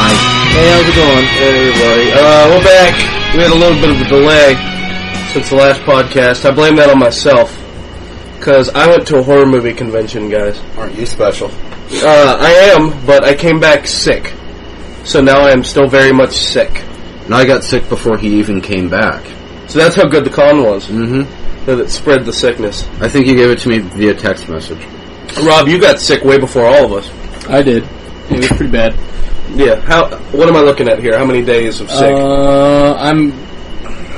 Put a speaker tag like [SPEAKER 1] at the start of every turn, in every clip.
[SPEAKER 1] how's it going, everybody? Uh, we're back. We had a little bit of a delay since the last podcast. I blame that on myself because I went to a horror movie convention, guys.
[SPEAKER 2] Aren't you special?
[SPEAKER 1] Uh, I am, but I came back sick, so now I am still very much sick.
[SPEAKER 2] And I got sick before he even came back.
[SPEAKER 1] So that's how good the con was
[SPEAKER 2] Mm-hmm.
[SPEAKER 1] that it spread the sickness.
[SPEAKER 2] I think you gave it to me via text message.
[SPEAKER 1] Rob, you got sick way before all of us.
[SPEAKER 3] I did. It was pretty bad.
[SPEAKER 1] Yeah. How? What am I looking at here? How many days of sick?
[SPEAKER 3] Uh, I'm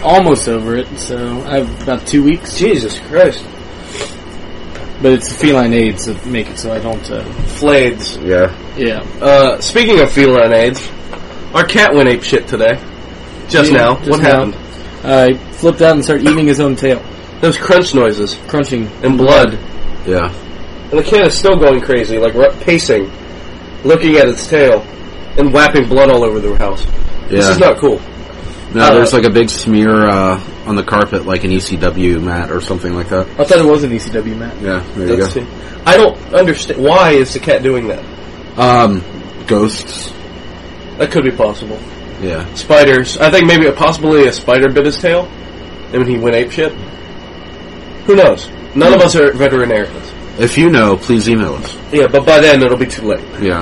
[SPEAKER 3] almost over it, so I have about two weeks.
[SPEAKER 1] Jesus Christ.
[SPEAKER 3] But it's the feline aids that make it so I don't, uh,
[SPEAKER 1] Flades.
[SPEAKER 2] Yeah.
[SPEAKER 3] yeah.
[SPEAKER 1] Uh, speaking of feline AIDS, our cat went ape shit today. Just
[SPEAKER 3] Yeah,
[SPEAKER 1] now.
[SPEAKER 3] just
[SPEAKER 1] what
[SPEAKER 3] now.
[SPEAKER 1] happened?
[SPEAKER 3] I flipped out and started eating his own tail,
[SPEAKER 1] Those crunch noises
[SPEAKER 3] crunching.
[SPEAKER 1] and blood.
[SPEAKER 2] Yeah.
[SPEAKER 1] And the cat is still going crazy, like r- pacing, looking at its tail, and whapping blood all over the house.
[SPEAKER 2] Yeah.
[SPEAKER 1] This is not cool.
[SPEAKER 2] no,
[SPEAKER 1] uh,
[SPEAKER 2] there's like a big smear uh, on the carpet, like an ECW mat or something like that.
[SPEAKER 3] I thought it was an E ECW mat.
[SPEAKER 2] Yeah, there
[SPEAKER 1] Let's
[SPEAKER 2] you
[SPEAKER 1] see. I don't understand. Why is the cat doing that?
[SPEAKER 2] go. Um, ghosts.
[SPEAKER 1] That could be possible.
[SPEAKER 2] Yeah.
[SPEAKER 1] Spiders. I think maybe possibly a spider bit his tail, and he went ape shit. Who knows? None
[SPEAKER 3] Hmm.
[SPEAKER 1] of us are veterinarians.
[SPEAKER 2] If you know, please email us.
[SPEAKER 1] Yeah, but by then it'll be too late.
[SPEAKER 2] Yeah.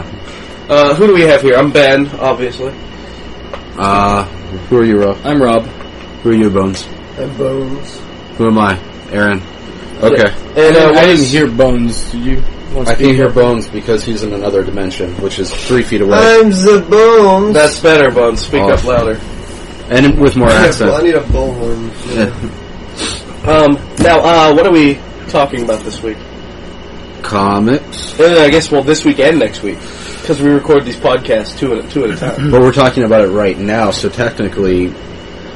[SPEAKER 1] Uh, who do we have here? I'm Ben, obviously.
[SPEAKER 2] Uh, who are you, Rob?
[SPEAKER 3] I'm Rob.
[SPEAKER 2] Who are you, Bones?
[SPEAKER 1] And Bones.
[SPEAKER 2] Who am I? Aaron. Okay.
[SPEAKER 1] And uh,
[SPEAKER 3] I
[SPEAKER 1] what
[SPEAKER 3] didn't
[SPEAKER 1] is-
[SPEAKER 3] hear bones. Did you? Want to
[SPEAKER 2] I
[SPEAKER 3] speak
[SPEAKER 2] can hear
[SPEAKER 3] up?
[SPEAKER 2] Bones because he's in another dimension, which is three feet away.
[SPEAKER 4] I'm the bones.
[SPEAKER 1] That's better, Bones. Speak
[SPEAKER 2] Oh.
[SPEAKER 1] up louder.
[SPEAKER 2] and with more
[SPEAKER 4] I
[SPEAKER 2] accent.
[SPEAKER 4] need a bullhorn.
[SPEAKER 2] Uh,
[SPEAKER 1] Um, now, uh, what are we talking about this week?
[SPEAKER 2] Comics.
[SPEAKER 1] Uh, I guess, well, this week and next week. Because we record these podcasts two at, two at a time.
[SPEAKER 2] But we're talking about it right now, so technically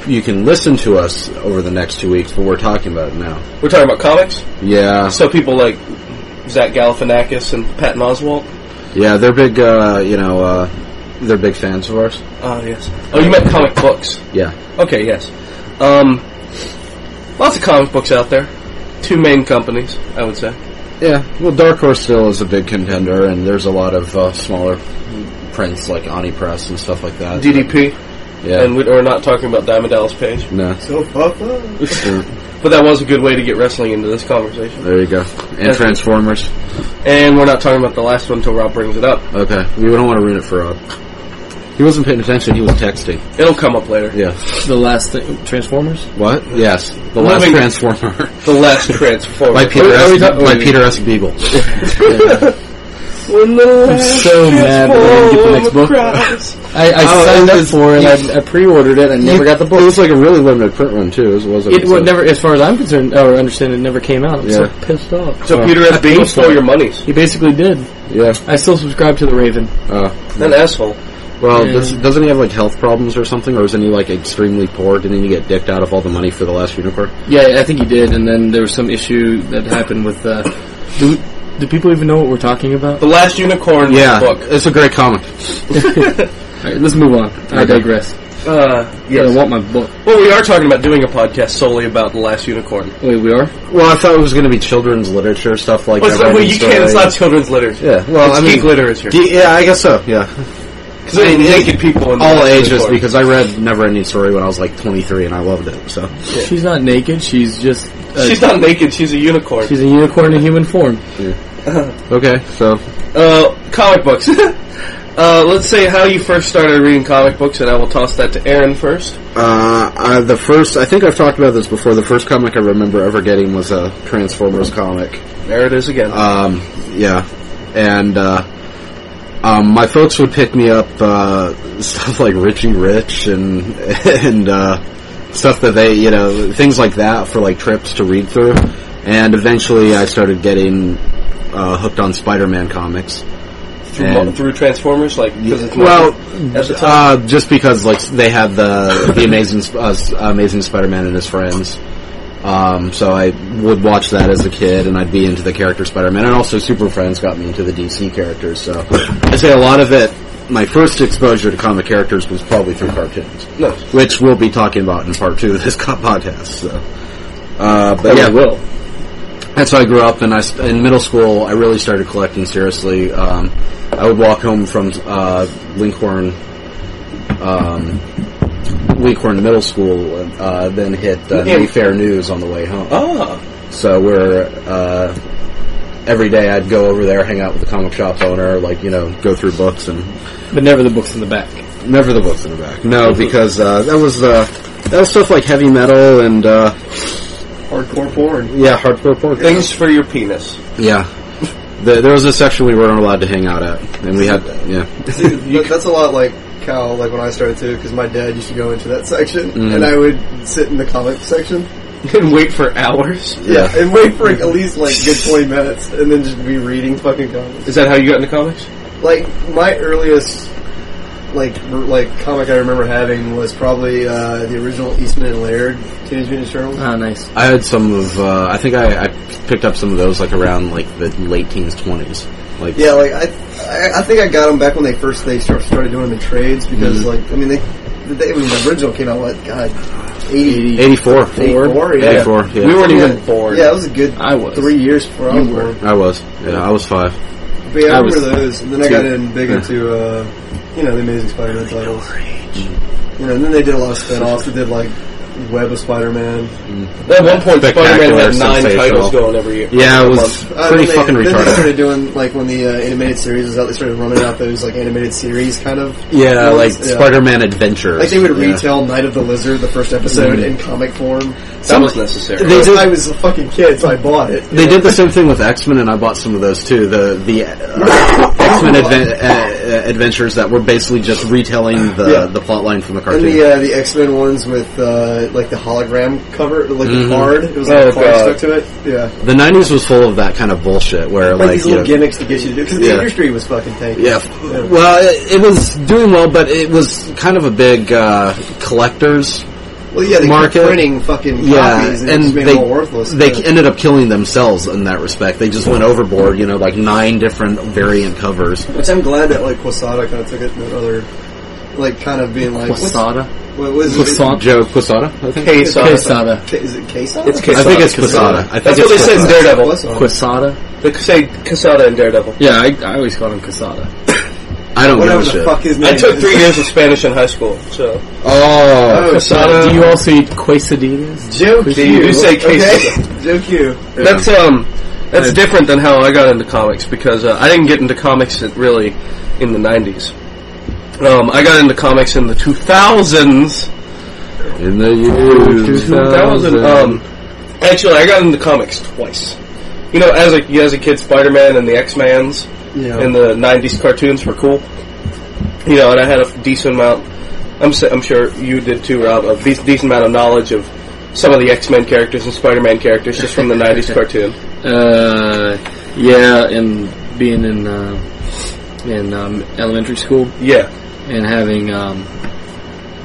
[SPEAKER 2] you can listen to us over the next two weeks, but we're talking about it now.
[SPEAKER 1] We're talking about comics.
[SPEAKER 2] Yeah,
[SPEAKER 1] So people like Zach Galifianakis and Patton Oswalt.
[SPEAKER 2] yeah, they're big, uh, you know, uh, they're big fans of ours.
[SPEAKER 1] Oh, yes. Oh, you meant comic books.
[SPEAKER 2] Yeah.
[SPEAKER 1] Okay, yes. Um, lots of comic books out there. Two main companies, I would say.
[SPEAKER 2] Yeah, well, Dark Horse still is a big contender, and there's a lot of uh, smaller prints like Ani Press and stuff like that.
[SPEAKER 1] DDP.
[SPEAKER 2] Yeah.
[SPEAKER 1] And we- we're not talking about Diamond Dallas Page.
[SPEAKER 2] no.
[SPEAKER 4] So Papa.
[SPEAKER 1] But that was a good way to get wrestling into this conversation.
[SPEAKER 2] There you go. And Transformers.
[SPEAKER 1] And we're not talking about the last one until Rob brings it up.
[SPEAKER 2] Okay. We don't want to ruin it for Rob. He wasn't paying attention, he was texting.
[SPEAKER 1] It'll come up later.
[SPEAKER 2] Yeah.
[SPEAKER 3] the last thing. Transformers.
[SPEAKER 2] What? Yes. The last
[SPEAKER 1] Moving-
[SPEAKER 2] Transformer.
[SPEAKER 1] The last Transformer.
[SPEAKER 2] By Peter,
[SPEAKER 1] Are we- are we
[SPEAKER 2] S.
[SPEAKER 1] talk-
[SPEAKER 2] by Peter S. Beagle.
[SPEAKER 1] When the last
[SPEAKER 3] So mad that I didn't get the next
[SPEAKER 1] Transformer
[SPEAKER 3] book.
[SPEAKER 1] cries.
[SPEAKER 3] I, I
[SPEAKER 2] Oh,
[SPEAKER 3] signed
[SPEAKER 2] it
[SPEAKER 3] up
[SPEAKER 2] was-
[SPEAKER 3] for it. I, I pre-ordered it. I never got the book.
[SPEAKER 2] It was like a really limited print run too. It wasn't.
[SPEAKER 3] It would never, as far as I'm concerned or understand, it never came out. I'm
[SPEAKER 2] Yeah.
[SPEAKER 3] so pissed off.
[SPEAKER 1] So
[SPEAKER 2] Oh.
[SPEAKER 1] Peter
[SPEAKER 3] I
[SPEAKER 1] S.
[SPEAKER 3] paid
[SPEAKER 1] Bean
[SPEAKER 3] for
[SPEAKER 1] stole
[SPEAKER 3] it.
[SPEAKER 1] your monies.
[SPEAKER 3] He basically did.
[SPEAKER 2] Yeah.
[SPEAKER 3] I still subscribe to the Raven.
[SPEAKER 2] Uh,
[SPEAKER 1] That asshole.
[SPEAKER 2] well,
[SPEAKER 3] Yeah.
[SPEAKER 2] does, doesn't he have like health problems or something, or isn't he like extremely poor? Didn't he get dicked out of all the money for the last unicorn?
[SPEAKER 3] Yeah, I think he did. And then there was some issue that happened with. Uh, do, do people even know what we're talking about?
[SPEAKER 1] The last unicorn book.
[SPEAKER 2] it's a great comic.
[SPEAKER 3] All right, let's move on. I
[SPEAKER 2] Okay.
[SPEAKER 3] digress.
[SPEAKER 1] Uh,
[SPEAKER 3] I
[SPEAKER 1] yes.
[SPEAKER 3] want my book.
[SPEAKER 1] Well, we are talking about doing a podcast solely about the last unicorn.
[SPEAKER 3] Wait, we are.
[SPEAKER 2] Well, I thought it was going to be children's literature stuff like
[SPEAKER 1] Well, it's
[SPEAKER 2] that.
[SPEAKER 1] not- well, you can't. It's not children's literature.
[SPEAKER 2] Yeah. Well,
[SPEAKER 1] It's
[SPEAKER 2] I mean,
[SPEAKER 1] geek literature.
[SPEAKER 2] ge- yeah, I guess so. Yeah,
[SPEAKER 1] Because they naked people in the
[SPEAKER 2] all
[SPEAKER 1] last
[SPEAKER 2] ages
[SPEAKER 1] unicorn.
[SPEAKER 2] because I read Never Ending Story when I was like 23 and I loved it. So
[SPEAKER 3] She's not naked. She's just. Uh,
[SPEAKER 1] She's not naked. She's a unicorn.
[SPEAKER 3] She's a unicorn in human form.
[SPEAKER 2] okay, so
[SPEAKER 1] Uh, comic books. uh, let's say how you first started reading comic books, and I will toss that to Aaron first.
[SPEAKER 2] Uh, uh, the first, I think I've talked about this before. The first comic I remember ever getting was a Transformers comic.
[SPEAKER 1] There it is again.
[SPEAKER 2] Um, yeah, and uh, um, my folks would pick me up uh, stuff like Richie Rich and and uh, stuff that they, you know, things like that for like trips to read through. And eventually, I started getting uh, hooked on Spider-Man comics.
[SPEAKER 1] through, mo-
[SPEAKER 2] and-
[SPEAKER 1] through Transformers, like because it's
[SPEAKER 2] Well,
[SPEAKER 1] at the time.
[SPEAKER 2] uh, just because like they had the the amazing Sp- uh, S- amazing Spider-Man and his friends. Um, so I would watch that as a kid, and I'd be into the character Spider-Man, and also Super Friends got me into the DC characters. So I'd say a lot of it. My first exposure to comic characters was probably through cartoons,
[SPEAKER 1] no,
[SPEAKER 2] which we'll be talking about in part two of this co- podcast. So, uh, but yeah,
[SPEAKER 3] I will.
[SPEAKER 2] that's how I grew up, and I st- in middle school I really started collecting seriously. Um, I would walk home from uh, Linkhorn um, Weekhorn to middle school, uh, then hit uh,
[SPEAKER 1] Yeah.
[SPEAKER 2] Mayfair News on the way home.
[SPEAKER 1] Oh,
[SPEAKER 2] So we're uh, every day I'd go over there, hang out with the comic shop owner, like you know, go through books and
[SPEAKER 3] But never the books in the back.
[SPEAKER 2] never the books in the back. No, because uh, that was uh, that was stuff like heavy metal and uh,
[SPEAKER 3] Hardcore porn.
[SPEAKER 2] yeah, hardcore porn.
[SPEAKER 4] Things for your penis.
[SPEAKER 2] Yeah. There, there was a section we weren't allowed to hang out at, and we had yeah.
[SPEAKER 4] Dude, that- that's a lot like Cal, like when I started too, because my dad used to go into that section,
[SPEAKER 2] Mm.
[SPEAKER 4] and I would sit in the comic section
[SPEAKER 3] and wait for hours.
[SPEAKER 2] Yeah. Mm-hmm.
[SPEAKER 4] and wait for at least like a good twenty minutes, and then just be reading fucking comics.
[SPEAKER 1] is that how you got into comics?
[SPEAKER 4] Like my earliest, like r- like comic I remember having was probably uh, the original Eastman and Laird Teenage Mutant Ninja Turtles.
[SPEAKER 3] Ah, nice.
[SPEAKER 2] I had some of uh, I think I, I picked up some of those like around like the late teens twenties. Like
[SPEAKER 4] Yeah, like I, I, I think I got them back when they first they start, started doing them in trades because, like, I mean, they, the day when the original came out, what God, eighty.
[SPEAKER 2] eighty four.
[SPEAKER 4] 84, yeah.
[SPEAKER 2] Eighty four. Yeah.
[SPEAKER 1] We weren't
[SPEAKER 4] yeah.
[SPEAKER 1] even born.
[SPEAKER 4] Yeah, it was a good
[SPEAKER 3] I was.
[SPEAKER 4] three years before I was born.
[SPEAKER 2] I was. Yeah, I was five.
[SPEAKER 4] But yeah, I,
[SPEAKER 3] I
[SPEAKER 4] remember
[SPEAKER 3] was
[SPEAKER 4] those, and then I
[SPEAKER 3] two.
[SPEAKER 4] got in big into, uh, you know, the Amazing Spider-Man titles. You know, and then they did a lot of spin-offs. They did like Web of Spider-Man.
[SPEAKER 1] At one point, Spider-Man
[SPEAKER 2] Spectacular,
[SPEAKER 1] had nine
[SPEAKER 2] sensational.
[SPEAKER 1] titles going every year.
[SPEAKER 2] Yeah, it was
[SPEAKER 4] Uh,
[SPEAKER 2] pretty
[SPEAKER 4] then they,
[SPEAKER 2] fucking
[SPEAKER 4] then They
[SPEAKER 2] retarded.
[SPEAKER 4] started doing like when the uh, animated series was out. They started running out those like animated series kind of.
[SPEAKER 2] Yeah, like
[SPEAKER 4] ones.
[SPEAKER 2] Spider Man Adventures.
[SPEAKER 4] Like they would
[SPEAKER 2] Yeah.
[SPEAKER 4] retell Night of the Lizard, the first episode, in comic form.
[SPEAKER 1] That was necessary.
[SPEAKER 4] They did, I was a fucking kid, so I bought it.
[SPEAKER 2] They did the same thing with X Men, and I bought some of those too. The the uh, X Men adven- uh, uh, adventures that were basically just retelling the
[SPEAKER 4] Yeah.
[SPEAKER 2] the plot line from the
[SPEAKER 4] And
[SPEAKER 2] cartoon.
[SPEAKER 4] the uh, the X Men ones with uh, like the hologram cover, like
[SPEAKER 2] Mhm.
[SPEAKER 4] the card. It was
[SPEAKER 1] Oh,
[SPEAKER 4] like a card
[SPEAKER 1] God.
[SPEAKER 4] stuck to it. Yeah,
[SPEAKER 2] the '90s was full of that kind of bullshit, where
[SPEAKER 4] like,
[SPEAKER 2] like,
[SPEAKER 4] these
[SPEAKER 2] you
[SPEAKER 4] little
[SPEAKER 2] know,
[SPEAKER 4] gimmicks to get you to do because the
[SPEAKER 2] Yeah.
[SPEAKER 4] industry was fucking tanking.
[SPEAKER 2] Yeah. f- Well, it, it was doing well, but it was kind of a big uh, collectors.
[SPEAKER 4] Well, yeah, they
[SPEAKER 2] Market.
[SPEAKER 4] kept printing fucking
[SPEAKER 2] Yeah,
[SPEAKER 4] copies and, it
[SPEAKER 2] and
[SPEAKER 4] just made
[SPEAKER 2] they
[SPEAKER 4] them all worthless.
[SPEAKER 2] they
[SPEAKER 4] Yeah.
[SPEAKER 2] ended up killing themselves in that respect. They just went overboard. You know, like nine different variant covers.
[SPEAKER 4] Which I'm glad that like Quasada kind of took it in another, like kind of being like what's-
[SPEAKER 3] Posada.
[SPEAKER 4] What was
[SPEAKER 3] Quasada.
[SPEAKER 2] Joe Quesada, I think.
[SPEAKER 3] Quesada.
[SPEAKER 4] it? Is it Quesada?
[SPEAKER 1] It's
[SPEAKER 2] I
[SPEAKER 1] Quesada.
[SPEAKER 2] think it's
[SPEAKER 3] Quesada.
[SPEAKER 2] Quesada. I think
[SPEAKER 1] That's
[SPEAKER 2] it's
[SPEAKER 1] what they said in
[SPEAKER 2] Quesada.
[SPEAKER 1] Daredevil.
[SPEAKER 4] Quesada.
[SPEAKER 3] Quesada.
[SPEAKER 1] They say Casada in Daredevil.
[SPEAKER 3] Yeah, I, I always called him Quesada.
[SPEAKER 2] I don't give
[SPEAKER 4] Whatever
[SPEAKER 2] a
[SPEAKER 4] the
[SPEAKER 2] shit.
[SPEAKER 4] fuck his name
[SPEAKER 1] I took
[SPEAKER 4] is.
[SPEAKER 1] three years of Spanish in high school, so
[SPEAKER 2] Oh,
[SPEAKER 1] Quesada.
[SPEAKER 3] Do you also eat quesadillas?
[SPEAKER 4] Joe Q.
[SPEAKER 1] you do say Quesada.
[SPEAKER 4] Okay. Joe Q.
[SPEAKER 1] That's um, that's different than how I got into comics because uh, I didn't get into comics that really in the '90s. Um, I got into comics in the 2000s.
[SPEAKER 2] in the year
[SPEAKER 1] 2000. Um, actually, I got into comics twice. You know, as a as a kid, Spider Man and the X Mans
[SPEAKER 4] Yeah.
[SPEAKER 1] and the '90s cartoons were cool. You know, and I had a decent amount. I'm s- I'm sure you did too, Rob. A de- decent amount of knowledge of some of the X Men characters and Spider Man characters just from the '90s cartoon.
[SPEAKER 3] Uh, yeah, and being in uh, in um, elementary school
[SPEAKER 1] Yeah,
[SPEAKER 3] and having um,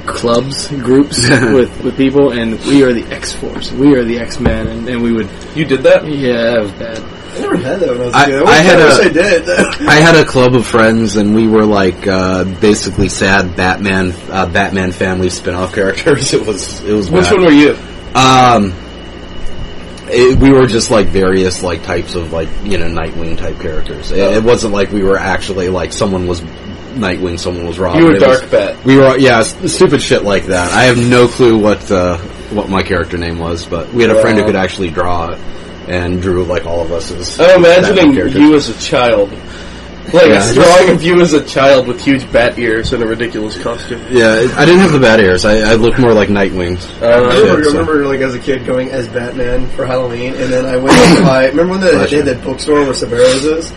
[SPEAKER 3] clubs, groups with, with people, and we are the X Force, we are the X Men, and, and we would
[SPEAKER 1] you did that.
[SPEAKER 3] yeah, that was bad.
[SPEAKER 4] I never had that when I was
[SPEAKER 2] I-
[SPEAKER 4] a kid. I,
[SPEAKER 2] I
[SPEAKER 4] wish, I
[SPEAKER 2] had
[SPEAKER 4] wish
[SPEAKER 2] a- Oh,
[SPEAKER 4] I did. though.
[SPEAKER 2] I had a club of friends, and we were like uh, basically sad Batman, uh, Batman family spin-off characters. It was it was
[SPEAKER 1] Which
[SPEAKER 2] bad.
[SPEAKER 1] one were you?
[SPEAKER 2] Um, it, we were just like various like types of like you know Nightwing type characters. It, it wasn't like we were actually like someone was Nightwing, someone was Robin.
[SPEAKER 1] You were
[SPEAKER 2] It was-
[SPEAKER 1] Dark Bat.
[SPEAKER 2] We were yeah, s- stupid shit like that. I have no clue what uh, what my character name was, but we had a friend who
[SPEAKER 1] Wow.
[SPEAKER 2] could actually draw it and drew like all of us as.
[SPEAKER 1] I'm imagining
[SPEAKER 2] Batman characters.
[SPEAKER 1] you as a child. Like
[SPEAKER 2] Yeah.
[SPEAKER 1] a drawing of you as a child with huge bat ears and a ridiculous costume.
[SPEAKER 2] Yeah, I didn't have the bad ears. I, I looked more like Nightwing.
[SPEAKER 1] Uh,
[SPEAKER 4] I remember,
[SPEAKER 2] Yeah, so-
[SPEAKER 4] remember, like as a kid, going as Batman for Halloween, and then I went to buy. Remember when they, they had that bookstore where Severo's is?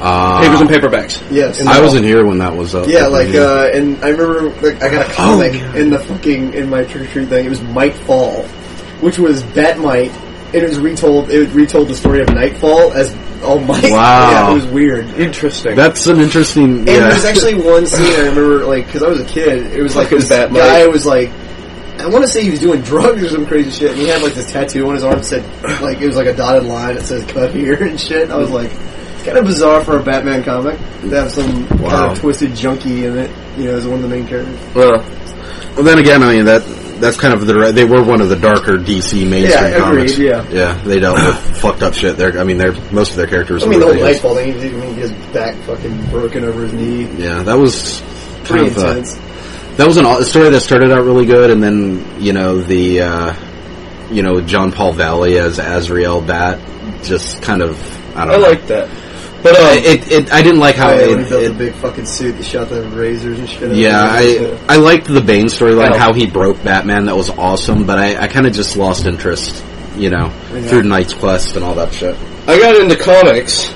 [SPEAKER 2] Uh,
[SPEAKER 1] papers and paperbacks.
[SPEAKER 4] Yes.
[SPEAKER 2] I wasn't here when that was up.
[SPEAKER 4] Yeah, like, uh, and I remember, like, I got a comic in the fucking, in my trick or treat thing. It was Mightfall, which was Batmite, and it was retold, it retold the story of Nightfall as all Might.
[SPEAKER 2] Wow.
[SPEAKER 4] Yeah, it was weird.
[SPEAKER 1] Interesting.
[SPEAKER 2] that's an interesting.
[SPEAKER 4] And
[SPEAKER 2] yeah.
[SPEAKER 4] there's actually one scene I remember, like, because I was a kid, it was like
[SPEAKER 1] Fucking
[SPEAKER 4] this
[SPEAKER 1] Batmite.
[SPEAKER 4] guy was like, I want to say he was doing drugs or some crazy shit, and he had like this tattoo on his arm that said, like, it was like a dotted line that says "cut here" and shit. I was like, it's kind of bizarre for a Batman comic to have some kind
[SPEAKER 2] Wow.
[SPEAKER 4] of twisted junkie in it, you know, as one of the main characters.
[SPEAKER 1] Well,
[SPEAKER 2] Well, then again, I mean that that's kind of the they were one of the darker DC mainstream
[SPEAKER 4] Yeah, agreed,
[SPEAKER 2] comics.
[SPEAKER 4] yeah.
[SPEAKER 2] yeah, they dealt with fucked up shit. They're, I mean, they're most of their characters.
[SPEAKER 4] I mean, the
[SPEAKER 2] were
[SPEAKER 4] whole
[SPEAKER 2] ridiculous.
[SPEAKER 4] nightfall thing, he- I mean, his back fucking broken over his knee.
[SPEAKER 2] Yeah, that was kind
[SPEAKER 4] Pretty
[SPEAKER 2] of uh,
[SPEAKER 4] intense.
[SPEAKER 2] that was an aw- a story that started out really good, and then you know the uh, you know John Paul Valley as Azrael Bat just kind of I don't
[SPEAKER 1] I
[SPEAKER 2] know.
[SPEAKER 1] like that. But um,
[SPEAKER 2] it, it. I didn't like how
[SPEAKER 4] Oh, yeah, when he
[SPEAKER 2] it,
[SPEAKER 4] built
[SPEAKER 2] it-
[SPEAKER 4] the big fucking suit that shot the razors and shit. out of
[SPEAKER 2] Yeah,
[SPEAKER 4] his
[SPEAKER 2] I
[SPEAKER 4] eyes.
[SPEAKER 2] I liked the Bane storyline,
[SPEAKER 1] Yeah.
[SPEAKER 2] how he broke Batman. That was awesome, but I, I kind of just lost interest, you know,
[SPEAKER 4] Yeah.
[SPEAKER 2] through Knight's Quest and all that shit.
[SPEAKER 1] I got into comics.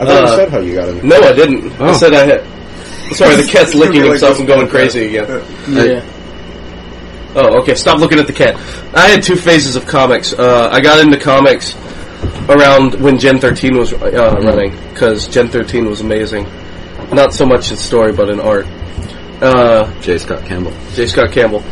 [SPEAKER 2] I
[SPEAKER 1] thought you said
[SPEAKER 2] how you got in.
[SPEAKER 1] No, I didn't. I
[SPEAKER 2] Oh.
[SPEAKER 1] said I had. Sorry, the cat's licking
[SPEAKER 4] Like
[SPEAKER 1] himself
[SPEAKER 4] this.
[SPEAKER 1] and going crazy again.
[SPEAKER 3] Yeah.
[SPEAKER 1] Oh, okay. Stop looking at the cat. I had two phases of comics. Uh, I got into comics around when Gen 13 was uh, running because Gen 13 was amazing. Not so much in story, but in art. Uh,
[SPEAKER 2] J. Scott Campbell.
[SPEAKER 1] J. Scott Campbell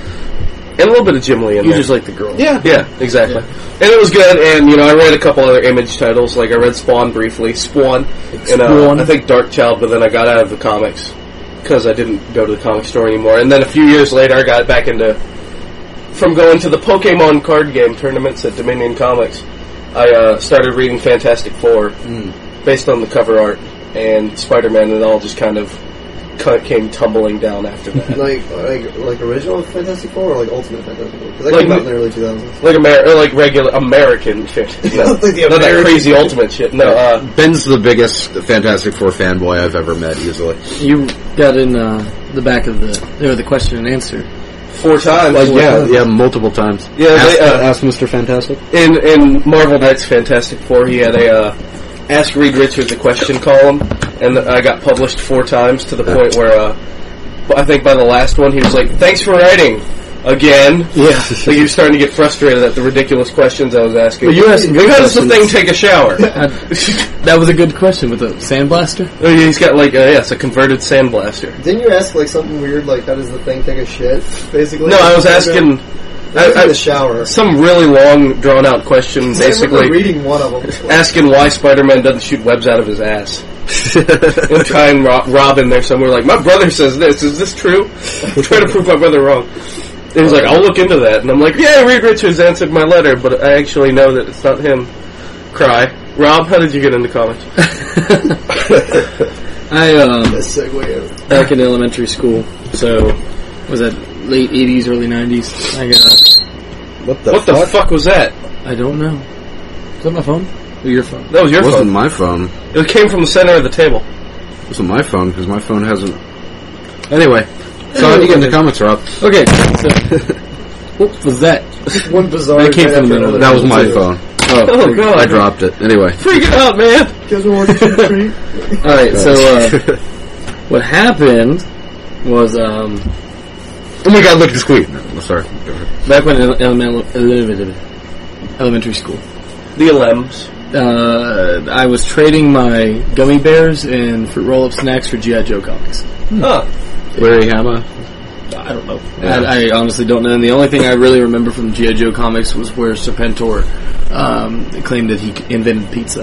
[SPEAKER 1] and a little bit of Jim Lee in
[SPEAKER 3] You
[SPEAKER 1] there.
[SPEAKER 3] just like the girl.
[SPEAKER 2] Yeah,
[SPEAKER 1] Yeah, exactly. And it was good, and you know, I read a couple other image titles, like I read Spawn briefly, Spawn, and uh,
[SPEAKER 3] Spawn.
[SPEAKER 1] I think Dark Child, but then I got out of the comics because I didn't go to the comic store anymore. And then a few years later, I got back into from going to the Pokemon card game tournaments at Dominion Comics. I uh, started reading Fantastic Four
[SPEAKER 3] Hmm.
[SPEAKER 1] based on the cover art and Spider Man, and it all just kind of ca- came tumbling down after that.
[SPEAKER 4] Like, like, like original Fantastic Four or like Ultimate Fantastic Four? Because that
[SPEAKER 1] Like
[SPEAKER 4] came out in
[SPEAKER 1] the-
[SPEAKER 4] the early 2000s.
[SPEAKER 1] Like Amer- or like regular American shit. No,
[SPEAKER 4] Like the
[SPEAKER 1] not that
[SPEAKER 4] American
[SPEAKER 1] crazy ultimate shit. No, uh,
[SPEAKER 2] Ben's the biggest Fantastic Four fanboy I've ever met, easily.
[SPEAKER 3] You got in uh, the back of the or the question and answer.
[SPEAKER 1] four times.
[SPEAKER 2] Like, yeah,
[SPEAKER 3] times.
[SPEAKER 2] yeah, multiple times.
[SPEAKER 1] Yeah, they,
[SPEAKER 2] ask,
[SPEAKER 1] uh,
[SPEAKER 2] ask Mister Fantastic.
[SPEAKER 1] in in Marvel Knights Fantastic Four, he had a uh, ask Reed Richards a question column, and I got published four times to the point where uh, I think by the last one he was like, "Thanks for writing." Again,
[SPEAKER 3] Yeah.
[SPEAKER 1] like you're starting to get frustrated at the ridiculous questions I was asking.
[SPEAKER 3] But you asked some good
[SPEAKER 1] How does the thing
[SPEAKER 3] questions.
[SPEAKER 1] take a shower?
[SPEAKER 3] that was a good question with the sandblaster.
[SPEAKER 1] Oh, yeah, He's got like a, yes, a converted sandblaster.
[SPEAKER 4] Didn't you ask like something weird like how does the thing take a shit? Basically,
[SPEAKER 1] No, I was asking.
[SPEAKER 4] I, was
[SPEAKER 1] I-
[SPEAKER 4] in
[SPEAKER 1] I-
[SPEAKER 4] the shower.
[SPEAKER 1] some really long, drawn out question,
[SPEAKER 4] I
[SPEAKER 1] basically
[SPEAKER 4] remember reading one of them.
[SPEAKER 1] asking why Spider Man doesn't shoot webs out of his ass. and trying Ro- Rob in there somewhere, like, my brother says this, is this true? I'm trying to prove my brother wrong. And he's like, I'll look into that. And I'm like, yeah, Reed Richards answered my letter, but I actually know that it's not him. Cry. Rob, how did you get into college?
[SPEAKER 3] I um,
[SPEAKER 4] A segue.
[SPEAKER 3] back in elementary school, so was that late eighties, early nineties. I got.
[SPEAKER 2] What the?
[SPEAKER 1] what the fuck was that?
[SPEAKER 3] I don't know. Is that my phone? Or your phone?
[SPEAKER 1] That was your
[SPEAKER 2] It wasn't
[SPEAKER 1] phone.
[SPEAKER 2] my phone.
[SPEAKER 1] It came from the center of the table.
[SPEAKER 2] It wasn't my phone because my phone hasn't. Anyway, so how do you get into comics, Rob?
[SPEAKER 3] Okay. So, what was that?
[SPEAKER 4] One bizarre.
[SPEAKER 3] That came from
[SPEAKER 4] event after
[SPEAKER 3] the-
[SPEAKER 4] another.
[SPEAKER 2] That was my phone.
[SPEAKER 3] Oh,
[SPEAKER 1] Oh, God.
[SPEAKER 2] I dropped it. Anyway.
[SPEAKER 1] Freak it out, man!
[SPEAKER 4] Guys want to watch Creed?
[SPEAKER 3] all right. So uh, what happened was um,
[SPEAKER 2] Oh my god, look, it's Queen. sorry.
[SPEAKER 3] back when ele- elementary elementary school.
[SPEAKER 1] The LMs.
[SPEAKER 3] uh, I was trading my gummy bears and fruit roll-up snacks for GI Joe comics.
[SPEAKER 2] Hmm.
[SPEAKER 1] Huh.
[SPEAKER 2] Larry Hama.
[SPEAKER 3] I don't know.
[SPEAKER 2] Yeah.
[SPEAKER 3] I, I honestly don't know. And the only thing I really remember from GI Joe comics was where Serpentor um, claimed that he c- invented pizza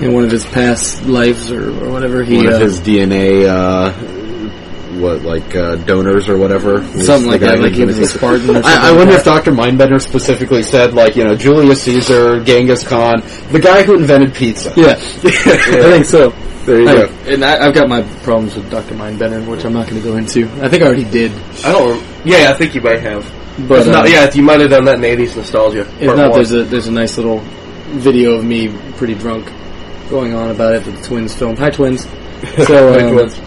[SPEAKER 3] in one of his past lives or, or whatever. He
[SPEAKER 2] One
[SPEAKER 3] uh,
[SPEAKER 2] of his DNA, uh, what, like, uh, donors or whatever. was
[SPEAKER 3] something like
[SPEAKER 2] the guy
[SPEAKER 3] that.
[SPEAKER 2] who
[SPEAKER 3] Like he was a
[SPEAKER 2] invented-
[SPEAKER 3] Spartan. Or something
[SPEAKER 2] I, I wonder
[SPEAKER 3] like
[SPEAKER 2] if Dr. Mindbender specifically said, like, you know, Julius Caesar, Genghis Khan, the guy who invented pizza.
[SPEAKER 3] that. Yeah, I think so.
[SPEAKER 2] There you
[SPEAKER 3] I-
[SPEAKER 2] go.
[SPEAKER 3] and I, I've got my problems with Doctor Mindbender, which I'm not going to go into. I think I already did,
[SPEAKER 1] I don't. rem- Yeah, I think you might have.
[SPEAKER 3] but
[SPEAKER 1] It's Uh, not-
[SPEAKER 3] um,
[SPEAKER 1] yeah, you might have done that in '80s nostalgia.
[SPEAKER 3] If
[SPEAKER 1] part
[SPEAKER 3] not,
[SPEAKER 1] one.
[SPEAKER 3] there's a there's a nice little video of me pretty drunk going on about it that the twins filmed. Hi twins. So um,
[SPEAKER 1] Twins.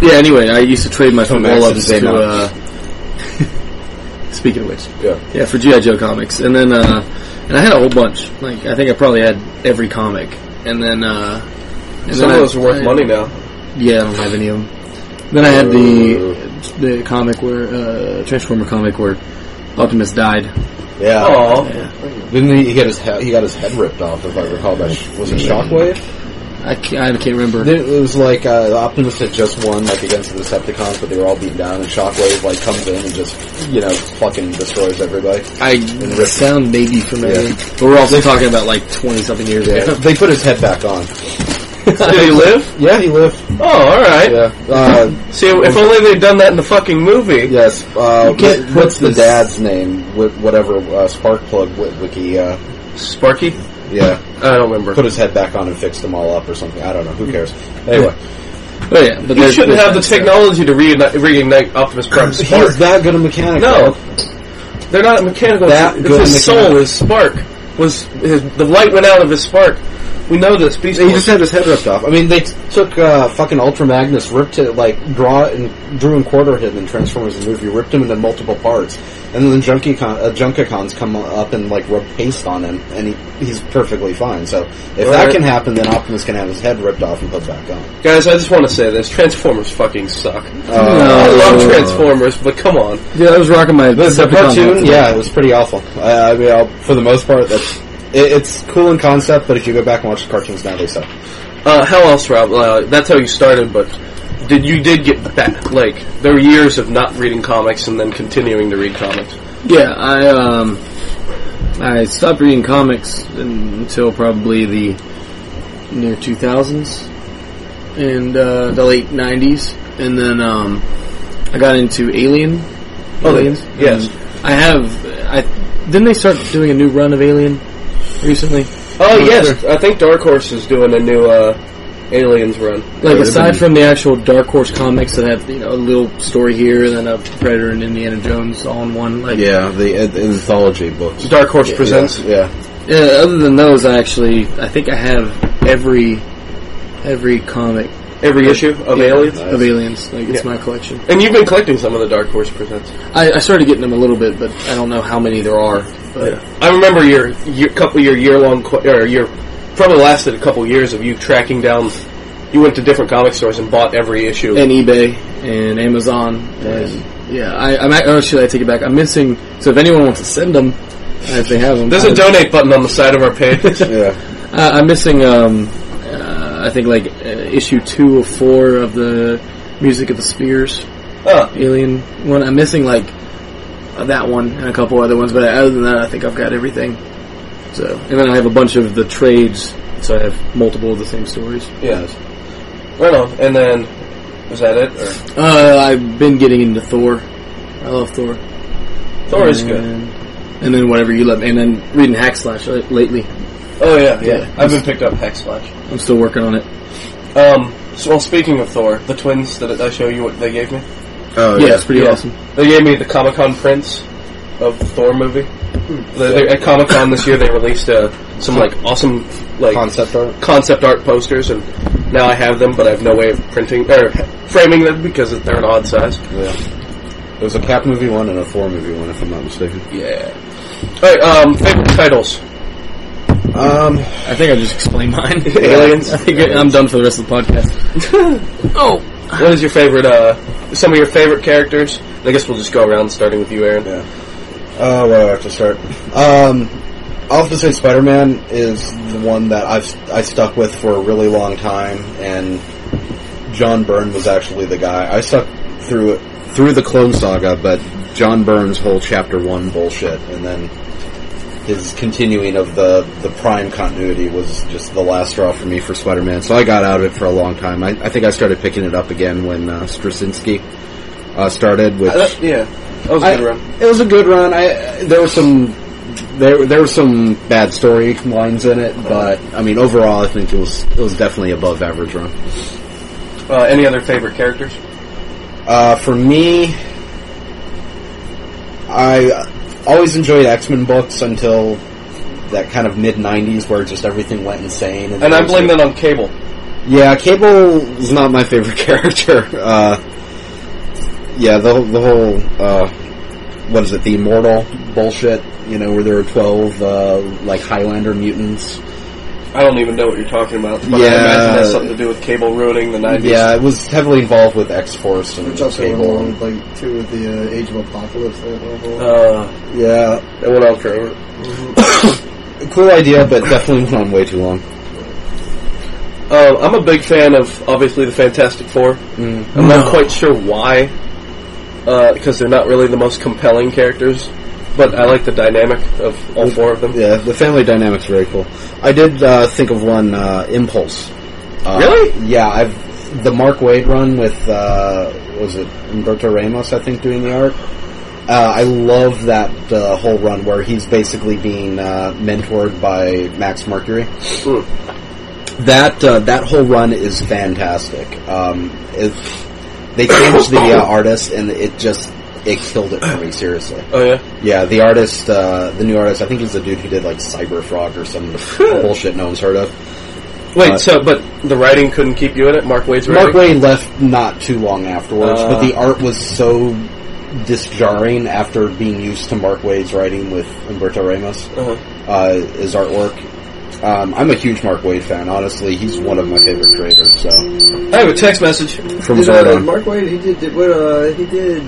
[SPEAKER 3] yeah. Anyway, I used to trade my football
[SPEAKER 2] Max and
[SPEAKER 3] ups to.
[SPEAKER 2] Zaymon.
[SPEAKER 3] Uh, speaking of which,
[SPEAKER 2] Yeah.
[SPEAKER 3] yeah, for GI Joe comics, and then uh, and I had a whole bunch. Like I think I probably had every comic, and then uh, and
[SPEAKER 1] Some
[SPEAKER 3] then
[SPEAKER 1] of those
[SPEAKER 3] I-
[SPEAKER 1] are worth
[SPEAKER 3] I-
[SPEAKER 1] money now.
[SPEAKER 3] yeah, I don't have any of them. Then I had the the comic where uh, Transformer comic where Optimus died.
[SPEAKER 2] Yeah.
[SPEAKER 1] Aw.
[SPEAKER 3] Yeah.
[SPEAKER 2] Didn't he, he get his head, he got his head ripped off, if I recall that. Was it Shockwave?
[SPEAKER 3] I can't, I can't remember.
[SPEAKER 2] It was like uh, the Optimus had just won like against the Decepticons, but they were all beaten down, and Shockwave like comes in and just you know fucking destroys everybody.
[SPEAKER 3] I the sound maybe familiar,
[SPEAKER 2] Yeah.
[SPEAKER 3] but we're also talking about like twenty something years
[SPEAKER 2] Yeah,
[SPEAKER 3] ago.
[SPEAKER 2] they put his head back on.
[SPEAKER 1] Did he live?
[SPEAKER 2] Yeah, he lived.
[SPEAKER 1] Oh, all right.
[SPEAKER 2] Yeah. Uh,
[SPEAKER 1] See, if only they'd done that in the fucking movie.
[SPEAKER 2] yes. Uh,
[SPEAKER 3] You can't
[SPEAKER 2] what- what's
[SPEAKER 3] put
[SPEAKER 2] the
[SPEAKER 3] this-
[SPEAKER 2] dad's name? Wh- Whatever uh, Sparkplug wi- Wiki. Uh,
[SPEAKER 1] Sparky?
[SPEAKER 2] yeah,
[SPEAKER 1] I don't remember.
[SPEAKER 2] put his head back on and fixed them all up or something. I don't know. Who cares? Anyway.
[SPEAKER 3] Oh yeah, but
[SPEAKER 1] You
[SPEAKER 3] there's-
[SPEAKER 1] shouldn't
[SPEAKER 3] there's
[SPEAKER 1] have the
[SPEAKER 3] that stuff.
[SPEAKER 1] technology to reignite, reignite Optimus Prime's spark.
[SPEAKER 2] He's that good a mechanic.
[SPEAKER 1] No, they're not mechanical.
[SPEAKER 2] That
[SPEAKER 1] it's
[SPEAKER 2] good
[SPEAKER 1] his
[SPEAKER 2] mechanical.
[SPEAKER 1] soul, his spark was his, the light went out of his spark. We know this. Beast
[SPEAKER 2] He
[SPEAKER 1] Wars.
[SPEAKER 2] just had his head ripped off. I mean, they t- took uh, fucking Ultra Magnus, ripped it, like, draw and drew and quarter him in Transformers the movie, ripped him into multiple parts. And then Junkie Con- uh, Junkicons come up and, like, rub paste on him, and he, he's perfectly fine. So, if that
[SPEAKER 1] Right.
[SPEAKER 2] can happen, then Optimus can have his head ripped off and put back on.
[SPEAKER 1] Guys, I just want to say this: Transformers fucking suck.
[SPEAKER 3] Oh.
[SPEAKER 1] I
[SPEAKER 3] No.
[SPEAKER 1] love Transformers, but come on.
[SPEAKER 3] Yeah, I was rocking
[SPEAKER 2] Uh,
[SPEAKER 3] my
[SPEAKER 2] The, the
[SPEAKER 3] Decepticon
[SPEAKER 2] cartoon,
[SPEAKER 3] hat.
[SPEAKER 2] yeah, it was pretty awful. I, I mean, I'll, for the most part, that's, it, it's cool in concept, but if you go back and watch the cartoons now, they suck.
[SPEAKER 1] Uh, how else, Rob? Uh, that's how you started, but did you did get that? Like there were years of not reading comics and then continuing to read comics.
[SPEAKER 3] Yeah, I um, I stopped reading comics in, until probably the near 2000s and uh, the late 90s, and then um, I got into Alien. Aliens.
[SPEAKER 1] yes.
[SPEAKER 3] I have. I didn't they start doing a new run of Alien recently?
[SPEAKER 1] Oh yes, I think Dark Horse is doing a new uh, Aliens run.
[SPEAKER 3] Like aside from the actual Dark Horse comics that have you know a little story here and then a Predator and Indiana Jones all in one. Like
[SPEAKER 2] Yeah, the anthology books.
[SPEAKER 1] Dark Horse presents.
[SPEAKER 2] Yeah.
[SPEAKER 3] Yeah, other than those, I actually I think I have every every comic
[SPEAKER 1] Every issue of Aliens.
[SPEAKER 3] of aliens. Like it's
[SPEAKER 1] Yeah.
[SPEAKER 3] my collection.
[SPEAKER 1] And you've been collecting some of the Dark Horse presents.
[SPEAKER 3] I, I started getting them a little bit, but I don't know how many there are. But
[SPEAKER 1] I remember your, your couple your year long qu- or your probably lasted a couple years of you tracking down. You went to different comic stores and bought every issue.
[SPEAKER 3] and eBay and Amazon and yeah, I, I'm ac- oh should I take it back? I'm missing. So if anyone wants to send them, if they have them,
[SPEAKER 1] There's a donate button on the side of our page.
[SPEAKER 2] Yeah.
[SPEAKER 3] Uh, I'm missing, um, uh, I think, like, uh, issue two of four of the Music of the Spears
[SPEAKER 1] Huh.
[SPEAKER 3] Alien one. I'm missing, like, uh, that one and a couple other ones, but other than that, I think I've got everything. So, and then I have a bunch of the trades, so I have multiple of the same stories.
[SPEAKER 1] yeah, right on. And then was that it? Or?
[SPEAKER 3] Uh, I've been getting into Thor. I love Thor.
[SPEAKER 1] Thor is good.
[SPEAKER 3] And- And then whatever you love, and then reading Hack Slash li- lately.
[SPEAKER 1] Oh yeah, yeah.
[SPEAKER 3] Yeah.
[SPEAKER 1] I've been picked up Hex Slash.
[SPEAKER 3] I'm still working on it.
[SPEAKER 1] Um. So, well, speaking of Thor, the twins that I show you what they gave me.
[SPEAKER 2] Oh,
[SPEAKER 3] Yeah, it's pretty
[SPEAKER 1] Yeah.
[SPEAKER 3] awesome.
[SPEAKER 1] They gave me the Comic Con prints of the Thor movie. They- they- at Comic Con this year, they released uh, some like awesome like
[SPEAKER 2] Concept art.
[SPEAKER 1] concept art posters, and now I have them, but I have no way of printing or framing them because they're an odd size.
[SPEAKER 2] Yeah. It was a Cap movie one and a Thor movie one, if I'm not mistaken.
[SPEAKER 1] Yeah. All right. Um. Favorite titles.
[SPEAKER 2] Um,
[SPEAKER 3] I think I just explained mine.
[SPEAKER 1] Aliens?
[SPEAKER 3] I think I'm done for the rest of the podcast. oh,
[SPEAKER 1] What is your favorite? Uh. Some of your favorite characters. I guess we'll just go around, starting with you, Aaron.
[SPEAKER 2] yeah. Uh, where do I have to start? Um, I'll have to say Spider-Man is the one that I've, I stuck with for a really long time, and John Byrne was actually the guy. I stuck through, through the Clone Saga, but John Byrne's whole chapter one bullshit, and then his continuing of the, the prime continuity was just the last straw for me for Spider-Man. So I got out of it for a long time. I, I think I started picking it up again when uh, Straczynski uh, started, which
[SPEAKER 1] Uh, yeah. That was a good run.
[SPEAKER 2] I- it was a good run. I there were some there there were some bad story lines in it, but I mean overall, I think it was it was definitely above average run.
[SPEAKER 1] Uh, any other favorite characters?
[SPEAKER 2] Uh, for me, I always enjoyed X Men books until that kind of mid '90s where just everything went insane.
[SPEAKER 1] And I blame that on Cable.
[SPEAKER 2] Yeah, Cable is not my favorite character. Uh, yeah, the the whole uh, what is it, the immortal bullshit? You know, where there were twelve uh, like Highlander mutants.
[SPEAKER 1] I don't even know what you're talking about. But I
[SPEAKER 2] Yeah.
[SPEAKER 1] imagine it has something to do with Cable ruining the 90s.
[SPEAKER 2] Yeah, it was heavily involved with X Force and
[SPEAKER 4] Which also went
[SPEAKER 2] Cable.
[SPEAKER 4] along with, like two of the uh, Age of Apocalypse. That level.
[SPEAKER 1] Uh,
[SPEAKER 2] yeah,
[SPEAKER 1] that went on forever.
[SPEAKER 2] cool idea, but definitely went on way too long.
[SPEAKER 1] Um, I'm a big fan of obviously the Fantastic Four.
[SPEAKER 4] Mm.
[SPEAKER 1] I'm not
[SPEAKER 3] No.
[SPEAKER 1] quite sure why, uh, because they're not really the most compelling characters. But I like the dynamic of all four of them.
[SPEAKER 2] Yeah, the family dynamic's very cool. I did uh, think of one uh, impulse. Uh,
[SPEAKER 1] Really?
[SPEAKER 2] Yeah, I've the Mark Wade run with uh, what was it Umberto Ramos? I think doing the art. Uh, I love that uh, whole run where he's basically being uh, mentored by Max Mercury.
[SPEAKER 1] Mm.
[SPEAKER 2] that uh, that whole run is fantastic. Um, it, they changed the uh, artist, and it just it killed it for me. Seriously,
[SPEAKER 1] Oh yeah,
[SPEAKER 2] yeah. The artist, uh, the new artist, I think he's the dude who did like Cyber Frog or some bullshit no one's heard of.
[SPEAKER 1] wait.
[SPEAKER 2] Uh,
[SPEAKER 1] so, but the writing couldn't keep you in it. Mark Wade's writing.
[SPEAKER 2] Mark Wade left not too long afterwards,
[SPEAKER 1] Uh.
[SPEAKER 2] but the art was so disjarring after being used to Mark Wade's writing with Umberto Ramos.
[SPEAKER 1] Uh-huh.
[SPEAKER 2] uh, his artwork. Um, I'm a huge Mark Wade fan. Honestly, he's one of my favorite creators. So
[SPEAKER 1] I have a text message.
[SPEAKER 2] from
[SPEAKER 4] Did,
[SPEAKER 2] Zord
[SPEAKER 4] uh,
[SPEAKER 2] on,
[SPEAKER 4] Mark Wade, he did, did what, uh, he did,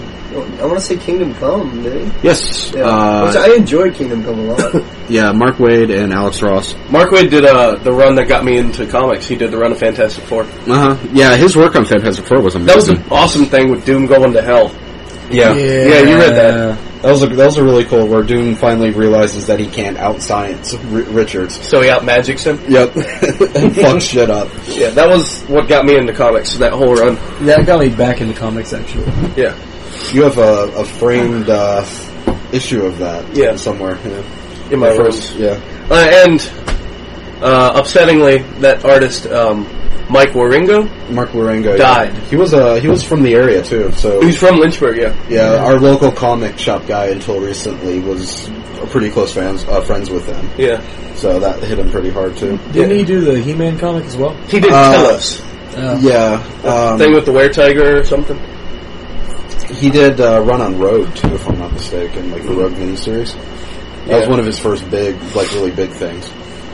[SPEAKER 4] I want to say Kingdom Come, did he?
[SPEAKER 2] yes,
[SPEAKER 4] Yeah. Which
[SPEAKER 2] uh,
[SPEAKER 4] I enjoyed Kingdom Come a lot.
[SPEAKER 2] yeah, Mark Wade and Alex Ross.
[SPEAKER 1] Mark Wade did uh, the run that got me into comics. He did the run of Fantastic Four.
[SPEAKER 2] Uh huh. Yeah, his work on Fantastic Four was
[SPEAKER 1] Uh-huh. That was
[SPEAKER 2] amazing.
[SPEAKER 1] an awesome thing with Doom going to hell.
[SPEAKER 2] Mm-hmm. yeah.
[SPEAKER 1] Yeah, you read that.
[SPEAKER 3] Uh,
[SPEAKER 2] that was a, that was a really cool. Where Doom finally realizes that he can't outscience R- Richards.
[SPEAKER 1] So he out magics him.
[SPEAKER 2] Yep, and fucks shit up.
[SPEAKER 1] Yeah, that was what got me into comics. That whole run.
[SPEAKER 3] That got me back into comics, actually.
[SPEAKER 1] Yeah.
[SPEAKER 2] You have a, a framed uh, issue of that
[SPEAKER 1] Yeah.
[SPEAKER 2] somewhere. Yeah.
[SPEAKER 1] In my
[SPEAKER 2] First,
[SPEAKER 1] first.
[SPEAKER 2] yeah.
[SPEAKER 1] Uh, and uh, upsettingly, that artist um, Mike Waringo,
[SPEAKER 2] Mark Warango yeah.
[SPEAKER 1] Died.
[SPEAKER 2] He was uh, he was from the area too. So
[SPEAKER 1] who's from Lynchburg, yeah,
[SPEAKER 2] Yeah, our local comic shop guy until recently was pretty close fans, uh, friends with them,
[SPEAKER 1] yeah,
[SPEAKER 2] so that hit him pretty hard too.
[SPEAKER 3] Didn't he do the He-Man comic as well?
[SPEAKER 1] he did
[SPEAKER 2] Uh,
[SPEAKER 1] tell us
[SPEAKER 2] Yeah,
[SPEAKER 1] thing
[SPEAKER 2] um,
[SPEAKER 1] with the were tiger or something.
[SPEAKER 2] he did uh, run on Road too, if I'm not mistaken, like the Road miniseries. That was
[SPEAKER 1] Yeah.
[SPEAKER 2] one of his first big, like really big things.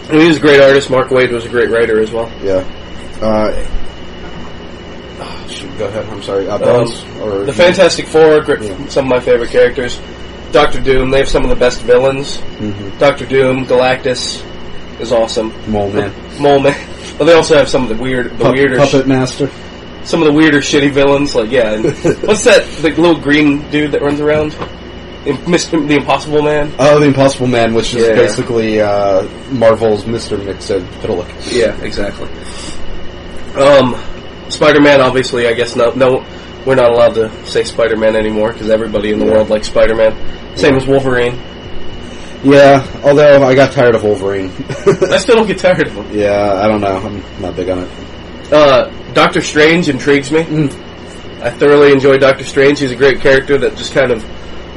[SPEAKER 1] I mean, he was a great artist. Mark Wade was a great writer as well.
[SPEAKER 2] Yeah. Uh, ah, shoot, go ahead. I'm sorry. Uh, Bones or
[SPEAKER 1] The Fantastic Four, gr-
[SPEAKER 2] Yeah.
[SPEAKER 1] some of my favorite characters. Doctor Doom, they have some of the best villains.
[SPEAKER 2] Mhm.
[SPEAKER 1] Doctor Doom, Galactus is awesome.
[SPEAKER 2] Mole Man,
[SPEAKER 1] Mole Man. But they also have some of the weird, the
[SPEAKER 2] Pup-
[SPEAKER 1] weirder, sh-
[SPEAKER 2] Puppet Master.
[SPEAKER 1] some of the weirder, shitty villains. Like yeah, and what's that? The little green dude that runs around, Im- Mr. the Impossible Man.
[SPEAKER 2] Oh, the Impossible Man, which is
[SPEAKER 1] Yeah.
[SPEAKER 2] basically uh, Marvel's Mister Mixolydic.
[SPEAKER 1] Yeah, exactly. Um, Spider-Man, obviously, I guess no, no, we're not allowed to say Spider-Man anymore because everybody in the world likes Spider-Man. Same as Wolverine.
[SPEAKER 2] Yeah, although I got tired of Wolverine.
[SPEAKER 1] I still don't get tired of him.
[SPEAKER 2] yeah, I don't know. I'm not big on it.
[SPEAKER 1] Uh, Doctor Strange intrigues me.
[SPEAKER 4] Mm.
[SPEAKER 1] I thoroughly enjoy Doctor Strange. He's a great character that just kind of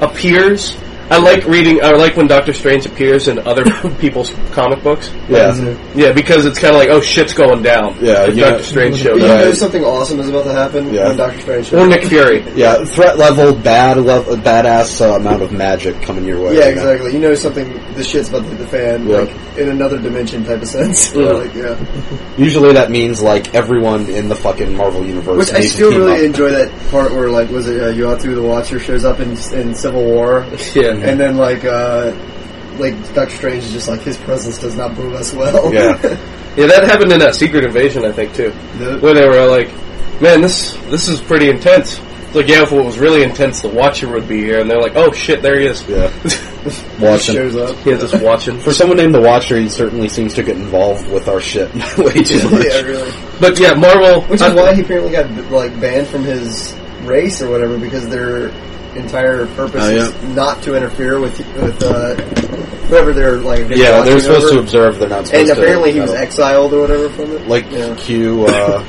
[SPEAKER 1] appears. I like reading. I like when Doctor Strange appears in other people's comic books.
[SPEAKER 2] Yeah.
[SPEAKER 1] Yeah, because it's kind of like, oh, shit's going down.
[SPEAKER 2] Yeah,
[SPEAKER 1] if
[SPEAKER 2] you know-
[SPEAKER 1] Doctor Strange showed
[SPEAKER 4] But
[SPEAKER 1] up.
[SPEAKER 4] you know
[SPEAKER 2] Right.
[SPEAKER 4] something awesome is about to happen
[SPEAKER 2] Yeah.
[SPEAKER 4] when Doctor Strange shows
[SPEAKER 1] Or
[SPEAKER 4] up.
[SPEAKER 1] Nick Fury.
[SPEAKER 2] Yeah, threat level, bad level, badass uh, amount of magic coming your way. you
[SPEAKER 4] Yeah,
[SPEAKER 2] know?
[SPEAKER 4] exactly. You know something, the shit's about to hit the fan,
[SPEAKER 2] Yeah.
[SPEAKER 4] like, in another dimension type of sense.
[SPEAKER 1] Yeah.
[SPEAKER 4] Like, yeah.
[SPEAKER 2] Usually that means like everyone in the fucking Marvel universe.
[SPEAKER 4] Which I
[SPEAKER 2] needs to
[SPEAKER 4] still
[SPEAKER 2] team
[SPEAKER 4] really
[SPEAKER 2] up.
[SPEAKER 4] enjoy that part where, like, was it uh, Uatu the Watcher shows up in, in Civil War,
[SPEAKER 2] Mm-hmm.
[SPEAKER 1] Yeah.
[SPEAKER 4] and then, like, uh, like, Doctor Strange is just like, his presence does not move us well.
[SPEAKER 2] Yeah.
[SPEAKER 1] Yeah, that happened in that Secret Invasion, I think, too.
[SPEAKER 4] The-
[SPEAKER 1] Where they were like, man, this this is pretty intense. It's like, yeah, if it was really intense, the Watcher would be here. And they're like, oh shit, there he is.
[SPEAKER 2] Yeah,
[SPEAKER 4] He
[SPEAKER 2] watching.
[SPEAKER 4] shows up.
[SPEAKER 1] Yeah, just watching.
[SPEAKER 2] For someone named the Watcher, he certainly seems to get involved with our shit way too much.
[SPEAKER 4] Yeah, really.
[SPEAKER 1] But yeah, Marvel.
[SPEAKER 4] Which
[SPEAKER 1] I-
[SPEAKER 4] is why he apparently got like banned from his race or whatever because their entire purpose
[SPEAKER 2] Oh,
[SPEAKER 4] is not to interfere with with uh, whoever they're like.
[SPEAKER 2] Yeah, they're
[SPEAKER 4] watching
[SPEAKER 2] supposed to
[SPEAKER 4] over.
[SPEAKER 2] observe. They're not supposed
[SPEAKER 4] And
[SPEAKER 2] to.
[SPEAKER 4] apparently he was
[SPEAKER 2] meddle.
[SPEAKER 4] exiled or whatever from it.
[SPEAKER 2] like
[SPEAKER 4] Yeah.
[SPEAKER 2] Q uh,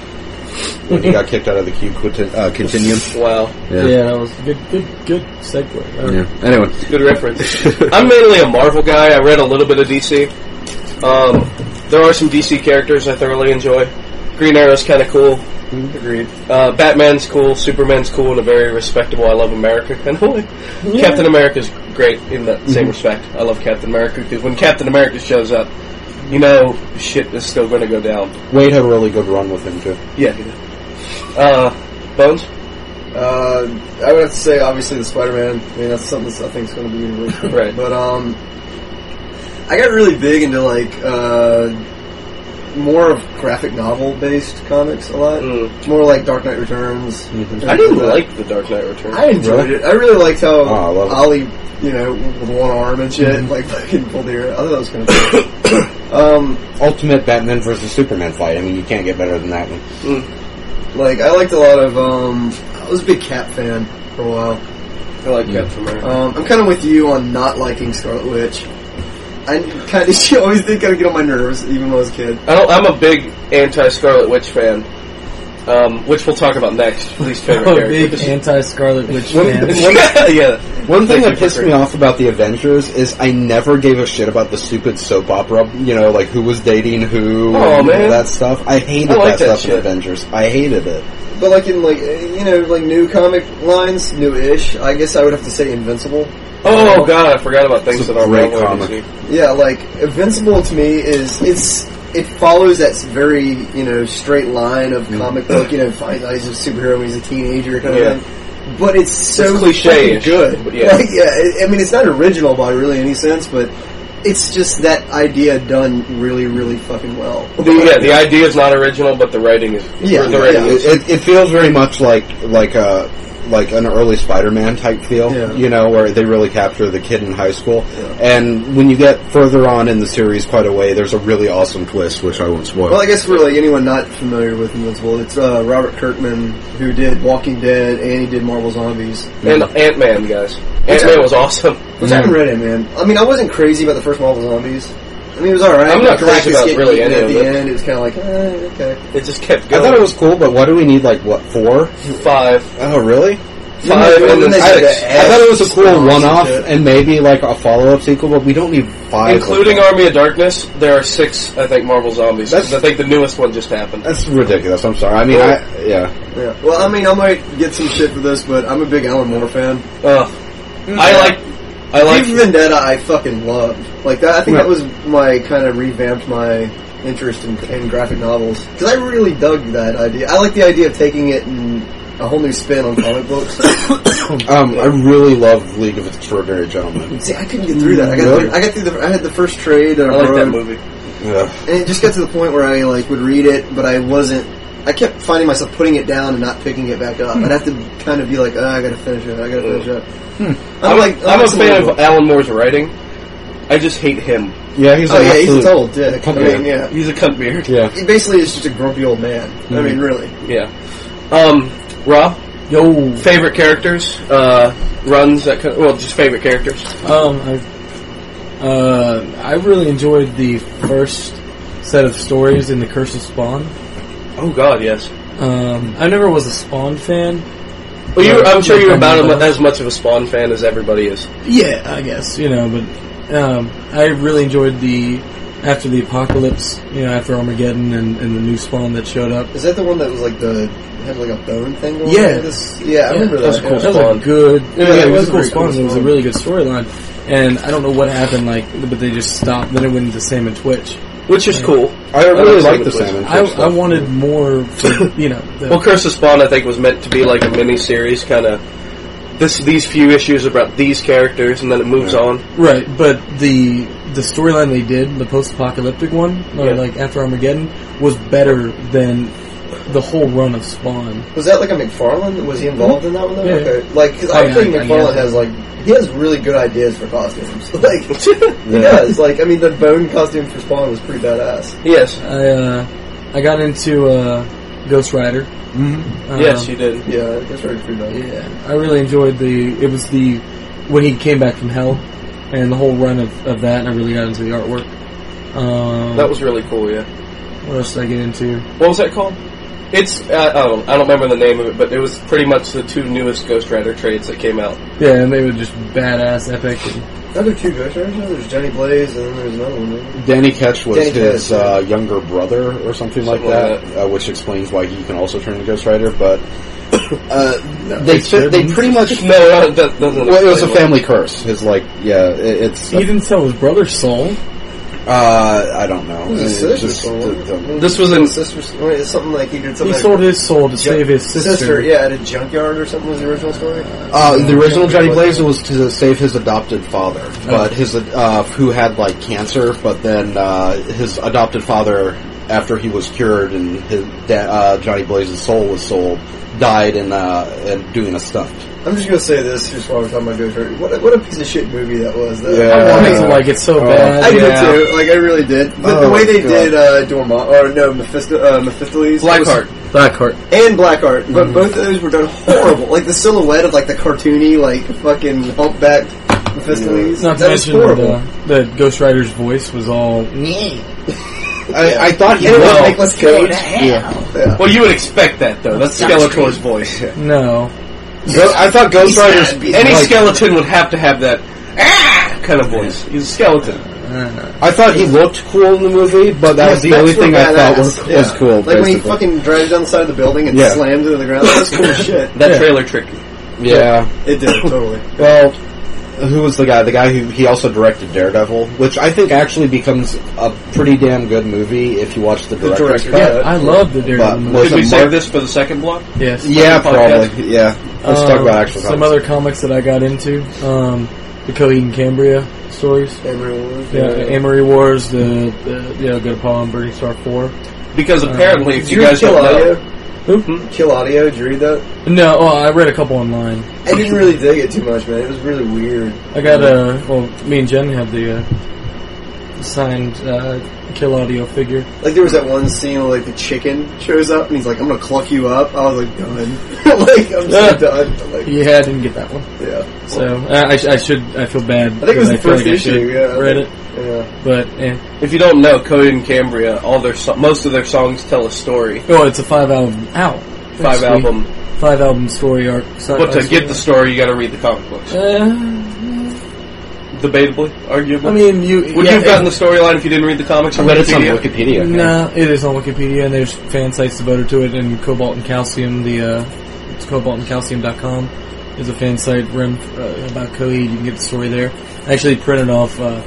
[SPEAKER 2] when he got kicked out of the Q quinti- uh, continuum.
[SPEAKER 1] Wow,
[SPEAKER 3] Yeah, that was a good, good, good segue. Uh,
[SPEAKER 2] Yeah. Anyway,
[SPEAKER 1] good reference. I'm mainly a Marvel guy. I read a little bit of DC. Um, there are some DC characters I thoroughly enjoy. Green Arrow's kind of cool.
[SPEAKER 4] Agreed.
[SPEAKER 1] Uh, Batman's cool. Superman's cool in a very respectable "I love America" kind of way. Captain America's great in that same
[SPEAKER 2] Mhm.
[SPEAKER 1] respect. I love Captain America because when Captain America shows up, you know shit is still going to go down.
[SPEAKER 2] Wade had a really good run with him too.
[SPEAKER 1] Yeah. Uh, Bones.
[SPEAKER 4] Uh, I would have to say obviously the Spider-Man. I mean that's something that I think is going to be universal.
[SPEAKER 1] Right.
[SPEAKER 4] But um, I got really big into like uh, more of graphic novel based comics a lot.
[SPEAKER 1] Mm.
[SPEAKER 4] More like Dark Knight Returns.
[SPEAKER 1] I didn't like the Dark Knight Returns.
[SPEAKER 4] I enjoyed it. I really liked how
[SPEAKER 2] Oh, I love it. Mhm.
[SPEAKER 4] Ollie, you know, with one arm and shit, like fucking pulled the air. I thought that was kind of cool. um,
[SPEAKER 2] Ultimate Batman versus Superman fight. I mean, you can't get better than that one.
[SPEAKER 4] like I liked a lot of. Um, I was a big Cap fan for a while.
[SPEAKER 1] I like Captain America.
[SPEAKER 4] Um, I'm kind of with you on not liking Scarlet Witch. I kind of she always did kind of get on my nerves, even when I was a kid.
[SPEAKER 1] I don't, I'm a big anti Scarlet Witch fan, um, which we'll talk about next. Least
[SPEAKER 2] Oh,
[SPEAKER 1] favorite
[SPEAKER 3] big
[SPEAKER 1] characters.
[SPEAKER 3] anti Scarlet Witch
[SPEAKER 2] When-
[SPEAKER 3] fan.
[SPEAKER 1] yeah,
[SPEAKER 2] One thing
[SPEAKER 1] Thank
[SPEAKER 2] that
[SPEAKER 1] you,
[SPEAKER 2] pissed me
[SPEAKER 1] Jeffrey.
[SPEAKER 2] off about the Avengers is I never gave a shit about the stupid soap opera, you know, like who was dating who
[SPEAKER 1] Oh,
[SPEAKER 2] and
[SPEAKER 1] man.
[SPEAKER 2] all that stuff. I hated
[SPEAKER 1] I like
[SPEAKER 2] that,
[SPEAKER 1] that
[SPEAKER 2] stuff
[SPEAKER 1] shit.
[SPEAKER 2] in Avengers. I hated it.
[SPEAKER 4] But like in like uh, you know like new comic lines, new-ish. I guess I would have to say Invincible.
[SPEAKER 1] Oh god, I forgot about things
[SPEAKER 2] It's a
[SPEAKER 1] that aren't
[SPEAKER 2] great
[SPEAKER 1] Marvel and
[SPEAKER 2] comic.
[SPEAKER 1] DC.
[SPEAKER 4] Yeah, like Invincible to me is it's it follows that very you know straight line of comic book. You know, finds out he's a superhero when he's a teenager kind
[SPEAKER 1] Mm. Yeah.
[SPEAKER 4] of thing. But it's so
[SPEAKER 1] It's cliche-ish,
[SPEAKER 4] fucking good.
[SPEAKER 1] but yeah.
[SPEAKER 4] Like, yeah, it, I mean, it's not original by really any sense, but it's just that idea done really, really fucking well.
[SPEAKER 1] The, yeah, the idea is not original, but the writing is.
[SPEAKER 4] Yeah,
[SPEAKER 1] the writing
[SPEAKER 4] yeah.
[SPEAKER 1] is.
[SPEAKER 2] It, it, it feels very much like like a like an early Spider-Man type feel,
[SPEAKER 4] Yeah.
[SPEAKER 2] you know, where they really capture the kid in high school. And when you get further on in the series, quite a way, there's a really awesome twist, which I won't spoil.
[SPEAKER 4] Well, I guess for like anyone not familiar with Invincible, it's uh, Robert Kirkman who did Walking Dead and he did Marvel Zombies.
[SPEAKER 1] And Ant Man, guys. Ant Man was awesome.
[SPEAKER 4] Which I haven't read
[SPEAKER 1] Mm.
[SPEAKER 4] it, man. I mean, I wasn't crazy about the first Marvel Zombies. I mean, it was all right.
[SPEAKER 1] I'm not
[SPEAKER 4] Galactus
[SPEAKER 1] crazy about
[SPEAKER 4] getting
[SPEAKER 1] really
[SPEAKER 4] eaten
[SPEAKER 1] any
[SPEAKER 4] at
[SPEAKER 1] of
[SPEAKER 4] the
[SPEAKER 1] it.
[SPEAKER 4] end. It was kind of like, eh, okay.
[SPEAKER 1] It just kept
[SPEAKER 2] I
[SPEAKER 1] going.
[SPEAKER 2] thought it was cool, but why do we need like what four?
[SPEAKER 1] five.
[SPEAKER 2] Oh, really?
[SPEAKER 1] Five
[SPEAKER 4] Didn't
[SPEAKER 1] and
[SPEAKER 4] they-
[SPEAKER 1] then
[SPEAKER 4] didn't they do
[SPEAKER 1] six.
[SPEAKER 4] the
[SPEAKER 2] I thought it was a
[SPEAKER 4] F
[SPEAKER 2] cool
[SPEAKER 4] spin-offs and
[SPEAKER 2] one-off
[SPEAKER 4] shit?
[SPEAKER 2] and maybe like a follow-up sequel, but we don't need five. of
[SPEAKER 1] Including
[SPEAKER 2] them.
[SPEAKER 1] Army of Darkness, there are six, I think, Marvel Zombies. 'cause I
[SPEAKER 2] That's-
[SPEAKER 1] think the newest one just happened.
[SPEAKER 2] That's ridiculous. I'm sorry. I mean, I yeah.
[SPEAKER 4] Yeah. Well, I mean, I might get some shit for this, but I'm a big Alan Moore fan.
[SPEAKER 1] Ugh.
[SPEAKER 2] Mm.
[SPEAKER 1] Mm. I like. I
[SPEAKER 4] Like,
[SPEAKER 1] like.
[SPEAKER 4] Vendetta, I fucking loved. Like that, I think that
[SPEAKER 2] Yeah.
[SPEAKER 4] was my kind of revamped my interest in, in graphic novels because I really dug that idea. I like the idea of taking it and a whole new spin on comic books.
[SPEAKER 2] Um, I really love League of Extraordinary Gentlemen.
[SPEAKER 4] See, I couldn't get through that. I got
[SPEAKER 2] Really?
[SPEAKER 4] through, I got through the I had the first trade
[SPEAKER 1] I
[SPEAKER 4] that I,
[SPEAKER 1] like that
[SPEAKER 4] borrowed,
[SPEAKER 1] movie.
[SPEAKER 2] Ugh.
[SPEAKER 4] and it just got to the point where I like would read it, but I wasn't. I kept finding myself putting it down and not picking it back up. I'd have to kind of be like, oh, I gotta finish it. I gotta finish it.
[SPEAKER 1] Hmm. I'm,
[SPEAKER 4] like,
[SPEAKER 1] I'm a
[SPEAKER 4] like
[SPEAKER 1] fan
[SPEAKER 4] little-
[SPEAKER 1] of Alan Moore's writing. I just hate him.
[SPEAKER 2] Yeah, he's
[SPEAKER 4] Oh
[SPEAKER 2] an
[SPEAKER 4] yeah, he's a
[SPEAKER 2] absolute-
[SPEAKER 4] total dick. I
[SPEAKER 2] Come
[SPEAKER 4] mean,
[SPEAKER 2] on.
[SPEAKER 4] yeah.
[SPEAKER 1] He's a cunt beard.
[SPEAKER 2] Yeah.
[SPEAKER 4] He basically is just a grumpy old man.
[SPEAKER 1] Hmm.
[SPEAKER 4] I mean, really.
[SPEAKER 1] Yeah. Um, Rob,
[SPEAKER 3] Yo,
[SPEAKER 1] favorite characters, uh, runs that kind well, just favorite characters.
[SPEAKER 3] Um, I, uh, I really enjoyed the first set of stories in the Curse of Spawn.
[SPEAKER 1] Oh God, yes.
[SPEAKER 3] Um, I never was a Spawn fan.
[SPEAKER 1] Well, you, I'm sure you're
[SPEAKER 3] Yeah.
[SPEAKER 1] about as mu- as much of a Spawn fan as everybody is.
[SPEAKER 3] Yeah, I guess you know, but um, I really enjoyed the after the apocalypse. You know, after Armageddon and, and the new Spawn that showed up.
[SPEAKER 4] Is that the one that was like the had like a bone thing? Going
[SPEAKER 3] Yeah.
[SPEAKER 4] on? This- yeah, I remember that.
[SPEAKER 1] that's cool.
[SPEAKER 3] That was
[SPEAKER 1] Spawn.
[SPEAKER 3] a good. Yeah, it was a cool
[SPEAKER 4] very
[SPEAKER 3] Spawn.
[SPEAKER 4] cool
[SPEAKER 3] It was a
[SPEAKER 4] Spawn.
[SPEAKER 3] really good storyline. And I don't know what happened, like, but they just stopped. Then it went into Sam and Twitch.
[SPEAKER 1] which is cool.
[SPEAKER 2] I really
[SPEAKER 1] I
[SPEAKER 2] like
[SPEAKER 1] like
[SPEAKER 2] the
[SPEAKER 1] Sam and
[SPEAKER 2] salmon.
[SPEAKER 3] I, I wanted more, for, you know. The,
[SPEAKER 1] Well, Curse of Spawn, I think, was meant to be like a mini series, kind of this these few issues about these characters, and then it moves
[SPEAKER 2] Yeah.
[SPEAKER 1] on.
[SPEAKER 3] Right, but the the storyline they did, the post-apocalyptic one, or
[SPEAKER 1] Yeah.
[SPEAKER 3] like after Armageddon, was better than the whole run of Spawn.
[SPEAKER 4] Was that like a McFarlane? Was he involved in that one? Though?
[SPEAKER 3] Yeah.
[SPEAKER 4] Okay. Like, 'cause
[SPEAKER 3] Oh,
[SPEAKER 4] I
[SPEAKER 3] yeah,
[SPEAKER 4] think
[SPEAKER 3] I- I
[SPEAKER 4] McFarlane
[SPEAKER 3] guess.
[SPEAKER 4] has like he has really good ideas for costumes. Like he does. Like I mean, the bone costume for Spawn was pretty badass.
[SPEAKER 1] Yes,
[SPEAKER 3] I uh, I got into uh, Ghost Rider. Mm-hmm.
[SPEAKER 1] yes, you did.
[SPEAKER 4] Yeah, that's right. Pretty badass.
[SPEAKER 3] yeah, I really enjoyed the. It was the when he came back from hell, and the whole run of, of that. And I really got into the artwork. Um,
[SPEAKER 1] That was really cool. Yeah,
[SPEAKER 3] what else did I get into?
[SPEAKER 1] what was that called? It's uh, I don't I don't remember the name of it, but it was pretty much the two newest Ghost Rider trades that came out.
[SPEAKER 3] Yeah, and they were just badass, epic.
[SPEAKER 4] Are there two Ghost Riders? now? There's Johnny Blaze, and then there's another one. right?
[SPEAKER 2] Danny Ketch was
[SPEAKER 4] Danny
[SPEAKER 2] his
[SPEAKER 4] Ketch, yeah.
[SPEAKER 2] uh, younger brother or something, like
[SPEAKER 1] Something like
[SPEAKER 2] that, Uh, which explains why he can also turn into Ghost Rider. But uh, they
[SPEAKER 3] it's
[SPEAKER 2] fit, they
[SPEAKER 3] ribbons.
[SPEAKER 2] pretty much
[SPEAKER 1] No, no, that doesn't.
[SPEAKER 2] well, it was a
[SPEAKER 1] explain
[SPEAKER 2] family curse. His like yeah, it, it's
[SPEAKER 3] He didn't sell his brother's soul.
[SPEAKER 2] uh, I don't know.
[SPEAKER 4] It was his
[SPEAKER 2] It
[SPEAKER 4] sister.
[SPEAKER 2] just-
[SPEAKER 4] soul.
[SPEAKER 2] the- the-
[SPEAKER 1] why. This was in.
[SPEAKER 4] His sister's. Wait, it's something like he did something.
[SPEAKER 3] He
[SPEAKER 4] like-
[SPEAKER 3] sold his soul to
[SPEAKER 4] Ju-
[SPEAKER 3] save his sister.
[SPEAKER 4] Yeah, at a junkyard or something was the original story.
[SPEAKER 2] Uh, the original Johnny Blaze was to save his adopted father, but his uh, who had like cancer. But then uh, his adopted father, after he was cured and his da- uh, Johnny Blaze's soul was sold, died in uh, in doing a stunt.
[SPEAKER 4] I'm just gonna say this just while we're talking about Ghost Rider. What a, what a piece of shit movie that was. Though.
[SPEAKER 2] Yeah.
[SPEAKER 3] I wanted to like it so
[SPEAKER 2] Oh.
[SPEAKER 3] bad.
[SPEAKER 4] I
[SPEAKER 1] Yeah.
[SPEAKER 4] did too. Like I really did. But the
[SPEAKER 2] Oh,
[SPEAKER 4] way they
[SPEAKER 2] God.
[SPEAKER 4] did uh, Dorma or no Mephisto, uh, Mephistopheles
[SPEAKER 1] Blackheart.
[SPEAKER 3] Blackheart.
[SPEAKER 4] was- and Blackheart, but both of those were done horrible. Like the silhouette of like the cartoony, like fucking humpback Mephistopheles.
[SPEAKER 3] Not to
[SPEAKER 4] that was
[SPEAKER 3] mention
[SPEAKER 4] horrible.
[SPEAKER 3] the, the Ghost Rider's voice was all.
[SPEAKER 4] I, I thought he was
[SPEAKER 1] Well,
[SPEAKER 4] Nicholas Cage.
[SPEAKER 1] Well, you would expect that though. That's Skeletor's voice.
[SPEAKER 3] No.
[SPEAKER 1] Go- I thought Ghost
[SPEAKER 4] He's
[SPEAKER 1] Rider's
[SPEAKER 4] sad, he's
[SPEAKER 1] any
[SPEAKER 4] like-
[SPEAKER 1] skeleton would have to have that ah kind of voice. He's a skeleton.
[SPEAKER 2] Uh, I thought he looked cool in the movie, but that was the
[SPEAKER 4] Effects
[SPEAKER 2] only
[SPEAKER 4] were
[SPEAKER 2] thing I thought
[SPEAKER 4] badass.
[SPEAKER 2] was,
[SPEAKER 4] Yeah.
[SPEAKER 2] was cool.
[SPEAKER 4] Like when he
[SPEAKER 2] basically.
[SPEAKER 4] fucking dragged down the side of the building and
[SPEAKER 2] Yeah.
[SPEAKER 4] slammed into the ground. That was cool as shit.
[SPEAKER 1] That trailer tricked me.
[SPEAKER 2] yeah.
[SPEAKER 4] It did totally.
[SPEAKER 2] Well, who was the guy? The guy who he also directed Daredevil, which I think actually becomes a pretty damn good movie if you watch the
[SPEAKER 4] The
[SPEAKER 2] director's
[SPEAKER 4] director.
[SPEAKER 2] cut.
[SPEAKER 3] Yeah, I love the
[SPEAKER 2] But
[SPEAKER 3] Daredevil movie.
[SPEAKER 2] was
[SPEAKER 1] Should we
[SPEAKER 2] it
[SPEAKER 1] save
[SPEAKER 2] Mark?
[SPEAKER 1] this for the second block?
[SPEAKER 3] Yes.
[SPEAKER 2] Yeah,
[SPEAKER 1] podcast?
[SPEAKER 2] probably. Yeah. Let's
[SPEAKER 3] Um,
[SPEAKER 2] talk about actual
[SPEAKER 3] Some
[SPEAKER 2] comics.
[SPEAKER 3] other comics that I got into. Um, the Coheed and Cambria stories. Yeah, the Amory Wars, the, the you know, Good Paul and Burning Star 4.
[SPEAKER 1] Because
[SPEAKER 2] Uh,
[SPEAKER 1] apparently, if
[SPEAKER 4] Did
[SPEAKER 1] you
[SPEAKER 4] read
[SPEAKER 1] guys don't know, Hmm?
[SPEAKER 3] Who?
[SPEAKER 4] Kill Audio? Did you read that?
[SPEAKER 3] No, oh, I read a couple online.
[SPEAKER 4] I didn't really dig it too much, man. It was really weird.
[SPEAKER 3] I got a, well, me and Jen have the uh, signed uh, Kill Audio figure.
[SPEAKER 4] Like there was that one scene where like the chicken shows up and he's like, "I'm gonna cluck you up." I was like, "Done." like I'm so
[SPEAKER 3] Yeah.
[SPEAKER 4] done. Like
[SPEAKER 3] Yeah, I didn't get that one.
[SPEAKER 4] yeah,
[SPEAKER 3] So, I, I, sh- I should, I feel bad.
[SPEAKER 4] I think it was the
[SPEAKER 3] feel
[SPEAKER 4] first
[SPEAKER 3] like I
[SPEAKER 4] issue,
[SPEAKER 3] should
[SPEAKER 4] yeah.
[SPEAKER 3] Read it,
[SPEAKER 4] yeah.
[SPEAKER 3] but, eh.
[SPEAKER 1] if you don't know, Cody and Cambria, all their so- most of their songs tell a story,
[SPEAKER 3] Oh, it's a five album. Ow.
[SPEAKER 1] five
[SPEAKER 3] Sweet.
[SPEAKER 1] album.
[SPEAKER 3] Five album story arc. Sci-
[SPEAKER 1] But to get the story, you got to read the comic books.
[SPEAKER 3] Uh,
[SPEAKER 1] Debatably, arguably.
[SPEAKER 3] I mean, you.
[SPEAKER 1] would
[SPEAKER 3] yeah,
[SPEAKER 1] you have gotten the storyline if you didn't read the comics? on
[SPEAKER 2] But it's on
[SPEAKER 1] Wikipedia?
[SPEAKER 2] Wikipedia. yeah.
[SPEAKER 3] No, it is on Wikipedia, and there's fan sites devoted to it. And Cobalt and Calcium, the uh, it's cobaltandcalcium.com, is a fan site run uh, about Coheed. You can get the story there. I actually printed off uh,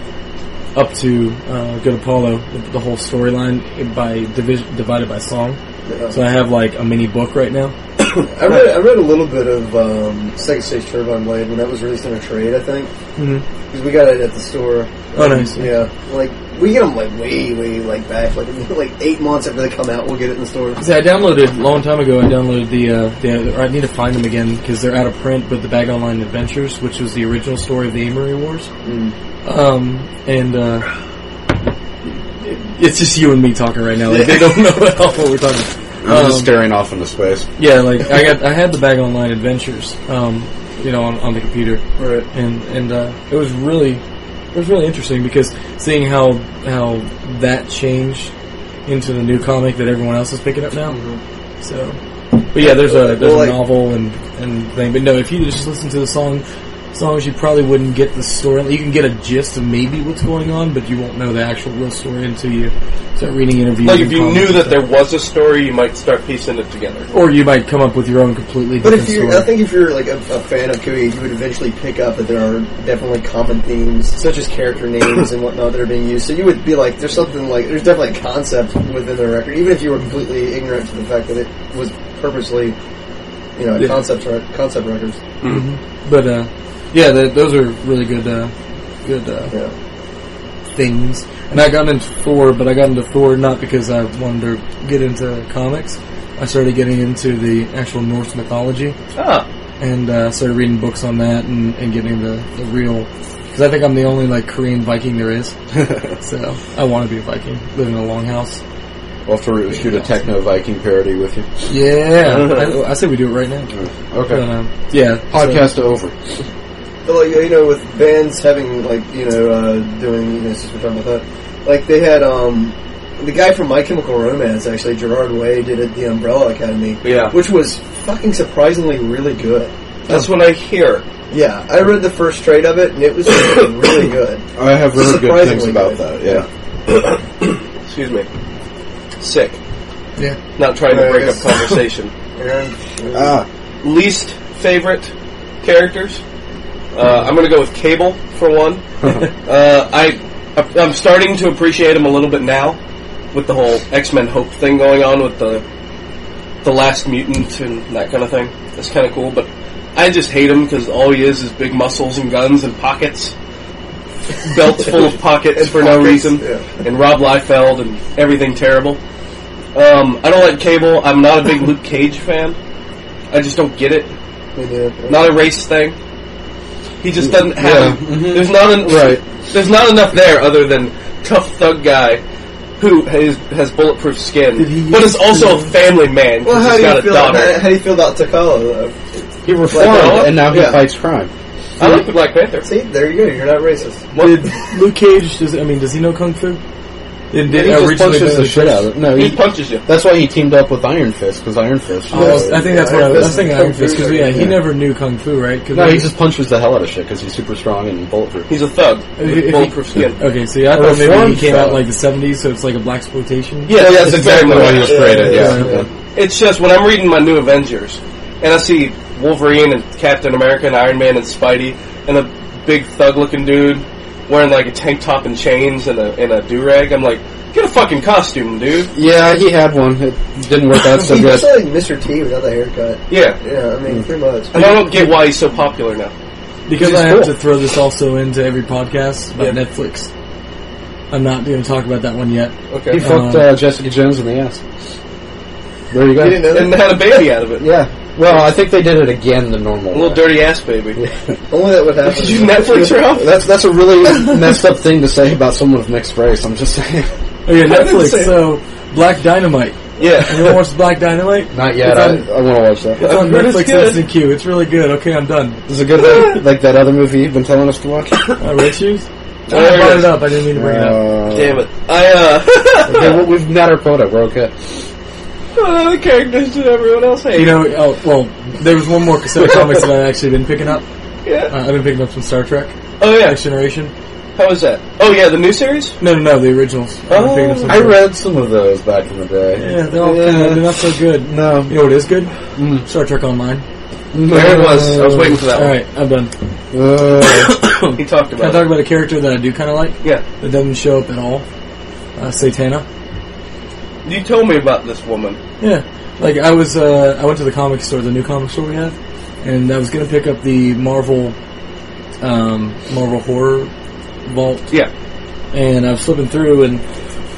[SPEAKER 3] up to uh, Good Apollo the, the whole storyline by division divided by song.
[SPEAKER 4] yeah.
[SPEAKER 3] So I have like a mini book right now.
[SPEAKER 4] I read I read a little bit of um, Second Stage Turbine Blade when that was released in a trade, I think,
[SPEAKER 3] Mm-hmm.
[SPEAKER 4] because we got it at the store.
[SPEAKER 3] Oh, nice.
[SPEAKER 4] Yeah, like we get them like way way like back, like like eight months after they come out, we'll get it in the store.
[SPEAKER 3] See, I downloaded a long time ago. I downloaded the uh, the. I need to find them again because they're out of print. But the Bag Online Adventures, which was the original story of the Amory Wars,
[SPEAKER 2] Mm.
[SPEAKER 3] um, and uh, it- it's just you and me talking right now. Like, They don't know at all what we're talking.
[SPEAKER 2] I'm just
[SPEAKER 3] Um,
[SPEAKER 2] staring off into space.
[SPEAKER 3] yeah, like I got I had the Bag Online Adventures, um, you know, on, on the computer,
[SPEAKER 4] Right.
[SPEAKER 3] and and uh, it was really it was really interesting because seeing how how that changed into the new comic that everyone else is picking up now. So, but yeah, there's a there's
[SPEAKER 4] Well, like-
[SPEAKER 3] a novel and and thing. But no, if you just listen to the song songs, you probably wouldn't get the story. You can get a gist of maybe what's going on, but you won't know the actual real story until you start reading interviews.
[SPEAKER 1] Like, if
[SPEAKER 3] and
[SPEAKER 1] you
[SPEAKER 3] comments
[SPEAKER 1] knew
[SPEAKER 3] and
[SPEAKER 1] that there
[SPEAKER 3] stuff.
[SPEAKER 1] was a story, you might start piecing it together.
[SPEAKER 3] or you might come up with your own completely
[SPEAKER 4] But
[SPEAKER 3] different
[SPEAKER 4] if you,
[SPEAKER 3] story.
[SPEAKER 4] I think if you're like a, a fan of Kui, you would eventually pick up that there are definitely common themes, such as character names and whatnot that are being used. So you would be like, there's something like, there's definitely a concept within the record, even if you were completely ignorant to the fact that it was purposely, you know, a
[SPEAKER 3] Yeah.
[SPEAKER 4] concept re- concept records.
[SPEAKER 3] but uh, yeah, th those are really good uh, good uh,
[SPEAKER 4] Yeah.
[SPEAKER 3] things. And I got into Thor, but I got into Thor not because I wanted to get into comics. I started getting into the actual Norse mythology
[SPEAKER 1] Ah,
[SPEAKER 3] and uh, started reading books on that and, and getting the, the real. Because I think I'm the only like Korean Viking there is. so I want to be a Viking, live in a longhouse.
[SPEAKER 2] We'll have to re- shoot a techno Viking parody with you.
[SPEAKER 3] Yeah, I, I say we do it right now. But,
[SPEAKER 2] Okay.
[SPEAKER 3] um, yeah, so-
[SPEAKER 2] Podcast over.
[SPEAKER 4] But like you know, with bands having like you know uh, doing you know since we're talking about that, like they had um the guy from My Chemical Romance actually Gerard Way did at the Umbrella Academy,
[SPEAKER 1] Yeah.
[SPEAKER 4] which was fucking surprisingly really good.
[SPEAKER 1] that's what I hear.
[SPEAKER 4] Yeah, I read the first trade of it and it was really good.
[SPEAKER 2] I have heard good things
[SPEAKER 4] Surprisingly
[SPEAKER 2] about
[SPEAKER 4] good.
[SPEAKER 2] that. Yeah.
[SPEAKER 1] Excuse me. Sick.
[SPEAKER 3] Yeah.
[SPEAKER 1] Not trying to
[SPEAKER 4] Yeah, I
[SPEAKER 1] break up
[SPEAKER 4] guess.
[SPEAKER 1] conversation.
[SPEAKER 4] And, uh,
[SPEAKER 2] Ah,
[SPEAKER 1] Least favorite characters. Uh, I'm going to go with Cable for one. uh, I I'm starting to appreciate him a little bit now with the whole X Men Hope thing going on with the the Last Mutant and that kind of thing. That's kind of cool, but I just hate him because all he is is big muscles and guns and pockets, belts full of pockets for no
[SPEAKER 4] pockets,
[SPEAKER 1] reason,
[SPEAKER 4] yeah.
[SPEAKER 1] and Rob Liefeld and everything terrible. Um, I don't like Cable. I'm not a big Luke Cage fan. I just don't get it
[SPEAKER 4] we did.
[SPEAKER 1] not a race thing. He just doesn't have.
[SPEAKER 2] Yeah. Mhm.
[SPEAKER 1] There's not an,
[SPEAKER 2] Right.
[SPEAKER 1] There's not enough there other than tough thug guy who has, has bulletproof skin,
[SPEAKER 3] he
[SPEAKER 1] but is
[SPEAKER 3] used
[SPEAKER 1] also a family man. 'cause
[SPEAKER 4] well, how
[SPEAKER 1] he's
[SPEAKER 4] do
[SPEAKER 1] got
[SPEAKER 4] you
[SPEAKER 1] a
[SPEAKER 4] feel?
[SPEAKER 1] daughter.
[SPEAKER 4] About, how do you feel about Takala? Though?
[SPEAKER 2] he reformed
[SPEAKER 1] Like,
[SPEAKER 2] and now he
[SPEAKER 4] yeah.
[SPEAKER 2] fights crime.
[SPEAKER 1] I like the Black Panther.
[SPEAKER 4] See, there you go. You're not racist.
[SPEAKER 5] Did Luke Cage? Does I mean, does he know kung fu? And
[SPEAKER 2] He
[SPEAKER 5] did
[SPEAKER 2] just
[SPEAKER 5] originally
[SPEAKER 2] punches the
[SPEAKER 5] Benedict
[SPEAKER 2] shit out of it. No,
[SPEAKER 1] He
[SPEAKER 2] he-
[SPEAKER 1] punches you.
[SPEAKER 2] that's why he teamed up with Iron Fist because Iron Fist.
[SPEAKER 5] Oh, I was- I think that's what I was, I was thinking.
[SPEAKER 4] Kung
[SPEAKER 5] Iron Fist, 'cause, yeah, he
[SPEAKER 2] yeah.
[SPEAKER 5] never knew kung fu, right? 'Cause
[SPEAKER 2] no,
[SPEAKER 5] I-
[SPEAKER 2] he just punches the hell out of shit because he's super strong and bulletproof.
[SPEAKER 1] He's a thug
[SPEAKER 5] If- if
[SPEAKER 1] with
[SPEAKER 5] he-
[SPEAKER 1] bulletproof skin.
[SPEAKER 3] Oh,
[SPEAKER 5] Okay, see, I
[SPEAKER 2] A
[SPEAKER 5] thought maybe
[SPEAKER 2] reformed
[SPEAKER 5] he came out
[SPEAKER 2] fellow.
[SPEAKER 5] like the '70s, so it's like a black exploitation.
[SPEAKER 1] Yeah, that's, exactly
[SPEAKER 2] what
[SPEAKER 1] what
[SPEAKER 2] he
[SPEAKER 1] it
[SPEAKER 2] was
[SPEAKER 1] is.
[SPEAKER 2] created. Yeah,
[SPEAKER 5] Yeah.
[SPEAKER 2] yeah.
[SPEAKER 1] It's just when I'm reading my new Avengers, and I see Wolverine and Captain America and Iron Man and Spidey and a big thug-looking dude wearing like a tank top and chains and a and a do rag. I'm like, get a fucking costume, dude.
[SPEAKER 2] Yeah, he had one. It didn't work out so
[SPEAKER 4] He's
[SPEAKER 2] good.
[SPEAKER 4] just like Mr. T without the haircut.
[SPEAKER 1] Yeah,
[SPEAKER 4] Yeah, I mean, pretty much.
[SPEAKER 1] and I don't get why he's so popular now.
[SPEAKER 5] Because
[SPEAKER 2] Which is
[SPEAKER 5] I have
[SPEAKER 2] cool.
[SPEAKER 5] to throw this also into every podcast about
[SPEAKER 1] Yeah.
[SPEAKER 5] Netflix. I'm not going to talk about that one yet.
[SPEAKER 2] He
[SPEAKER 1] Okay,
[SPEAKER 2] fucked uh, Jessica Jones in the ass. There you go.
[SPEAKER 4] You didn't know
[SPEAKER 1] and
[SPEAKER 4] that?
[SPEAKER 1] had a baby out of it,
[SPEAKER 2] Yeah. Well, I think they did it again the
[SPEAKER 1] a
[SPEAKER 2] normal
[SPEAKER 1] little
[SPEAKER 2] way.
[SPEAKER 1] dirty ass baby.
[SPEAKER 4] Only that would happen.
[SPEAKER 1] Did you Netflix her up?
[SPEAKER 2] That's that's a really messed up thing to say about someone of mixed race. I'm just saying.
[SPEAKER 1] Oh,
[SPEAKER 5] Okay, Netflix.
[SPEAKER 1] say-
[SPEAKER 5] So Black Dynamite.
[SPEAKER 1] Yeah,
[SPEAKER 5] Anyone watch Black Dynamite?
[SPEAKER 2] Not yet. I, I want to watch that.
[SPEAKER 5] It's on
[SPEAKER 1] heard it's
[SPEAKER 5] Netflix
[SPEAKER 1] good.
[SPEAKER 5] S and Q. It's really good. Okay, I'm done.
[SPEAKER 2] Is it good like, like that other movie you've been telling us to watch?
[SPEAKER 5] Uh, Red Shoes.
[SPEAKER 1] There
[SPEAKER 5] I
[SPEAKER 1] it
[SPEAKER 5] brought
[SPEAKER 1] is.
[SPEAKER 5] it up. I didn't mean to bring it up.
[SPEAKER 2] Uh,
[SPEAKER 1] damn it. I uh, Oh,
[SPEAKER 2] Okay, well, we've met our quota. We're okay.
[SPEAKER 1] the characters that everyone else hates.
[SPEAKER 5] You know, oh, well, there was one more cassette comics that I've actually been picking up.
[SPEAKER 1] yeah.
[SPEAKER 5] Uh, I've been picking up some Star Trek,
[SPEAKER 1] Oh yeah.
[SPEAKER 5] Next Generation.
[SPEAKER 1] How was that? Oh yeah, the new series.
[SPEAKER 5] No, no, no, the originals. I've been picking up
[SPEAKER 1] Oh,
[SPEAKER 5] some
[SPEAKER 2] I
[SPEAKER 5] Star-
[SPEAKER 2] read some of those back in the day.
[SPEAKER 5] Yeah, they're all kind of, they're not so good.
[SPEAKER 2] No.
[SPEAKER 5] You know what is good? Star Trek Online.
[SPEAKER 1] There it was. Mm. I was waiting for that
[SPEAKER 5] All right, I'm done.
[SPEAKER 2] Uh,
[SPEAKER 1] one. He talked
[SPEAKER 5] Can I
[SPEAKER 1] about.
[SPEAKER 5] talk
[SPEAKER 1] It.
[SPEAKER 5] about a character that I do kind of like
[SPEAKER 1] Yeah.
[SPEAKER 5] that doesn't show up at all? Uh, Satana.
[SPEAKER 1] You told me about this woman.
[SPEAKER 5] Yeah, like I was, uh, I went to the comic store, the new comic store we have, and I was gonna pick up the Marvel, um, Marvel horror vault,
[SPEAKER 1] Yeah.
[SPEAKER 5] and I was flipping through, and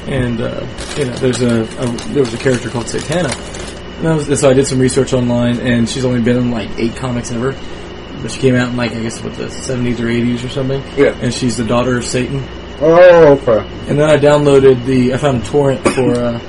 [SPEAKER 5] and uh, you know, there's a, a there was a character called Satana, and I was, so I did some research online, and she's only been in like eight comics ever, but she came out in like I guess what the 70s or 80s or something,
[SPEAKER 1] Yeah.
[SPEAKER 5] and she's the daughter of Satan,
[SPEAKER 2] oh, okay.
[SPEAKER 5] and then I downloaded the I found a torrent for. Uh,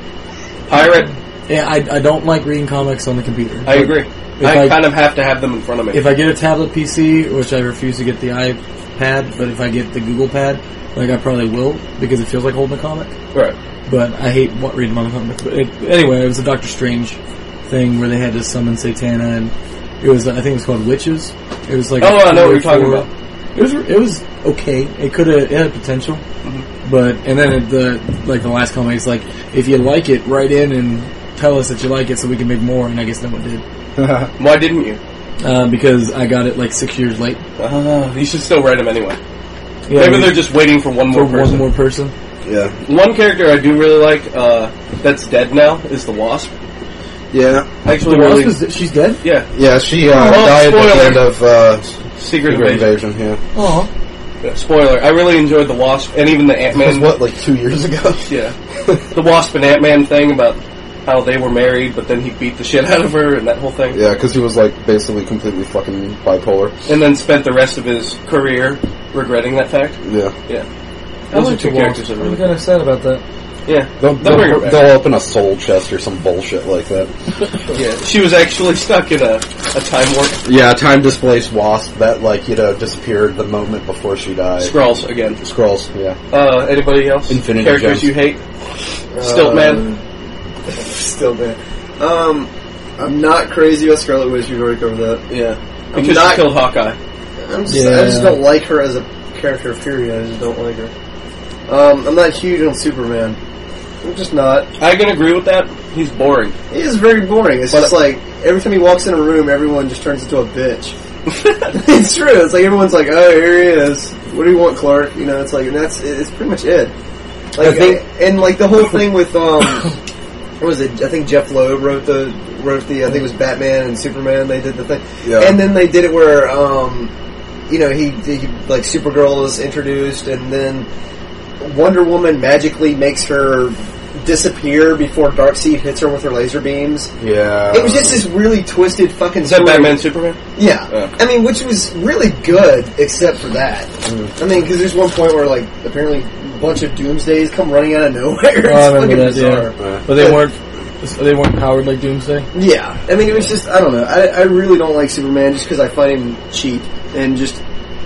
[SPEAKER 1] Pirate.
[SPEAKER 5] yeah, I, I don't like reading comics on the computer.
[SPEAKER 1] I agree. I,
[SPEAKER 5] I-
[SPEAKER 1] kind of have to have them in front of me.
[SPEAKER 5] if I get a tablet PC, which I refuse to get the iPad, but if I get the Google Pad, like I probably will because it feels like holding a comic.
[SPEAKER 1] right.
[SPEAKER 5] But I hate what reading my comics. But it, anyway, it was a Doctor Strange thing where they had to summon Satana, and it was I think it was called Witches. It was like
[SPEAKER 1] Oh, I know what
[SPEAKER 5] three or
[SPEAKER 1] you're talking
[SPEAKER 5] four-
[SPEAKER 1] about.
[SPEAKER 5] It was it was okay. It could have it had potential,
[SPEAKER 1] Mm-hmm.
[SPEAKER 5] but and then at the like the last comic is like if you like it, write in and tell us that you like it so we can make more. And I guess no one did
[SPEAKER 1] Why didn't you?
[SPEAKER 5] uh, because I got it like six years late.
[SPEAKER 1] Uh, you should still write them anyway.
[SPEAKER 5] Yeah,
[SPEAKER 1] Maybe
[SPEAKER 5] we-
[SPEAKER 1] they're just waiting for one more
[SPEAKER 5] for one
[SPEAKER 1] person.
[SPEAKER 5] more person.
[SPEAKER 2] Yeah.
[SPEAKER 1] One character I do really like uh, that's dead now is the Wasp.
[SPEAKER 2] Yeah.
[SPEAKER 1] Actually, really,
[SPEAKER 5] she's dead.
[SPEAKER 1] yeah,
[SPEAKER 2] Yeah, she uh,
[SPEAKER 1] Oh,
[SPEAKER 2] died at
[SPEAKER 1] spoiler.
[SPEAKER 2] the end of uh,
[SPEAKER 1] Secret,
[SPEAKER 2] Secret
[SPEAKER 1] Invasion.
[SPEAKER 2] Invasion. Yeah.
[SPEAKER 5] Oh,
[SPEAKER 1] Yeah, Spoiler: I really enjoyed the Wasp and even the Ant
[SPEAKER 2] It was
[SPEAKER 1] Man.
[SPEAKER 2] what, like two years ago?
[SPEAKER 1] Yeah, the Wasp and Ant Man thing about how they were married, but then he beat the shit out of her and that whole thing.
[SPEAKER 2] Yeah, because he was like basically completely fucking bipolar.
[SPEAKER 1] And then spent the rest of his career regretting that fact.
[SPEAKER 2] Yeah.
[SPEAKER 1] Yeah, those are two characters that really.
[SPEAKER 5] kind of sad about that.
[SPEAKER 1] Yeah,
[SPEAKER 2] They'll,
[SPEAKER 1] They'll bring her
[SPEAKER 2] they'll,
[SPEAKER 1] back.
[SPEAKER 2] they'll open a soul chest or some bullshit like that.
[SPEAKER 1] yeah. She was actually stuck in a, a time warp.
[SPEAKER 2] Yeah, time displaced wasp that like you know disappeared the moment before she died.
[SPEAKER 1] Scrawls again.
[SPEAKER 2] Scrolls. Yeah.
[SPEAKER 1] Uh, anybody else?
[SPEAKER 2] Infinity
[SPEAKER 1] Characters
[SPEAKER 2] Gems.
[SPEAKER 1] you hate? Stiltman.
[SPEAKER 4] Still bad. Um, I'm not crazy about Scarlet Witch. We've already covered that.
[SPEAKER 1] Yeah. Because
[SPEAKER 4] not-
[SPEAKER 1] she killed Hawkeye.
[SPEAKER 4] I'm just,
[SPEAKER 5] Yeah.
[SPEAKER 4] I just don't like her as a character of Fury. I just don't like her. Um, I'm not huge on Superman. I'm just not.
[SPEAKER 1] I can agree with that. He's boring.
[SPEAKER 4] He is very boring. It's
[SPEAKER 1] But-
[SPEAKER 4] just like every time he walks in a room, everyone just turns into a bitch. it's true. It's like everyone's like, "Oh, here he is. What do you want, Clark?" You know, it's like, and that's it's pretty much it. Like, uh,
[SPEAKER 2] think-
[SPEAKER 4] and like the whole thing with um, what was it? I think Jeff Loeb wrote the wrote the I think it was Batman and Superman. They did the thing,
[SPEAKER 2] Yeah.
[SPEAKER 4] and then they did it where um, you know, he, he like Supergirl is introduced, and then Wonder Woman magically makes her disappear before Darkseid hits her with her laser beams.
[SPEAKER 2] Yeah.
[SPEAKER 4] It was just this really twisted fucking.
[SPEAKER 1] Is that
[SPEAKER 4] story.
[SPEAKER 1] Batman Superman?
[SPEAKER 4] Yeah.
[SPEAKER 1] Yeah.
[SPEAKER 4] I mean, which was really good, except for that.
[SPEAKER 1] Mm.
[SPEAKER 4] I mean, because there's one point where, like, apparently a bunch of doomsdays come running out of
[SPEAKER 1] Oh,
[SPEAKER 4] nowhere. it's
[SPEAKER 5] I remember
[SPEAKER 4] fucking
[SPEAKER 5] that,
[SPEAKER 4] bizarre.
[SPEAKER 2] Uh,
[SPEAKER 5] But they weren't. They weren't powered like Doomsday.
[SPEAKER 4] Yeah, I mean, it was just I don't know. I, I really don't like Superman just because I find him cheap and just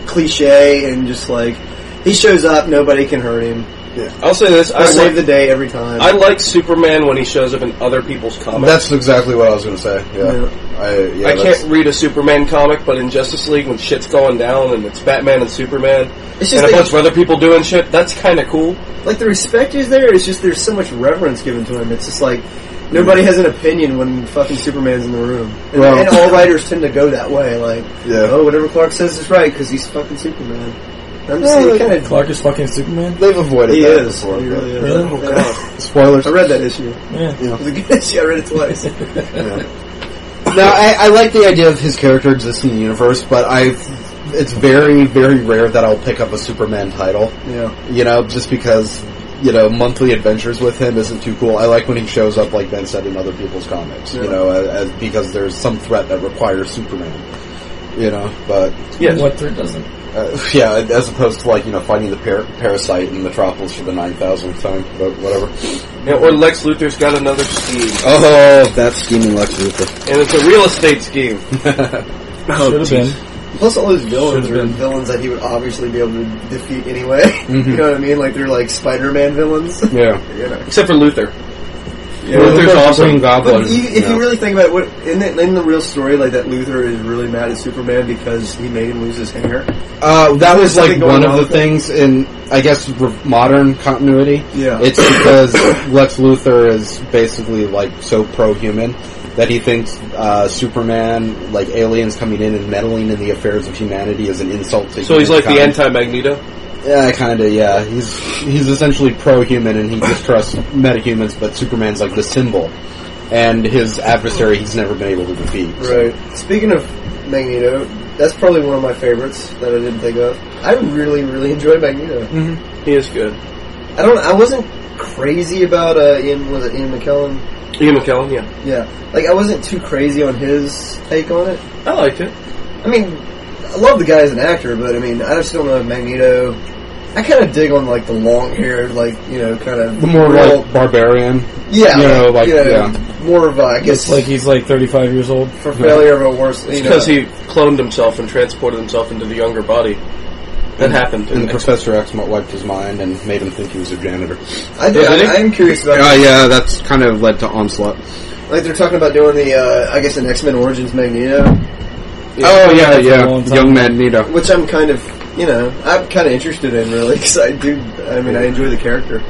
[SPEAKER 4] cliche and just like he shows up, nobody can hurt him.
[SPEAKER 1] I'll say this: I
[SPEAKER 4] I save
[SPEAKER 1] like,
[SPEAKER 4] the day every time.
[SPEAKER 1] I like Superman when he shows up in other people's comics.
[SPEAKER 6] That's exactly what I was going to say. Yeah, I, yeah,
[SPEAKER 1] I
[SPEAKER 6] that's-
[SPEAKER 1] can't read a Superman comic, but in Justice League, when shit's going down and it's Batman and Superman
[SPEAKER 4] it's
[SPEAKER 1] and
[SPEAKER 4] just
[SPEAKER 1] a bunch
[SPEAKER 4] like,
[SPEAKER 1] of other people doing shit, that's kind of cool.
[SPEAKER 4] like the respect is there. It's just there's so much reverence given to him. It's just like nobody has an opinion when fucking Superman's in the room, and,
[SPEAKER 6] Well-
[SPEAKER 4] and all writers tend to go that way. Like,
[SPEAKER 6] Yeah.
[SPEAKER 4] oh, whatever Clark says is right because he's fucking Superman. And I'm just
[SPEAKER 6] Yeah,
[SPEAKER 5] Oh,
[SPEAKER 4] saying,
[SPEAKER 6] like-
[SPEAKER 4] kind of
[SPEAKER 5] Clark is fucking Superman.
[SPEAKER 6] They've avoided
[SPEAKER 4] He
[SPEAKER 6] that
[SPEAKER 4] is.
[SPEAKER 6] before.
[SPEAKER 4] He really is.
[SPEAKER 5] Really? Oh,
[SPEAKER 4] Yeah.
[SPEAKER 6] Spoilers.
[SPEAKER 4] I read that issue.
[SPEAKER 5] Yeah.
[SPEAKER 4] It was a good issue. I read it twice.
[SPEAKER 2] No, I, I like the idea of his character existing in the universe, but I, it's very, very rare that I'll pick up a Superman title.
[SPEAKER 4] yeah.
[SPEAKER 2] You know, just because you know monthly adventures with him isn't too cool. I like when he shows up, like Ben said, in other people's comics. You
[SPEAKER 4] Yeah.
[SPEAKER 2] know, as, as- because there's some threat that requires Superman. You know, but
[SPEAKER 1] Yes.
[SPEAKER 5] What threat doesn't?
[SPEAKER 2] uh, yeah, as opposed to like you know fighting the par- parasite in Metropolis for the nine thousandth time, but whatever.
[SPEAKER 1] Yeah, or Lex Luthor's got another scheme,
[SPEAKER 2] Oh, that's scheming Lex Luthor.
[SPEAKER 1] and it's a real estate scheme.
[SPEAKER 5] Should have been.
[SPEAKER 4] Plus, all those villains
[SPEAKER 5] Should've
[SPEAKER 4] are
[SPEAKER 5] been.
[SPEAKER 4] villains that he would obviously be able to defeat anyway.
[SPEAKER 6] Mm-hmm.
[SPEAKER 4] you know what I mean? Like they're like Spider-Man villains.
[SPEAKER 2] Yeah.
[SPEAKER 4] you know.
[SPEAKER 1] Except for Luthor.
[SPEAKER 2] Luthor's awesome.
[SPEAKER 4] But
[SPEAKER 2] Goblin.
[SPEAKER 4] you, if you really think about it, what, in, the, in the real story, like that Luther is really mad at Superman because he made him lose his hair.
[SPEAKER 2] Uh, that was like
[SPEAKER 4] something going
[SPEAKER 2] one of
[SPEAKER 4] on
[SPEAKER 2] the
[SPEAKER 4] with that.
[SPEAKER 2] things in, I guess, re- modern continuity.
[SPEAKER 4] Yeah.
[SPEAKER 2] It's because Lex Luthor is basically like so pro-human that he thinks uh, Superman, like aliens coming in and meddling in the affairs of humanity, is an insult to.
[SPEAKER 1] So he's like the
[SPEAKER 2] humankind.
[SPEAKER 1] anti-Magneto.
[SPEAKER 2] Yeah, kind of. Yeah, he's he's essentially pro-human and he distrusts metahumans, but Superman's like the symbol, and his adversary he's never been able to defeat.
[SPEAKER 4] Right. Speaking of Magneto, that's probably one of my favorites that I didn't think of. I really, really enjoy Magneto.
[SPEAKER 1] He is good.
[SPEAKER 4] I don't. I wasn't crazy about uh, Ian. Was it Ian McKellen?
[SPEAKER 1] Ian McKellen, yeah.
[SPEAKER 4] Yeah. Like I wasn't too crazy on his take on it.
[SPEAKER 1] I liked it.
[SPEAKER 4] I mean, I love the guy as an actor, but I mean, I just don't know if Magneto. I kind of dig on like the long hair, like you know, kind of
[SPEAKER 2] The more
[SPEAKER 4] real-
[SPEAKER 2] like barbarian.
[SPEAKER 4] yeah,
[SPEAKER 2] you know, like,
[SPEAKER 4] you know,
[SPEAKER 2] yeah.
[SPEAKER 4] more of a, I guess
[SPEAKER 5] It's like he's like 35 years old.
[SPEAKER 4] for failure of a worse you know,
[SPEAKER 1] Because he cloned himself and transported himself into the younger body. That happened.
[SPEAKER 2] And Professor X wiped his mind and made him think he was a janitor.
[SPEAKER 4] I,
[SPEAKER 1] Yeah, did he?
[SPEAKER 4] I, I'm curious about
[SPEAKER 2] Uh, yeah, that's kind of led to Onslaught.
[SPEAKER 4] like they're talking about doing the uh, I guess an X Men Origins Magneto,
[SPEAKER 2] Oh, yeah,
[SPEAKER 5] yeah. long time. Young
[SPEAKER 2] Magneto.
[SPEAKER 4] which I'm kind of you know I'm kind of interested in really because I do I mean I enjoy the character.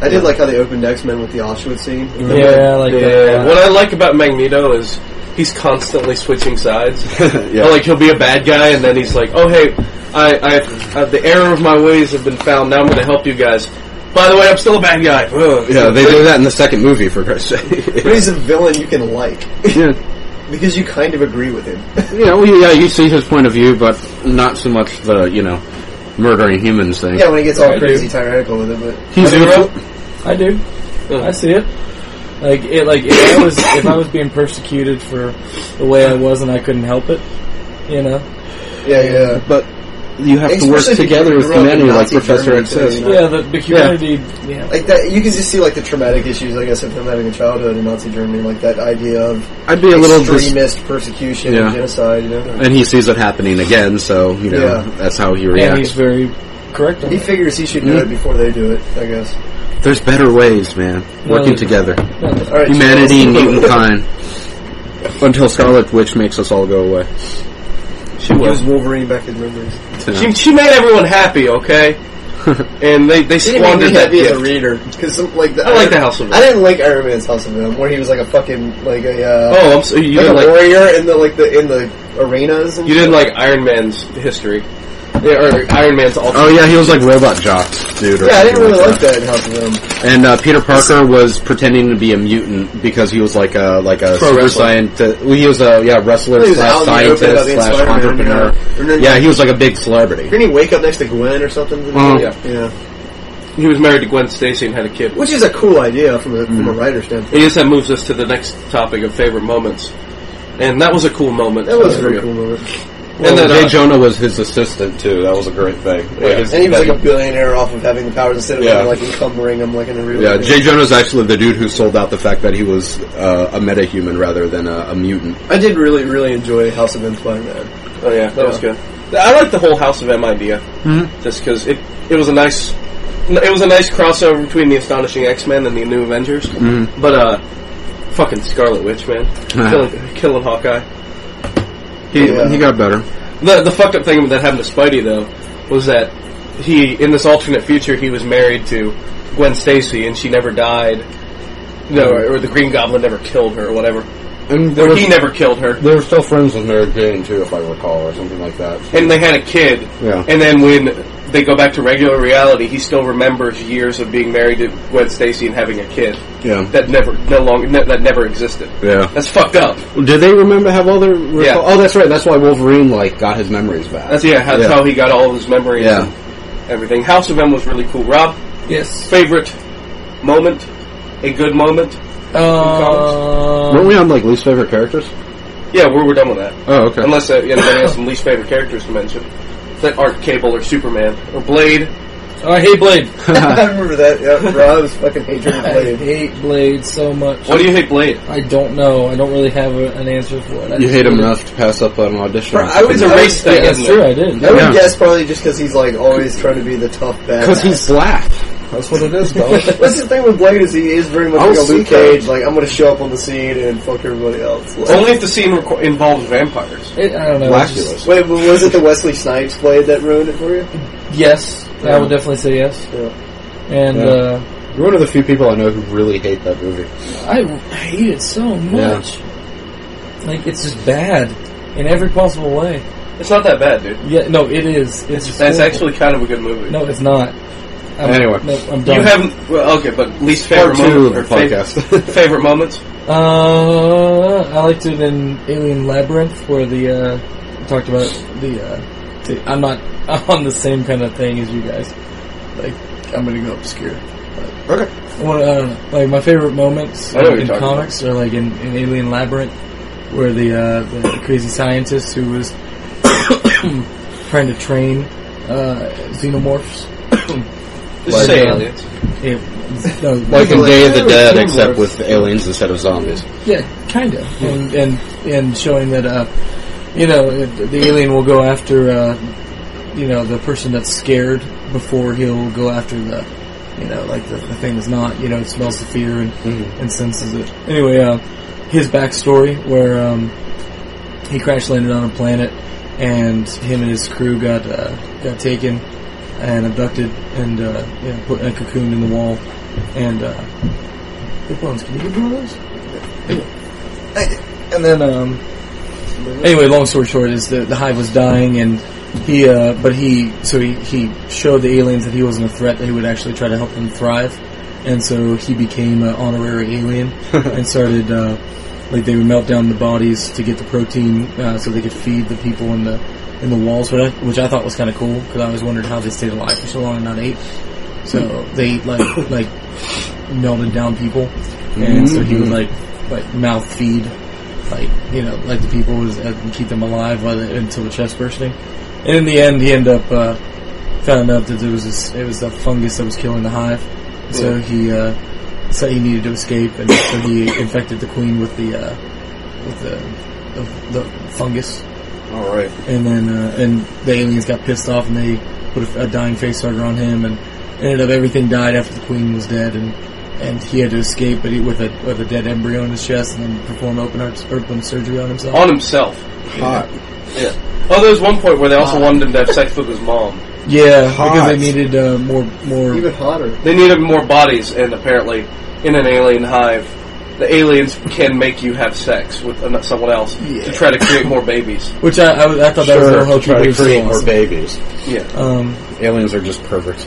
[SPEAKER 4] I did like how they opened X Men with the Auschwitz scene.
[SPEAKER 2] Mm-hmm.
[SPEAKER 5] Yeah, like
[SPEAKER 1] Yeah.
[SPEAKER 5] that.
[SPEAKER 1] What I like about Magneto is he's constantly switching sides.
[SPEAKER 2] yeah.
[SPEAKER 1] Like he'll be a bad guy, and then he's like, "Oh hey, I, I uh, the error of my ways have been found. Now I'm going to help you guys. By the way, I'm still a bad guy." Ugh.
[SPEAKER 2] yeah, they do that in the second movie, for Christ's sake.
[SPEAKER 4] But he's a villain you can like
[SPEAKER 2] yeah.
[SPEAKER 4] because you kind of agree with him.
[SPEAKER 2] You know, yeah, you see his point of view, but not so much the, you know, murdering humans thing.
[SPEAKER 4] yeah, when he gets all
[SPEAKER 5] I
[SPEAKER 4] crazy
[SPEAKER 5] do.
[SPEAKER 4] tyrannical with it, but
[SPEAKER 2] He's
[SPEAKER 1] Hero?
[SPEAKER 5] I do. I see it. Like it. Like if I was if I was being persecuted for the way I was and I couldn't help it, you know.
[SPEAKER 4] yeah, yeah.
[SPEAKER 2] But you have to work
[SPEAKER 4] Especially if you
[SPEAKER 2] together as
[SPEAKER 4] grew up in
[SPEAKER 2] humanity, like
[SPEAKER 4] Nazi
[SPEAKER 2] Professor
[SPEAKER 4] Germany,
[SPEAKER 2] X
[SPEAKER 4] too,
[SPEAKER 2] says.
[SPEAKER 4] you know?
[SPEAKER 5] Yeah, the, the humanity. Yeah.
[SPEAKER 4] Like that, you can just see like the traumatic issues, I guess, of him having a childhood in Nazi Germany, like that idea of
[SPEAKER 2] I'd be a little dis-
[SPEAKER 4] extremist persecution
[SPEAKER 2] Yeah.
[SPEAKER 4] and genocide. You know,
[SPEAKER 2] and he sees it happening again, so, you know,
[SPEAKER 4] Yeah.
[SPEAKER 2] that's how he
[SPEAKER 5] And
[SPEAKER 2] reacts.
[SPEAKER 5] he's very correct. On
[SPEAKER 4] he
[SPEAKER 5] that.
[SPEAKER 4] figures he should do it before they do it. I guess.
[SPEAKER 2] There's better ways, man. Working
[SPEAKER 5] there's-
[SPEAKER 2] together.
[SPEAKER 4] All right,
[SPEAKER 2] humanity and humankind. Until Scarlet Witch makes us all go away.
[SPEAKER 1] She
[SPEAKER 4] Gives
[SPEAKER 1] was.
[SPEAKER 4] Wolverine back his memories.
[SPEAKER 1] She, she made everyone happy, okay? and they they squandered that gift.
[SPEAKER 4] reader because like the
[SPEAKER 1] I like the House of
[SPEAKER 4] I didn't like Iron Man's House of Venom, where he was like a fucking like a uh,
[SPEAKER 1] Oh, I'm so, you
[SPEAKER 4] like a
[SPEAKER 1] didn't like
[SPEAKER 4] warrior in the like the in the arenas. And
[SPEAKER 1] you didn't like Iron Man's history, yeah, or Iron Man's alternate.
[SPEAKER 2] Oh yeah, he was like robot jocks, dude. or
[SPEAKER 4] Yeah, I didn't
[SPEAKER 2] something
[SPEAKER 4] really like that in House of Venom.
[SPEAKER 2] that. And uh, Peter Parker was pretending to be a mutant because he was like a like a
[SPEAKER 1] Pro
[SPEAKER 2] super
[SPEAKER 1] wrestler.
[SPEAKER 2] scientist. Well, he was a yeah wrestler
[SPEAKER 4] He was
[SPEAKER 2] slash
[SPEAKER 4] out in the open about
[SPEAKER 2] scientist
[SPEAKER 4] being
[SPEAKER 2] slash
[SPEAKER 4] Spider-Man,
[SPEAKER 2] entrepreneur.
[SPEAKER 4] you know, and then-
[SPEAKER 2] Yeah, he was like a big celebrity.
[SPEAKER 4] Didn't he wake up next to Gwen or something?
[SPEAKER 2] Uh-huh.
[SPEAKER 4] yeah, yeah,
[SPEAKER 1] He was married to Gwen Stacy and had a kid.
[SPEAKER 4] which is a cool idea from a, from a writer standpoint.
[SPEAKER 1] I guess that moves us to the next topic of favorite moments, and that was a cool moment.
[SPEAKER 4] That was a
[SPEAKER 1] Uh,
[SPEAKER 4] very cool moment.
[SPEAKER 1] And then
[SPEAKER 2] Oh, Jay
[SPEAKER 1] uh,
[SPEAKER 2] Jonah was his assistant too. That was a great thing. Like,
[SPEAKER 1] Yeah.
[SPEAKER 2] his-
[SPEAKER 4] And he was like a billionaire off of having the powers instead of
[SPEAKER 2] Yeah.
[SPEAKER 4] having, like encumbering him like in a real
[SPEAKER 2] yeah, Jay Jonah's actually the dude who sold out the fact that he was uh, a metahuman rather than a, a mutant.
[SPEAKER 4] I did really, really enjoy House of M Spider Man.
[SPEAKER 1] oh yeah, that was good. I like the whole House of M idea
[SPEAKER 4] Hmm?
[SPEAKER 1] just because it it was a nice it was a nice crossover between the Astonishing X Men and the New Avengers.
[SPEAKER 4] Hmm.
[SPEAKER 2] Mm-hmm.
[SPEAKER 1] But uh, fucking Scarlet Witch, man, killing, killing Hawkeye.
[SPEAKER 2] He,
[SPEAKER 4] Yeah.
[SPEAKER 2] he got better.
[SPEAKER 1] The the fucked up thing that happened to Spidey though was that he in this alternate future he was married to Gwen Stacy and she never died. No, or the Green Goblin never killed her or whatever.
[SPEAKER 6] And they
[SPEAKER 1] Or
[SPEAKER 6] were,
[SPEAKER 1] he never killed her.
[SPEAKER 6] they were still friends with Mary Jane too, if I recall, or something like that.
[SPEAKER 1] and they had a kid.
[SPEAKER 6] Yeah.
[SPEAKER 1] And then when they go back to regular reality, he still remembers years of being married to Gwen Stacy and having a kid
[SPEAKER 2] Yeah.
[SPEAKER 1] that never, no longer, ne- that never existed.
[SPEAKER 2] Yeah.
[SPEAKER 1] That's fucked up.
[SPEAKER 2] Do they remember have all their?
[SPEAKER 1] Yeah.
[SPEAKER 2] Oh, that's right. That's why Wolverine like got his memories back.
[SPEAKER 1] That's yeah. That's
[SPEAKER 2] Yeah.
[SPEAKER 1] how he got all of his memories.
[SPEAKER 2] Yeah.
[SPEAKER 1] And everything. House of M was really cool. Rob,
[SPEAKER 5] Yes.
[SPEAKER 1] favorite moment, a good moment.
[SPEAKER 5] Uh, Um,
[SPEAKER 2] Weren't we on like least favorite characters?
[SPEAKER 1] Yeah, we're, we're done with that.
[SPEAKER 2] Oh, okay.
[SPEAKER 1] Unless uh, anybody has some least favorite characters to mention that aren't Cable or Superman or Blade.
[SPEAKER 5] oh, I hate Blade.
[SPEAKER 4] I remember that. Yeah, Rob's fucking hatred of
[SPEAKER 5] I
[SPEAKER 4] Blade.
[SPEAKER 5] hate Blade so much.
[SPEAKER 1] What do you hate Blade?
[SPEAKER 5] I don't know. I don't really have a, an answer for it. I
[SPEAKER 2] you
[SPEAKER 5] just
[SPEAKER 2] hate him
[SPEAKER 5] really-
[SPEAKER 2] enough to pass up on an audition.
[SPEAKER 4] Bro, I would-
[SPEAKER 1] It's a
[SPEAKER 4] I would-
[SPEAKER 1] race
[SPEAKER 5] Yeah,
[SPEAKER 1] thing,
[SPEAKER 5] that's
[SPEAKER 1] isn't
[SPEAKER 5] true.
[SPEAKER 1] it?
[SPEAKER 5] I did.
[SPEAKER 4] I would
[SPEAKER 2] Yeah.
[SPEAKER 4] guess probably just because he's like always trying to be the tough bad.
[SPEAKER 2] because he's black.
[SPEAKER 6] That's what it is, though.
[SPEAKER 4] What's the thing with Blade is he is very much
[SPEAKER 2] I'll
[SPEAKER 4] like a
[SPEAKER 2] see
[SPEAKER 4] Luke
[SPEAKER 2] that.
[SPEAKER 4] Cage. Like I'm gonna show up on the scene and fuck everybody else. Like,
[SPEAKER 1] Only if the scene reco- involves vampires.
[SPEAKER 5] It, I don't know. it's just-
[SPEAKER 2] Blackulous.
[SPEAKER 4] wait, but was it the Wesley Snipes Blade that ruined it for you?
[SPEAKER 5] Yes, I would definitely say yes.
[SPEAKER 4] Yeah.
[SPEAKER 5] And
[SPEAKER 2] Yeah.
[SPEAKER 5] uh,
[SPEAKER 2] You're one of the few people I know who really hate that movie.
[SPEAKER 5] I I hate it so much. Like it's just bad in every possible way.
[SPEAKER 1] It's not that bad, dude.
[SPEAKER 5] Yeah, no, it is. It's
[SPEAKER 1] That's
[SPEAKER 5] horrible.
[SPEAKER 1] actually kind of a good movie.
[SPEAKER 5] no, it's not. I'm,
[SPEAKER 2] Anyway.
[SPEAKER 5] no, I'm done.
[SPEAKER 1] you haven't. Well, okay, but least
[SPEAKER 2] Part
[SPEAKER 1] favorite
[SPEAKER 2] two of
[SPEAKER 1] moment
[SPEAKER 2] the
[SPEAKER 1] or favorite,
[SPEAKER 2] podcast.
[SPEAKER 1] favorite moments.
[SPEAKER 5] Uh, I liked it in Alien Labyrinth where the uh, we talked about the. Uh, t- I'm not on the same kind of thing as you guys. Like I'm gonna go obscure.
[SPEAKER 2] Okay.
[SPEAKER 5] I wanna- I don't know. Like my favorite moments
[SPEAKER 1] I know what
[SPEAKER 5] in
[SPEAKER 1] you're talking
[SPEAKER 5] comics are like in, in Alien Labyrinth where the uh, the crazy scientist who was trying to train uh, xenomorphs.
[SPEAKER 1] Just say
[SPEAKER 5] uh,
[SPEAKER 1] aliens.
[SPEAKER 5] It, no,
[SPEAKER 2] Like in
[SPEAKER 4] Like,
[SPEAKER 2] Day of the
[SPEAKER 4] yeah,
[SPEAKER 2] Dead,
[SPEAKER 4] Xenomorphs.
[SPEAKER 2] except with aliens instead of zombies.
[SPEAKER 5] Yeah, kind of, and and and showing that uh, you know, it- the alien will go after uh, you know the person that's scared before he'll go after the you know like the, the thing that's not you know it smells the fear and and senses it. Anyway, uh, his backstory where um, he crash landed on a planet and him and his crew got uh, got taken and abducted and uh, you know, put in a cocoon in the wall and. Uh, Good bones. Can you get one of those? And then, um, anyway, long story short is the the hive was dying, and he, uh, but he, so he, he showed the aliens that he wasn't a threat; that he would actually try to help them thrive, and so he became an honorary alien and started, uh, like they would melt down the bodies to get the protein uh, so they could feed the people in the in the walls, which I, which I thought was kind of cool because I always wondered how they stayed alive for so long and not ate. So they like like melted down people, and so he would like like mouth feed like you know like the people was, uh, and keep them alive while they, until the chest bursting. And in the end, he ended up uh, found out that it was this, it was a fungus that was killing the hive. So he uh, so he needed to escape, and so he infected the queen with the uh, with the of the fungus.
[SPEAKER 6] All right.
[SPEAKER 5] And then uh, and the aliens got pissed off, and they put a, a dying face starter on him, and ended up everything died after the queen was dead, and and he had to escape, but he, with a with a dead embryo in his chest, and then perform open heart open surgery on himself.
[SPEAKER 1] On himself.
[SPEAKER 2] Hot.
[SPEAKER 1] Yeah. Oh, there was one point where they also wanted him to have sex with his mom.
[SPEAKER 5] Yeah, because
[SPEAKER 2] Hot.
[SPEAKER 5] they needed uh, more more.
[SPEAKER 4] Even hotter.
[SPEAKER 1] They needed more bodies, and apparently, in an alien hive, the aliens can make you have sex with an- someone else to try to create more babies.
[SPEAKER 5] Which I, I, was- I thought that was their
[SPEAKER 2] Sure,
[SPEAKER 5] whole
[SPEAKER 2] to try to
[SPEAKER 5] creative
[SPEAKER 2] create
[SPEAKER 5] sauce.
[SPEAKER 2] more babies.
[SPEAKER 1] Yeah.
[SPEAKER 5] Um,
[SPEAKER 2] Aliens are just perverts.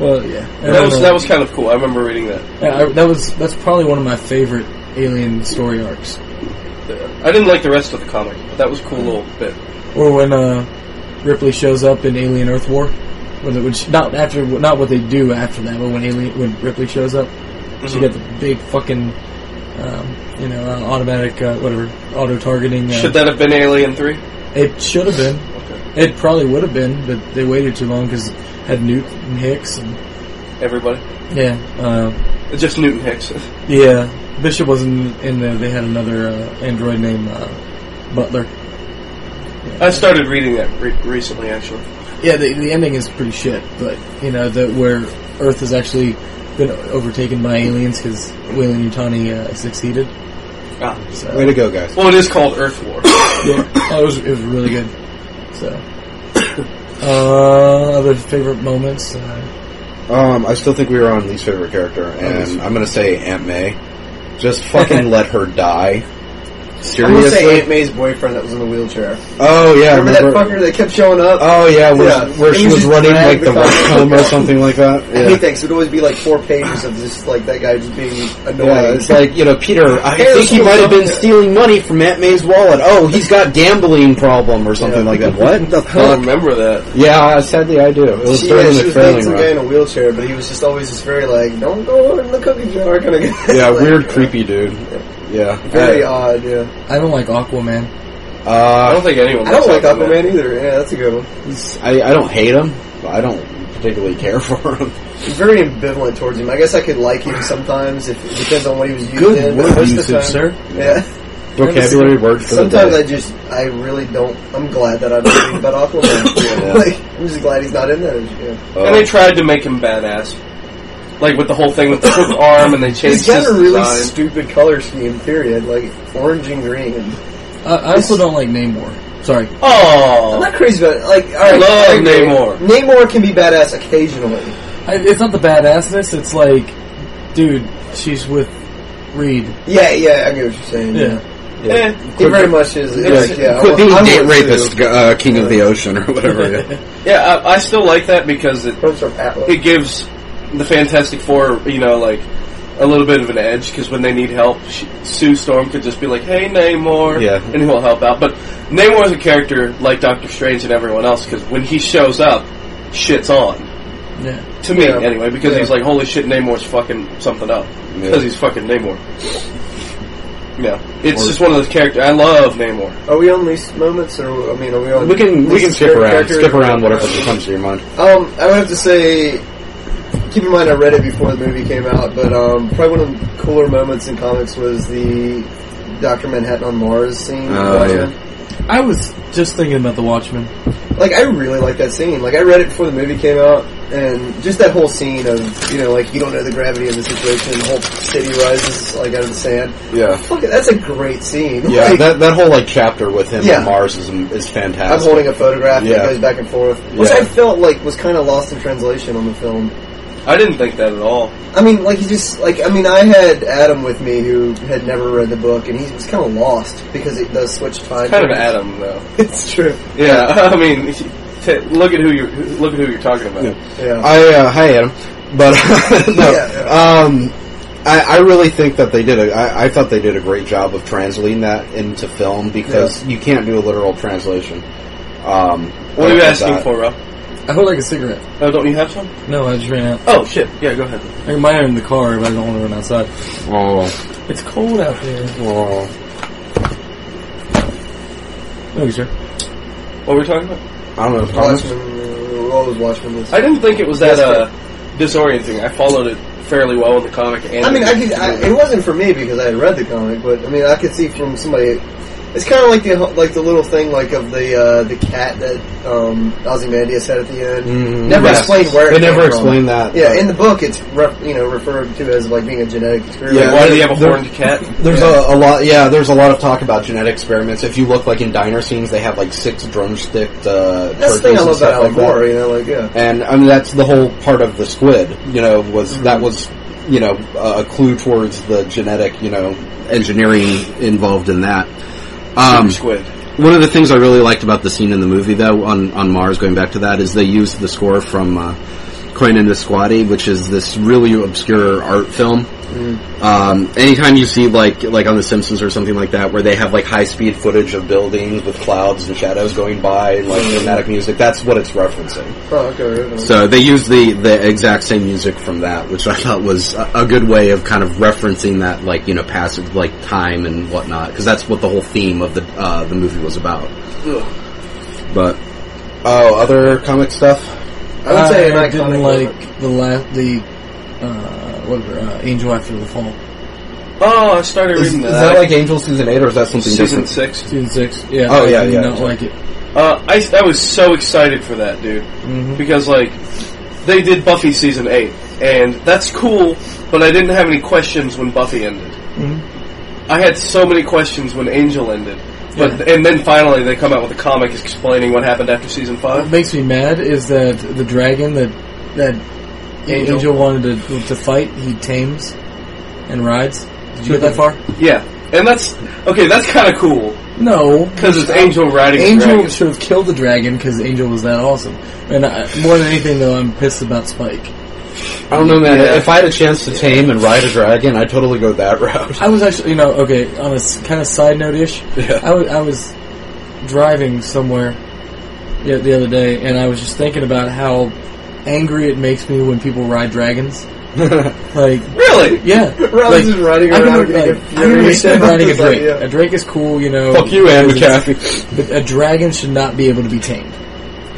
[SPEAKER 5] well, yeah,
[SPEAKER 1] That was that was kind of cool. I remember reading that.
[SPEAKER 5] I, that was that's probably one of my favorite alien story arcs.
[SPEAKER 1] I didn't like the rest of the comic, but that was a cool little bit.
[SPEAKER 5] Or when uh, Ripley shows up in Alien Earth War, when it, which not after not what they do after that, but when Alien when Ripley shows up,
[SPEAKER 1] Mm-hmm.
[SPEAKER 5] she got the big fucking um, you know uh, automatic uh, whatever auto targeting. Uh,
[SPEAKER 1] Should that have been Alien Three?
[SPEAKER 5] It should have been. It probably would have been, but they waited too long because had Newt and Hicks and
[SPEAKER 1] Everybody,
[SPEAKER 5] yeah. Uh,
[SPEAKER 1] just Newton Hicks.
[SPEAKER 5] Yeah, Bishop was in, in there. They had another uh, android named uh, Butler. Yeah,
[SPEAKER 1] I started reading that re- recently, actually.
[SPEAKER 5] Yeah, the, the ending is pretty shit, but you know the where Earth has actually been overtaken by aliens because Weyland Yutani uh, succeeded.
[SPEAKER 1] Ah.
[SPEAKER 5] So,
[SPEAKER 6] Way to go, guys.
[SPEAKER 1] Well, it is called Earth War.
[SPEAKER 5] yeah, oh, it was it was really good. So, uh, other favorite moments. Uh,
[SPEAKER 6] Um, I still think we were on least favorite character, and I'm gonna say Aunt May. Just fucking let her die.
[SPEAKER 4] I'm gonna say
[SPEAKER 6] Seriously?
[SPEAKER 4] Aunt May's boyfriend that was in the wheelchair.
[SPEAKER 6] Oh yeah,
[SPEAKER 4] Remember,
[SPEAKER 6] remember?
[SPEAKER 4] that fucker that kept showing up?
[SPEAKER 6] oh yeah, where,
[SPEAKER 4] Yeah.
[SPEAKER 6] where
[SPEAKER 4] It
[SPEAKER 6] she was
[SPEAKER 4] was just
[SPEAKER 6] running like
[SPEAKER 4] dragged
[SPEAKER 6] the
[SPEAKER 4] across
[SPEAKER 6] rock
[SPEAKER 4] the
[SPEAKER 6] home or
[SPEAKER 4] ground.
[SPEAKER 6] something like that.
[SPEAKER 4] I
[SPEAKER 6] Yeah.
[SPEAKER 4] hate that 'cause it'd always be like four pages of just like that guy just being
[SPEAKER 6] Yeah,
[SPEAKER 4] annoying.
[SPEAKER 6] it's like, you know, Peter, I
[SPEAKER 4] Harris
[SPEAKER 6] think he
[SPEAKER 4] was
[SPEAKER 6] might have been
[SPEAKER 4] up there.
[SPEAKER 6] stealing money from Aunt May's wallet. Oh, he's got gambling problem or something
[SPEAKER 4] Yeah.
[SPEAKER 6] like that. What the
[SPEAKER 1] I don't
[SPEAKER 6] fuck?
[SPEAKER 1] remember that.
[SPEAKER 6] Yeah, sadly I do. It was
[SPEAKER 4] she,
[SPEAKER 6] during
[SPEAKER 4] yeah, she
[SPEAKER 6] the
[SPEAKER 4] was dating
[SPEAKER 6] trailing
[SPEAKER 4] some
[SPEAKER 6] run.
[SPEAKER 4] guy in a wheelchair, but he was just always this very like, don't go in the cookie jar kind of guy.
[SPEAKER 6] Yeah,
[SPEAKER 4] Like,
[SPEAKER 6] weird, creepy dude. Yeah.
[SPEAKER 4] Very
[SPEAKER 6] Uh,
[SPEAKER 4] odd, yeah.
[SPEAKER 5] I don't like Aquaman.
[SPEAKER 1] I
[SPEAKER 6] uh,
[SPEAKER 1] don't think anyone.
[SPEAKER 4] I don't like
[SPEAKER 1] likes
[SPEAKER 4] Aquaman either. Yeah, that's a good one.
[SPEAKER 6] I, I don't hate him, but I don't particularly care for him.
[SPEAKER 4] I'm very ambivalent towards him. I guess I could like him sometimes if it depends on what he was used
[SPEAKER 6] Good
[SPEAKER 4] in. but
[SPEAKER 6] word
[SPEAKER 4] most of the
[SPEAKER 5] Usage,
[SPEAKER 4] time-
[SPEAKER 5] sir.
[SPEAKER 4] Yeah.
[SPEAKER 6] Vocabulary word for
[SPEAKER 4] Sometimes I
[SPEAKER 6] the day.
[SPEAKER 4] just, I really don't. I'm glad that I don't think about Aquaman.
[SPEAKER 6] Yeah.
[SPEAKER 4] Like, I'm just glad he's not in there. Yeah.
[SPEAKER 6] Oh.
[SPEAKER 1] And they tried to make him badass, like with the whole thing with the hook arm, and they changed
[SPEAKER 4] He's got
[SPEAKER 1] his
[SPEAKER 4] a really
[SPEAKER 1] design.
[SPEAKER 4] stupid color scheme. Period. Like orange and green. I'm
[SPEAKER 5] I, I also don't like Namor. Sorry,
[SPEAKER 1] Oh,
[SPEAKER 4] not crazy about it. Like, all right,
[SPEAKER 1] Love
[SPEAKER 4] I agree.
[SPEAKER 1] Namor.
[SPEAKER 4] Namor can be badass occasionally.
[SPEAKER 5] I, it's not the badassness. It's like, dude, she's with Reed.
[SPEAKER 4] Yeah, yeah, I get what you're saying.
[SPEAKER 5] Yeah.
[SPEAKER 1] eh,
[SPEAKER 4] He very much is.
[SPEAKER 6] Yeah,
[SPEAKER 4] is- yeah,
[SPEAKER 6] quit
[SPEAKER 4] I'm-
[SPEAKER 6] being
[SPEAKER 4] I'm
[SPEAKER 6] date
[SPEAKER 4] with you.
[SPEAKER 6] rapist, uh, king of the ocean or whatever. yeah.
[SPEAKER 1] yeah. I, I still like that because it
[SPEAKER 4] Comes from Atlas.
[SPEAKER 1] it gives the Fantastic Four, you know, like a little bit of an edge because when they need help, she, Sue Storm could just be like, "Hey, Namor,"
[SPEAKER 6] Yeah.
[SPEAKER 1] and he'll help out. But Namor is a character like Doctor Strange and everyone else because when he shows up, shit's on.
[SPEAKER 5] Yeah.
[SPEAKER 1] To me,
[SPEAKER 4] Yeah.
[SPEAKER 1] anyway, because
[SPEAKER 4] Yeah.
[SPEAKER 1] he's like, "Holy shit, Namor's fucking something up," because
[SPEAKER 6] Yeah.
[SPEAKER 1] he's fucking Namor. Yeah, it's just one of those characters. I love Namor.
[SPEAKER 4] Are we on these moments, or I mean, are we on?
[SPEAKER 6] We can we
[SPEAKER 4] least
[SPEAKER 6] can skip
[SPEAKER 4] favorite
[SPEAKER 6] around,
[SPEAKER 4] character?
[SPEAKER 6] skip around whatever comes to your mind.
[SPEAKER 4] Um, I would have to say, keep in mind I read it before the movie came out, but um, probably one of the cooler moments in comics was the Doctor Manhattan on Mars scene. in
[SPEAKER 6] Oh,
[SPEAKER 4] Watchmen.
[SPEAKER 5] I was just thinking about the Watchmen.
[SPEAKER 4] Like I really like that scene. Like I read it before the movie came out, and just that whole scene of you know like you don't know the gravity of the situation, the whole city rises like out of the sand.
[SPEAKER 6] Yeah.
[SPEAKER 4] Fuck it, that's a great scene.
[SPEAKER 6] Yeah,
[SPEAKER 4] Like,
[SPEAKER 6] that, that whole like chapter with him
[SPEAKER 4] Yeah.
[SPEAKER 6] on Mars is is
[SPEAKER 4] I'm
[SPEAKER 6] fantastic.
[SPEAKER 4] holding a photograph
[SPEAKER 6] Yeah.
[SPEAKER 4] that goes back and forth, which
[SPEAKER 6] Yeah.
[SPEAKER 4] I felt like was kind of lost in translation on the film.
[SPEAKER 1] I didn't think that at all.
[SPEAKER 4] I mean, like he just like I mean, I had Adam with me who had never read the book, and he was kind of lost because it does switch time.
[SPEAKER 1] Kind of
[SPEAKER 4] periods.
[SPEAKER 1] Adam though.
[SPEAKER 4] It's true.
[SPEAKER 1] Yeah, I mean, t- look at who you are look at who you're talking about.
[SPEAKER 4] Yeah.
[SPEAKER 6] I uh, hi Adam, but no,
[SPEAKER 4] Yeah, yeah.
[SPEAKER 6] um, I, I really think that they did. A, I, I thought they did a great job of translating that into film because you can't do a literal translation. Um,
[SPEAKER 1] What are you
[SPEAKER 6] of
[SPEAKER 1] asking
[SPEAKER 6] that.
[SPEAKER 1] for, Rob?
[SPEAKER 5] I would like a cigarette.
[SPEAKER 1] Oh, Uh, don't you have some?
[SPEAKER 5] No, I just ran out.
[SPEAKER 1] Oh shit! Yeah, go ahead.
[SPEAKER 5] I got mine in the car, but I don't want to run outside.
[SPEAKER 6] Oh,
[SPEAKER 5] It's cold out there.
[SPEAKER 6] oh,
[SPEAKER 5] Okay, sure.
[SPEAKER 1] What were we talking about?
[SPEAKER 6] I don't know. Thomas?
[SPEAKER 4] Watchmen. uh, What was Watchmen? Was?
[SPEAKER 1] I didn't think it was that uh, disorienting. I followed it fairly well in the comic. And
[SPEAKER 4] I mean, I could. I, it wasn't for me because I had read the comic, but I mean, I could see from somebody. It's kind of like the like the little thing like of the uh, the cat that um, Ozymandias had at the end.
[SPEAKER 6] Mhm.
[SPEAKER 4] Never
[SPEAKER 6] Yes.
[SPEAKER 4] explained where it
[SPEAKER 6] They
[SPEAKER 4] came
[SPEAKER 6] never
[SPEAKER 4] from.
[SPEAKER 6] explained that.
[SPEAKER 4] Yeah, in the book, it's ref, you know referred to as like being a genetic experiment.
[SPEAKER 6] Yeah,
[SPEAKER 1] Why do you have a
[SPEAKER 6] There-
[SPEAKER 1] horned cat?
[SPEAKER 6] There's a, a lot, yeah. There's a lot of talk about genetic experiments. If you look like in diner scenes, they have like six drumstick. Uh,
[SPEAKER 4] That's the thing
[SPEAKER 6] turkeys
[SPEAKER 4] I
[SPEAKER 6] and
[SPEAKER 4] love
[SPEAKER 6] stuff
[SPEAKER 4] about Alan
[SPEAKER 6] like that.
[SPEAKER 4] Moore. You know, like yeah.
[SPEAKER 6] And I mean, that's the whole part of the squid. You know, was that
[SPEAKER 4] Mm-hmm.
[SPEAKER 6] was you know a clue towards the genetic you know engineering involved in that. Um,
[SPEAKER 1] Squid.
[SPEAKER 2] One of the things I really liked about the scene in the movie, though, on, on Mars, going back to that, is they used the score from uh, Coin and Nisqually, which is this really obscure art film. Um, anytime you see, like, like on The Simpsons or something like that, where they have, like, high-speed footage of buildings with clouds and shadows going by and, like, dramatic music, that's what it's referencing.
[SPEAKER 4] Oh, okay, right, right.
[SPEAKER 2] So they used the, the exact same music from that, which I thought was a, a good way of kind of referencing that, like, you know, passive, like, time and whatnot, because that's what the whole theme of the, uh, the movie was about. But,
[SPEAKER 6] Oh, other comic stuff.
[SPEAKER 4] I would say an
[SPEAKER 5] I
[SPEAKER 4] iconic
[SPEAKER 5] didn't
[SPEAKER 4] moment.
[SPEAKER 5] like the last the uh, whatever uh, Angel After the Fall
[SPEAKER 1] Oh, I started
[SPEAKER 6] Is,
[SPEAKER 1] reading
[SPEAKER 6] is
[SPEAKER 1] that.
[SPEAKER 6] that like Angel season eight, or is that something
[SPEAKER 1] season
[SPEAKER 6] different?
[SPEAKER 1] six?
[SPEAKER 5] season six. Yeah.
[SPEAKER 6] Oh, yeah,
[SPEAKER 5] I did
[SPEAKER 6] yeah,
[SPEAKER 5] Not
[SPEAKER 6] yeah.
[SPEAKER 5] like it.
[SPEAKER 1] Uh, I, I was so excited for that, dude. Because, like, they did Buffy season 8, and that's cool, but I didn't have any questions when Buffy ended. I had so many questions when Angel ended. But and then finally they come out with a comic explaining what happened after season
[SPEAKER 5] What
[SPEAKER 1] five.
[SPEAKER 5] makes me mad is that the dragon that that Angel,
[SPEAKER 1] Angel.
[SPEAKER 5] wanted to to fight, he tames and rides. Did you get that far?
[SPEAKER 1] Yeah, and that's okay. That's kind of cool
[SPEAKER 5] No,
[SPEAKER 1] because it's Angel riding a
[SPEAKER 5] Angel
[SPEAKER 1] dragon.
[SPEAKER 5] should have killed the dragon because Angel was that awesome. And I, more than anything, though, I'm pissed about Spike.
[SPEAKER 6] I don't know, man.
[SPEAKER 1] Yeah.
[SPEAKER 6] If I had a chance to tame and ride a dragon, I'd totally go that route.
[SPEAKER 5] I was actually, you know, okay, on a kind of side note ish.
[SPEAKER 6] Yeah.
[SPEAKER 5] I wa- I was driving somewhere the, the other day, and I was just thinking about how angry it makes me when people ride dragons. like,
[SPEAKER 1] Really?
[SPEAKER 5] yeah,
[SPEAKER 4] Rollins is riding
[SPEAKER 5] I
[SPEAKER 4] around.
[SPEAKER 5] can, like, I can understand riding a drake. A drake is cool, you know.
[SPEAKER 6] Fuck you, Anne McAfee.
[SPEAKER 5] But a dragon should not be able to be tamed.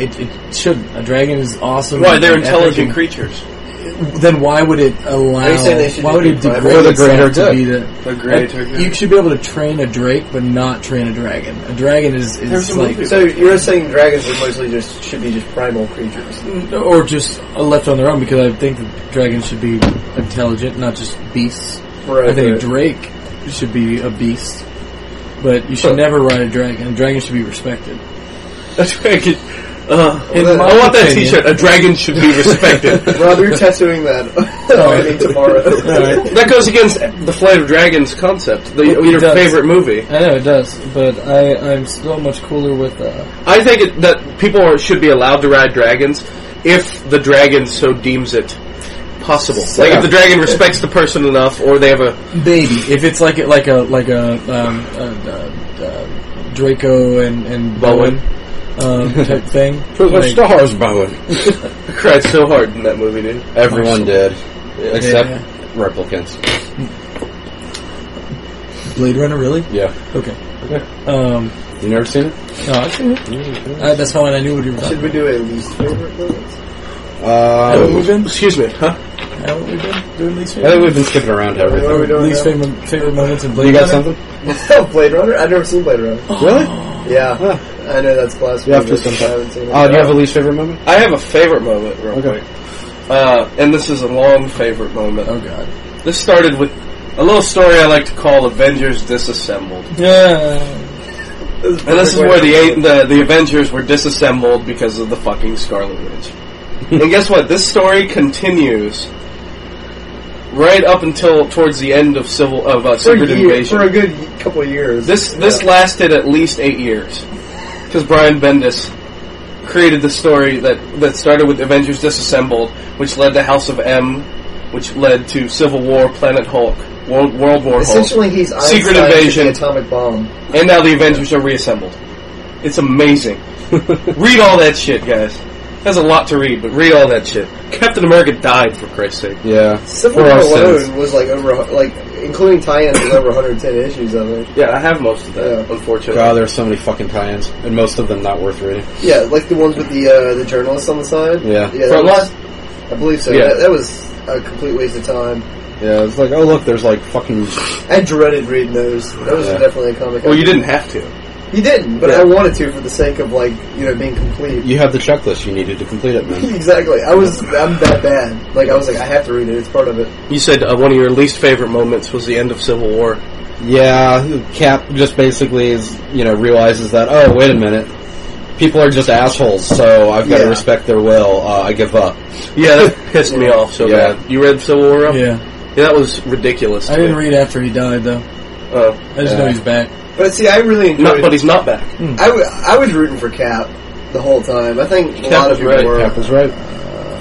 [SPEAKER 5] It, it shouldn't. A dragon is awesome.
[SPEAKER 1] Why they're
[SPEAKER 5] and epic
[SPEAKER 1] intelligent
[SPEAKER 5] and-
[SPEAKER 1] creatures?
[SPEAKER 5] Then why would it allow?
[SPEAKER 4] Are you saying they should
[SPEAKER 5] Why
[SPEAKER 4] just
[SPEAKER 5] would
[SPEAKER 4] be
[SPEAKER 5] it
[SPEAKER 4] private?
[SPEAKER 5] degrade
[SPEAKER 6] For the greater
[SPEAKER 5] itself to
[SPEAKER 6] good.
[SPEAKER 5] be the?
[SPEAKER 1] The greater
[SPEAKER 5] Uh,
[SPEAKER 1] good.
[SPEAKER 5] You should be able to train a drake, but not train a dragon. A dragon is,
[SPEAKER 1] There's
[SPEAKER 5] is
[SPEAKER 1] a
[SPEAKER 5] like,
[SPEAKER 1] movie.
[SPEAKER 4] So you're saying dragons are mostly just should be just primal creatures.
[SPEAKER 5] or just left on their own because I think that dragons should be intelligent, not just beasts.
[SPEAKER 4] Right.
[SPEAKER 5] I think a drake should be a beast, but you should never ride a dragon. A dragon should be respected.
[SPEAKER 1] A dragon. Uh,
[SPEAKER 5] In my
[SPEAKER 1] I want that
[SPEAKER 5] opinion-
[SPEAKER 1] T-shirt. A dragon should be respected.
[SPEAKER 4] Rob, you're tattooing that. I think tomorrow.
[SPEAKER 1] that goes against the Flight of Dragons concept. The,
[SPEAKER 5] It
[SPEAKER 1] your
[SPEAKER 5] does.
[SPEAKER 1] favorite movie.
[SPEAKER 5] I know it does, but I I'm so much cooler with uh,
[SPEAKER 1] I think it, that people are, should be allowed to ride dragons if the dragon so deems it possible. Like if the dragon respects the person enough, or they have a
[SPEAKER 5] baby. If it's like a- like a like a um, uh, uh, uh, Draco and and Bowen
[SPEAKER 1] Bowen.
[SPEAKER 5] um, type thing.
[SPEAKER 6] It was
[SPEAKER 5] Like,
[SPEAKER 6] a stars, Bowen.
[SPEAKER 1] I cried so hard in that movie, dude.
[SPEAKER 6] Everyone did, except
[SPEAKER 5] Yeah.
[SPEAKER 6] replicants.
[SPEAKER 5] Blade Runner, really?
[SPEAKER 6] Yeah,
[SPEAKER 5] Okay. Um,
[SPEAKER 6] you never seen it?
[SPEAKER 5] no, I see it. Uh, that's how I knew what you were talking
[SPEAKER 4] Should we do a least favorite moments?
[SPEAKER 5] about. Have we
[SPEAKER 6] Uh,
[SPEAKER 5] been?
[SPEAKER 1] Excuse me, huh?
[SPEAKER 5] Have we been doing least
[SPEAKER 6] I think
[SPEAKER 5] favorite?
[SPEAKER 6] we've been skipping around
[SPEAKER 4] What are we
[SPEAKER 6] everything.
[SPEAKER 4] doing?
[SPEAKER 5] Least
[SPEAKER 4] now?
[SPEAKER 5] favorite, favorite moments in Blade
[SPEAKER 6] You got
[SPEAKER 5] Runner?
[SPEAKER 6] something?
[SPEAKER 4] Blade Runner? I've never seen Blade Runner.
[SPEAKER 1] Oh.
[SPEAKER 6] Really?
[SPEAKER 4] Yeah, I know that's blasphemy.
[SPEAKER 6] You have to
[SPEAKER 4] but
[SPEAKER 6] sometime.
[SPEAKER 4] I haven't seen it.
[SPEAKER 1] Oh,
[SPEAKER 6] Uh, do you have a least favorite moment?
[SPEAKER 1] I have a favorite moment, real
[SPEAKER 6] Okay.
[SPEAKER 1] quick. Uh, and this is a long favorite moment.
[SPEAKER 5] Oh god.
[SPEAKER 1] This started with a little story I like to call Avengers Disassembled.
[SPEAKER 5] Yeah.
[SPEAKER 1] And this is where the, eight, the the Avengers were disassembled because of the fucking Scarlet Witch. and guess what? This story continues right up until towards the end of Civil of uh,
[SPEAKER 4] for a,
[SPEAKER 1] Secret
[SPEAKER 4] year,
[SPEAKER 1] Invasion.
[SPEAKER 4] for a good couple of years.
[SPEAKER 1] This this lasted at least eight years because Brian Bendis created the story that that started with Avengers Disassembled, which led to House of M, which led to Civil War, Planet Hulk, World World War Hulk,
[SPEAKER 4] essentially he's Einstein
[SPEAKER 1] Secret
[SPEAKER 4] with
[SPEAKER 1] Invasion.
[SPEAKER 4] the atomic bomb.
[SPEAKER 1] and now the Avengers are reassembled. It's amazing. read all that shit, guys. That's a lot to read, but read all that shit. Captain America died for Christ's sake.
[SPEAKER 6] Yeah.
[SPEAKER 4] Civil War alone was like over a hu- like including tie-ins was over 110 issues of it.
[SPEAKER 1] Yeah, I have most of that,
[SPEAKER 4] Yeah.
[SPEAKER 1] unfortunately.
[SPEAKER 6] God, there's so many fucking tie-ins, and most of them not worth reading.
[SPEAKER 4] Yeah, like the ones with the uh, the journalists on the side.
[SPEAKER 6] Yeah.
[SPEAKER 4] yeah, that
[SPEAKER 1] Front
[SPEAKER 4] was, I believe so.
[SPEAKER 1] Yeah.
[SPEAKER 4] That, that was a complete waste of time.
[SPEAKER 6] Yeah, it's like, oh look, there's like fucking
[SPEAKER 4] I dreaded reading those. Those
[SPEAKER 6] Yeah.
[SPEAKER 4] are definitely a comic.
[SPEAKER 1] well,
[SPEAKER 4] I-
[SPEAKER 1] you didn't have to.
[SPEAKER 4] You didn't, but I wanted to for the sake of like you know being complete.
[SPEAKER 6] you had the checklist you needed to complete it, man.
[SPEAKER 4] exactly. I was. I'm that bad. Like I was like I have to read it. It's part of it.
[SPEAKER 1] You said uh, one of your least favorite moments was the end of Civil War.
[SPEAKER 6] Yeah, Cap just basically is, you know, realizes that, oh, wait a minute. People are just assholes, so I've got to
[SPEAKER 4] Yeah.
[SPEAKER 6] respect their will. Uh, I give up.
[SPEAKER 1] Yeah, that pissed me off so
[SPEAKER 6] Yeah.
[SPEAKER 1] bad. You read Civil War? Rob?
[SPEAKER 5] Yeah.
[SPEAKER 1] Yeah, that was ridiculous.
[SPEAKER 5] I
[SPEAKER 1] to
[SPEAKER 5] didn't
[SPEAKER 1] me.
[SPEAKER 5] read after he died though.
[SPEAKER 1] Oh.
[SPEAKER 5] I just know he's back.
[SPEAKER 4] But see, I really enjoyed.
[SPEAKER 1] Not, but he's not back.
[SPEAKER 4] I, w- I was rooting for Cap the whole time. I think a
[SPEAKER 1] Cap
[SPEAKER 4] lot
[SPEAKER 1] was
[SPEAKER 4] of people
[SPEAKER 1] right.
[SPEAKER 4] were.
[SPEAKER 6] Cap was right.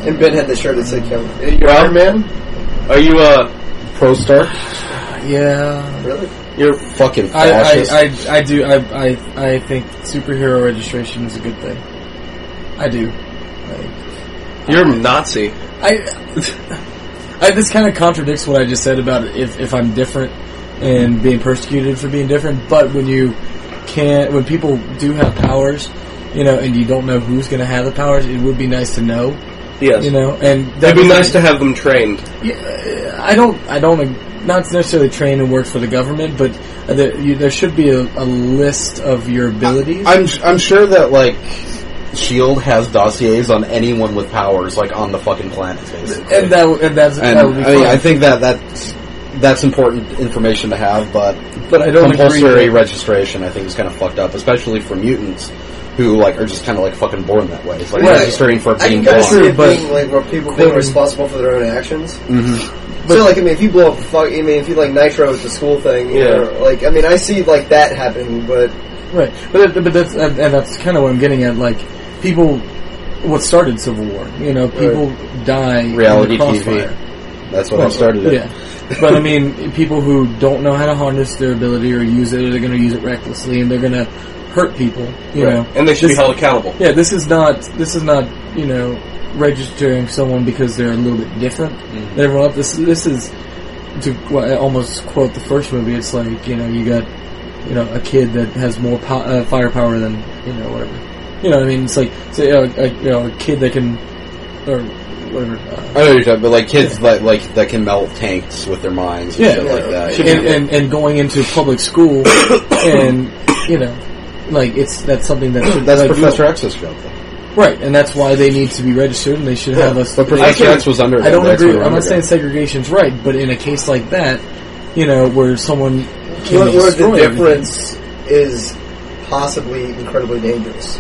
[SPEAKER 4] And Ben had the shirt that said Cap. You're
[SPEAKER 1] Rob?
[SPEAKER 4] Iron Man.
[SPEAKER 1] Are you, uh,
[SPEAKER 6] Pro Stark?
[SPEAKER 5] Yeah.
[SPEAKER 4] Really?
[SPEAKER 1] you're,
[SPEAKER 6] Fucking
[SPEAKER 5] I,
[SPEAKER 6] fascist.
[SPEAKER 5] I, I, I do I, I I think superhero registration is a good thing. I do.
[SPEAKER 1] you're Nazi.
[SPEAKER 5] I, I this kind of contradicts what I just said about if if I'm different and being persecuted for being different. But when you can't, when people do have powers, you know, and you don't know who's going to have the powers, it would be nice to know
[SPEAKER 1] Yes.
[SPEAKER 5] You know, and
[SPEAKER 1] It'd be nice to have them trained.
[SPEAKER 5] Yeah, I don't. I don't. ag- Not necessarily train and work for the government, but there, you, there should be a, a list of your abilities.
[SPEAKER 2] I'm I'm sure that like Shield E has dossiers on anyone with powers like on the fucking planet, basically.
[SPEAKER 5] and that, w- and that's,
[SPEAKER 2] And
[SPEAKER 5] that would be
[SPEAKER 2] I mean,
[SPEAKER 5] fine.
[SPEAKER 2] I think that that's that's important information to have, but
[SPEAKER 5] but I don't
[SPEAKER 2] compulsory
[SPEAKER 5] agree. that-
[SPEAKER 2] registration I think is kind of fucked up, espcally for mutants who like are just kind of like fucking born that way. It's like
[SPEAKER 4] Right.
[SPEAKER 2] registering for
[SPEAKER 4] I
[SPEAKER 2] being
[SPEAKER 4] can
[SPEAKER 2] born.
[SPEAKER 4] kind of see it
[SPEAKER 5] but-
[SPEAKER 4] being like where people being
[SPEAKER 5] Quoting-
[SPEAKER 4] responsible for their own actions. Mm-hmm. so, like, I mean, if you blow up, a fuck, I mean, if you like nitro at the school thing, you
[SPEAKER 1] Yeah.
[SPEAKER 4] know, like, I mean, I see like that happening, but
[SPEAKER 5] right? But, that- but that's and, and that's kind of what I'm getting at. Like people, what started civil war? You know, people die in the
[SPEAKER 2] Reality
[SPEAKER 5] crossfire.
[SPEAKER 2] TV. That's what
[SPEAKER 5] Well,
[SPEAKER 2] I started it.
[SPEAKER 5] Yeah, but I mean, people who don't know how to harness their ability or use it, they're going to use it recklessly, and they're going to hurt people. You know,
[SPEAKER 1] And they should be
[SPEAKER 5] This-
[SPEAKER 1] held accountable.
[SPEAKER 5] Yeah, this is not this is not you know registering someone because they're a little bit different than everyone else. This this is to qu- uh, almost quote the first movie. It's like you know you got you know a kid that has more po- uh, firepower than you know whatever. You know what I mean? It's like so, you, know, a, you know a kid that can or whatever.
[SPEAKER 2] I
[SPEAKER 5] Uh,
[SPEAKER 2] know what you're talking, but like kids that like that can melt tanks with their minds and
[SPEAKER 5] Yeah.
[SPEAKER 2] shit like that.
[SPEAKER 5] and, and and going into public school and you know like it's that's something that should,
[SPEAKER 2] That's
[SPEAKER 5] like, you-
[SPEAKER 2] Professor X's job. Though.
[SPEAKER 5] right, and that's why they need to be registered and they should have us.
[SPEAKER 2] But Professor X was under.
[SPEAKER 5] I don't
[SPEAKER 2] the X-Men
[SPEAKER 5] agree.
[SPEAKER 2] were
[SPEAKER 5] I'm not
[SPEAKER 2] underground.
[SPEAKER 5] saying segregation's right, but in a case like that, you know, where someone can
[SPEAKER 4] where, where the
[SPEAKER 5] destroy everything-
[SPEAKER 4] difference is possibly incredibly dangerous.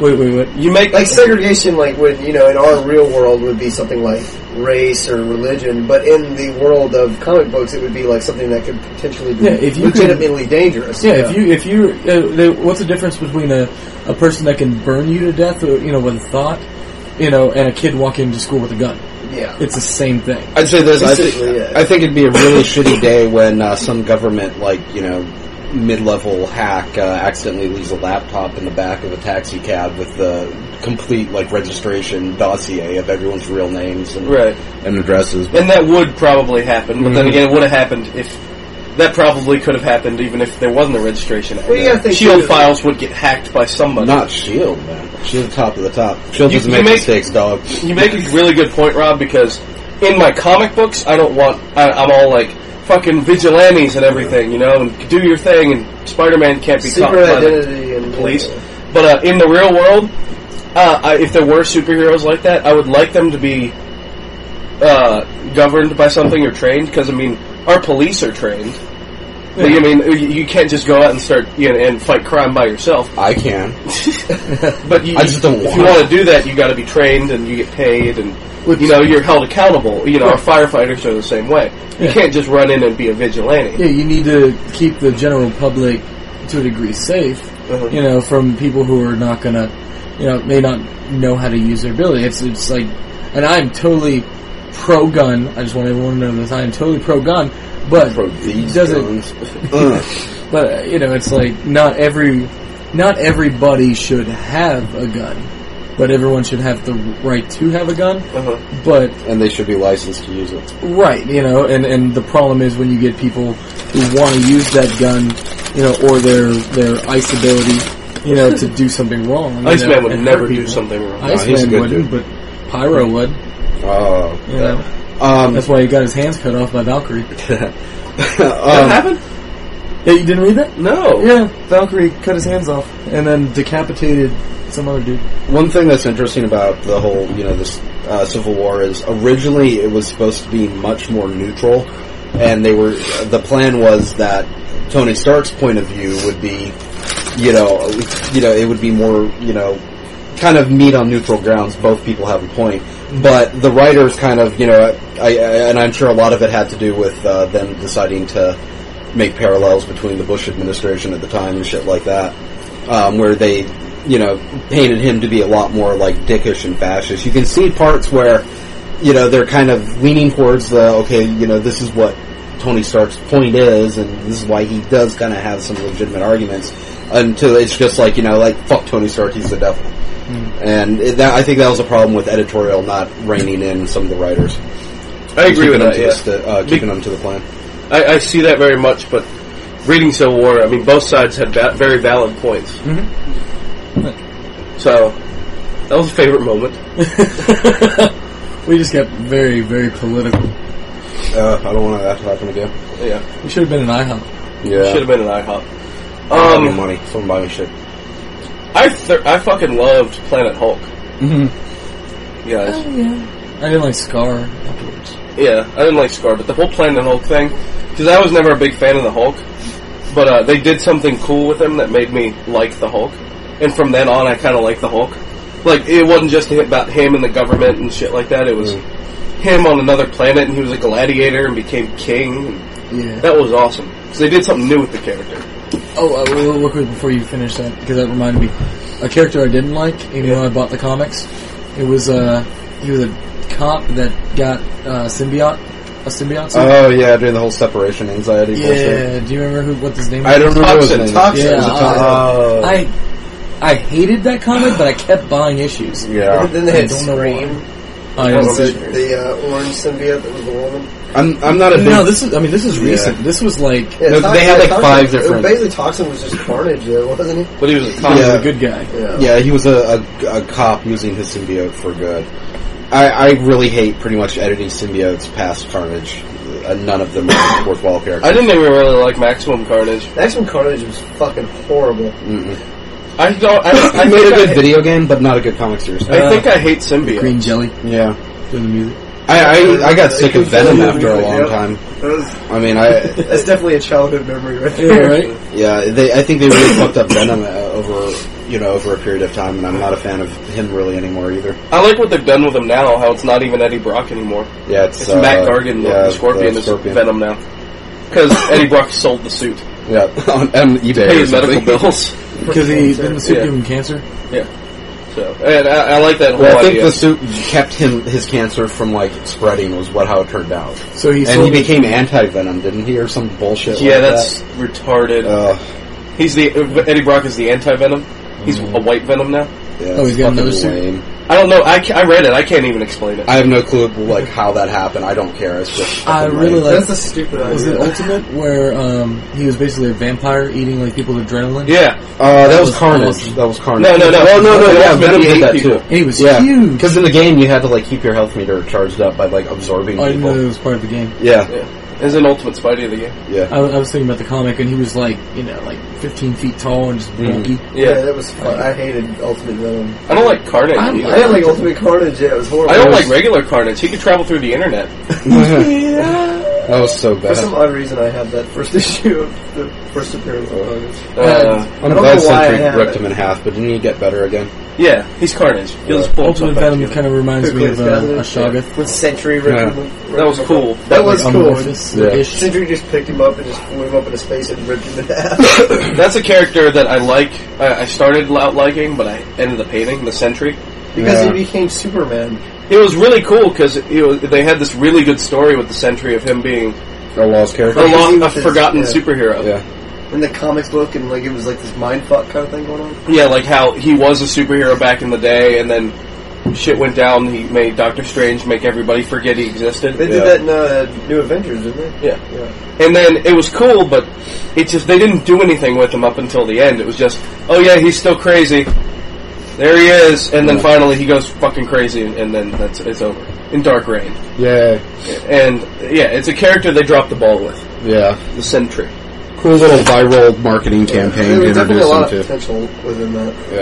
[SPEAKER 5] Wait, wait, wait.
[SPEAKER 1] You make
[SPEAKER 4] Like segregation, like when you know, in our real world, would be something like race or religion, but in the world of comic books, it would be like something that could potentially be
[SPEAKER 5] Yeah, if you could-
[SPEAKER 4] legitimately dangerous.
[SPEAKER 5] Yeah, if you if you uh, the, what's the difference between a a person that can burn you to death, uh, you know, with a thought, you know, and a kid walking into school with a gun?
[SPEAKER 4] yeah,
[SPEAKER 5] It's the same thing.
[SPEAKER 2] I'd say this. I
[SPEAKER 4] Basically,
[SPEAKER 2] think,
[SPEAKER 4] yeah.
[SPEAKER 2] I think it'd be a really shitty day when uh, some government, like you know, mid-level hack, uh, accidentally leaves a laptop in the back of a taxi cab with the complete like registration dossier of everyone's real names and,
[SPEAKER 1] right.
[SPEAKER 2] and addresses. But
[SPEAKER 1] And that would probably happen, but then
[SPEAKER 2] Mm-hmm.
[SPEAKER 1] again, it would have happened if that probably could have happened even if there wasn't a registration. act.
[SPEAKER 4] Well, you gotta think
[SPEAKER 1] Shield
[SPEAKER 4] too-
[SPEAKER 1] files would get hacked by somebody.
[SPEAKER 2] not Shield, E man. Shield top of the top. Shield
[SPEAKER 1] You-
[SPEAKER 2] E doesn't
[SPEAKER 1] you
[SPEAKER 2] make,
[SPEAKER 1] make-
[SPEAKER 2] mistakes, dog.
[SPEAKER 1] You make a really good point, Rob, because in my comic books, I don't want. I, I'm all like fucking vigilantes and everything, you know, and do your thing, and Spider-Man can't be caught
[SPEAKER 4] secret
[SPEAKER 1] by the
[SPEAKER 4] identity and
[SPEAKER 1] police. But uh, in the real world, uh, I, if there were superheroes like that, I would like them to be uh, governed by something or trained. Because I mean, our police are trained. Like, I mean, you- you can't just go out and start you know, and fight crime by yourself.
[SPEAKER 2] I can.
[SPEAKER 1] But you,
[SPEAKER 2] I just don't
[SPEAKER 1] if
[SPEAKER 2] want
[SPEAKER 1] you
[SPEAKER 2] it.
[SPEAKER 1] want to do that, you got to be trained and you get paid, and you know you're held accountable. You know, our firefighters are the same way. You
[SPEAKER 5] Yeah.
[SPEAKER 1] can't just run in and be a vigilante.
[SPEAKER 5] Yeah, you need to keep the general public to a degree safe,
[SPEAKER 1] Uh-huh.
[SPEAKER 5] you know, from people who are not gonna, you know, may not know how to use their ability. It's, it's like, and I'm totally pro gun. I just want everyone to know this. I am totally pro gun, but
[SPEAKER 2] Pro these
[SPEAKER 5] it doesn't,
[SPEAKER 2] guns.
[SPEAKER 5] but uh, you know, it's like not every, not everybody should have a gun, but everyone should have the right to have a gun.
[SPEAKER 1] Uh-huh.
[SPEAKER 5] But
[SPEAKER 2] and they should be licensed to use it.
[SPEAKER 5] Right, you know, and, and the problem is when you get people who want to use that gun, you know, or their their ice ability, you know, to do something wrong. you know,
[SPEAKER 1] Iceman would
[SPEAKER 5] and
[SPEAKER 1] never
[SPEAKER 5] hurt
[SPEAKER 1] do
[SPEAKER 5] people.
[SPEAKER 1] something wrong.
[SPEAKER 2] he's a
[SPEAKER 5] Iceman
[SPEAKER 2] good
[SPEAKER 5] wouldn't, but Pyro would.
[SPEAKER 2] Oh,
[SPEAKER 5] You know,
[SPEAKER 2] um,
[SPEAKER 5] that's why he got his hands cut off by Valkyrie.
[SPEAKER 1] That
[SPEAKER 2] um,
[SPEAKER 1] happened?
[SPEAKER 5] Yeah, you didn't read that?
[SPEAKER 1] No.
[SPEAKER 5] Yeah, Valkyrie cut his hands off and then decapitated some other dude.
[SPEAKER 2] One thing that's interesting about the whole, you know, this uh, Civil War is originally it was supposed to be much more neutral, and they were the plan was that Tony Stark's point of view would be, you know, you know, it would be more, you know, kind of meet on neutral grounds. Both people have a point, but the writers kind of, you know, I, I, and I'm sure a lot of it had to do with uh, them deciding to make parallels between the Bush administration at the time and shit like that, um, where they, you know, painted him to be a lot more like dickish and fascist. You can see parts where, you know, they're kind of leaning towards the okay, you know, this is what Tony Stark's point is, and this is why he does kind of have some legitimate arguments. Until it's just like you know, like fuck Tony Stark, he's the devil. And it, that, I think that was a problem with editorial not reining in some of the writers.
[SPEAKER 1] I agree with
[SPEAKER 2] Keeping them
[SPEAKER 1] that.
[SPEAKER 2] to
[SPEAKER 1] Yeah.
[SPEAKER 2] the st- uh, keeping them to the plan.
[SPEAKER 1] I, I see that very much, but reading Civil War, I mean, both sides had va- very valid points. So, That was a favorite moment.
[SPEAKER 5] we just got very, very political.
[SPEAKER 2] Uh, I don't want that to happen again.
[SPEAKER 1] Yeah,
[SPEAKER 5] We should have been an IHOP.
[SPEAKER 2] Yeah.
[SPEAKER 1] should have been an IHOP.
[SPEAKER 2] I don't have any
[SPEAKER 1] Um,
[SPEAKER 2] money. Someone buy me shit.
[SPEAKER 1] I th- I fucking loved Planet Hulk.
[SPEAKER 5] Mm-hmm.
[SPEAKER 1] You guys.
[SPEAKER 5] I didn't like Scar afterwards.
[SPEAKER 1] Yeah, I didn't like Scar, but the whole Planet Hulk thing, because I was never a big fan of the Hulk, but uh, they did something cool with him that made me like the Hulk, and from then on, I kind of like the Hulk. Like it wasn't just about him and the government and shit like that. It was
[SPEAKER 2] Mm.
[SPEAKER 1] him on another planet, and he was a gladiator and became king. And
[SPEAKER 5] Yeah.
[SPEAKER 1] that was awesome because they did something new with the character.
[SPEAKER 5] Oh, uh, well, real quick before you finish that, because that reminded me, a character I didn't like, even though I bought the comics. It was uh, he was a cop that got uh, symbiote, a symbiote. suit.
[SPEAKER 2] Oh yeah, during the whole separation anxiety. bullshit.
[SPEAKER 5] yeah. Do you remember who what his name?
[SPEAKER 2] I
[SPEAKER 5] was?
[SPEAKER 2] don't remember his
[SPEAKER 1] Toxin,
[SPEAKER 2] name.
[SPEAKER 1] toxin.
[SPEAKER 5] Yeah,
[SPEAKER 2] It was a toxin.
[SPEAKER 5] uh, I I hated that comic, but I kept buying issues.
[SPEAKER 2] yeah.
[SPEAKER 4] then they
[SPEAKER 5] Oh. I
[SPEAKER 4] had
[SPEAKER 5] don't know
[SPEAKER 4] Scream.
[SPEAKER 5] I
[SPEAKER 4] That
[SPEAKER 5] don't
[SPEAKER 4] was the,
[SPEAKER 5] see-
[SPEAKER 4] the uh, orange symbiote that was the woman.
[SPEAKER 2] I'm I'm not a big.
[SPEAKER 5] no, this is. I mean, this is recent. This was like
[SPEAKER 4] Yeah,
[SPEAKER 2] No, they had, like,
[SPEAKER 4] Toxin-
[SPEAKER 2] five different-
[SPEAKER 4] Basically, Toxin was just Carnage, though, wasn't he?
[SPEAKER 1] But he was a
[SPEAKER 5] Tom
[SPEAKER 1] cop.
[SPEAKER 5] was
[SPEAKER 2] Yeah.
[SPEAKER 5] a good guy.
[SPEAKER 2] yeah, he was a, a, a cop using his symbiote for good. I, I really hate pretty much editing symbiotes past Carnage. Uh, none of them are worthwhile characters.
[SPEAKER 1] I didn't even really like Maximum Carnage.
[SPEAKER 4] Next one, Carnage was fucking horrible.
[SPEAKER 2] Mm-mm.
[SPEAKER 1] I don't. I, I,
[SPEAKER 2] I made a
[SPEAKER 1] think I
[SPEAKER 2] good uh,
[SPEAKER 1] ha-
[SPEAKER 2] video game, but not a good comic series.
[SPEAKER 1] I think I hate
[SPEAKER 5] Green
[SPEAKER 1] symbiote.
[SPEAKER 5] jelly
[SPEAKER 2] Yeah,
[SPEAKER 5] doing the music.
[SPEAKER 2] I, I I got sick of Venom after a long
[SPEAKER 4] Yep.
[SPEAKER 2] time.
[SPEAKER 4] That was-
[SPEAKER 2] I mean, I
[SPEAKER 4] that's definitely a childhood memory right
[SPEAKER 5] Yeah,
[SPEAKER 4] there.
[SPEAKER 5] right.
[SPEAKER 2] yeah, they I think they really fucked up Venom uh, over you know over a period of time, and I'm not a fan of him really anymore either.
[SPEAKER 1] I like what they've done with him now. How it's not even Eddie Brock anymore.
[SPEAKER 2] Yeah, it's,
[SPEAKER 1] It's
[SPEAKER 2] uh,
[SPEAKER 1] Matt Gargan,
[SPEAKER 2] yeah,
[SPEAKER 1] the Scorpion,
[SPEAKER 2] the
[SPEAKER 1] is Venom now. Because Eddie Brock sold the suit.
[SPEAKER 2] Yeah, on, on eBay.
[SPEAKER 1] Pay
[SPEAKER 2] or
[SPEAKER 1] his medical
[SPEAKER 2] something.
[SPEAKER 1] bills.
[SPEAKER 5] Because he didn't the suit
[SPEAKER 1] Yeah.
[SPEAKER 5] give him cancer.
[SPEAKER 1] So, and I, I like that whole
[SPEAKER 2] Well, I think
[SPEAKER 1] idea.
[SPEAKER 2] the suit kept him his cancer from like spreading was what how it turned out,
[SPEAKER 5] So he
[SPEAKER 2] and
[SPEAKER 5] sold
[SPEAKER 2] he
[SPEAKER 5] it-
[SPEAKER 2] became anti venom, didn't he, or some bullshit?
[SPEAKER 1] yeah,
[SPEAKER 2] like
[SPEAKER 1] that's retarded.
[SPEAKER 2] that? Uh,
[SPEAKER 1] He's the Eddie Brock is the anti Venom. He's
[SPEAKER 2] Mm-hmm.
[SPEAKER 1] a white Venom now.
[SPEAKER 2] yeah,
[SPEAKER 5] Oh, he's
[SPEAKER 2] it's
[SPEAKER 5] got another
[SPEAKER 2] fucking
[SPEAKER 5] suit?
[SPEAKER 2] lame.
[SPEAKER 1] I don't know. I, ca- I read it. I can't even explain it.
[SPEAKER 2] I have no clue like how that happened. I don't care. It's just
[SPEAKER 5] I
[SPEAKER 2] fucking
[SPEAKER 5] really
[SPEAKER 2] lame.
[SPEAKER 5] like.
[SPEAKER 4] That's a stupid
[SPEAKER 5] Was it
[SPEAKER 4] idea.
[SPEAKER 5] Ultimate where um, he was basically a vampire eating like people's adrenaline?
[SPEAKER 1] yeah,
[SPEAKER 2] Uh, that, was
[SPEAKER 5] was
[SPEAKER 2] Carnage.
[SPEAKER 5] awesome.
[SPEAKER 2] That was Carnage.
[SPEAKER 1] No, no, no.
[SPEAKER 2] Well, no, no.
[SPEAKER 1] Venom
[SPEAKER 2] Yeah, Venom
[SPEAKER 1] ate
[SPEAKER 2] did that
[SPEAKER 1] people.
[SPEAKER 2] too.
[SPEAKER 5] And he was
[SPEAKER 2] yeah,
[SPEAKER 5] huge.
[SPEAKER 2] because in the game you had to like keep your health meter charged up by like absorbing
[SPEAKER 5] Oh, I didn't know that
[SPEAKER 2] people.
[SPEAKER 5] was part of the game.
[SPEAKER 2] Yeah,
[SPEAKER 1] yeah. Is an Ultimate Spidey of the game.
[SPEAKER 2] yeah.
[SPEAKER 5] I, I was thinking about the comic, and he was like, you know, like 15 feet tall and just
[SPEAKER 2] Mm-hmm.
[SPEAKER 5] bulky.
[SPEAKER 4] Yeah.
[SPEAKER 1] Yeah,
[SPEAKER 4] that was fun. I hated Ultimate Venom.
[SPEAKER 1] I don't like Carnage.
[SPEAKER 4] I
[SPEAKER 1] either.
[SPEAKER 4] didn't like Ultimate Carnage. Yeah, it was horrible.
[SPEAKER 1] I don't like regular Carnage. He could travel through the internet.
[SPEAKER 2] That was so
[SPEAKER 4] For
[SPEAKER 2] bad.
[SPEAKER 4] some odd reason, I had that first issue of the first appearance of Carnage.
[SPEAKER 1] Uh,
[SPEAKER 2] I'm
[SPEAKER 4] I
[SPEAKER 2] glad
[SPEAKER 4] don't know why I
[SPEAKER 2] Sentry
[SPEAKER 4] have
[SPEAKER 2] ripped
[SPEAKER 4] it.
[SPEAKER 2] him in half, but didn't he get better again?
[SPEAKER 1] yeah, he's Carnage. He'll just pull himself
[SPEAKER 5] Ultimate
[SPEAKER 1] back
[SPEAKER 5] Venom
[SPEAKER 1] together.
[SPEAKER 5] kind of reminds me of uh, a Shoggoth.
[SPEAKER 4] With Sentry ripping
[SPEAKER 2] Yeah.
[SPEAKER 4] him.
[SPEAKER 1] That was cool.
[SPEAKER 4] That was
[SPEAKER 5] like,
[SPEAKER 4] cool.
[SPEAKER 5] amorphous,
[SPEAKER 2] Yeah.
[SPEAKER 5] ish.
[SPEAKER 4] Sentry just picked him up and just flew him up into space and ripped him in half.
[SPEAKER 1] That's a character that I like. I, I started out liking, but I ended up hating the Sentry.
[SPEAKER 4] because
[SPEAKER 2] Yeah.
[SPEAKER 4] he became Superman.
[SPEAKER 1] It was really cool because they had this really good story with the Sentry of him being
[SPEAKER 2] A lost
[SPEAKER 1] a,
[SPEAKER 2] character.
[SPEAKER 4] he
[SPEAKER 1] long, a
[SPEAKER 4] was his-
[SPEAKER 1] forgotten
[SPEAKER 4] yeah. Oh.
[SPEAKER 1] superhero. Yeah.
[SPEAKER 2] Yeah.
[SPEAKER 4] In the comics book, and like it was like this mind fuck kind of thing going on.
[SPEAKER 1] like how he was a superhero back in the day, and then shit went down. He made Doctor Strange make everybody forget he
[SPEAKER 4] They
[SPEAKER 1] existed.
[SPEAKER 4] did
[SPEAKER 2] Yeah.
[SPEAKER 4] that in uh, New Avengers, didn't they?
[SPEAKER 1] Yeah,
[SPEAKER 4] Yeah.
[SPEAKER 1] and then it was cool, but it just they didn't do anything with him up until the end. It was just, oh yeah, he's still crazy. There he is, and then
[SPEAKER 2] Yeah.
[SPEAKER 1] finally he goes fucking crazy, and, and then that's it's over in Dark Reign.
[SPEAKER 2] Yeah.
[SPEAKER 1] And yeah, it's a character they dropped the ball with.
[SPEAKER 2] Yeah.
[SPEAKER 1] The Sentry.
[SPEAKER 2] Cool little viral marketing campaign
[SPEAKER 4] There
[SPEAKER 2] to
[SPEAKER 4] was definitely a
[SPEAKER 2] introduce
[SPEAKER 4] lot
[SPEAKER 2] him
[SPEAKER 4] of
[SPEAKER 2] to.
[SPEAKER 4] potential within that.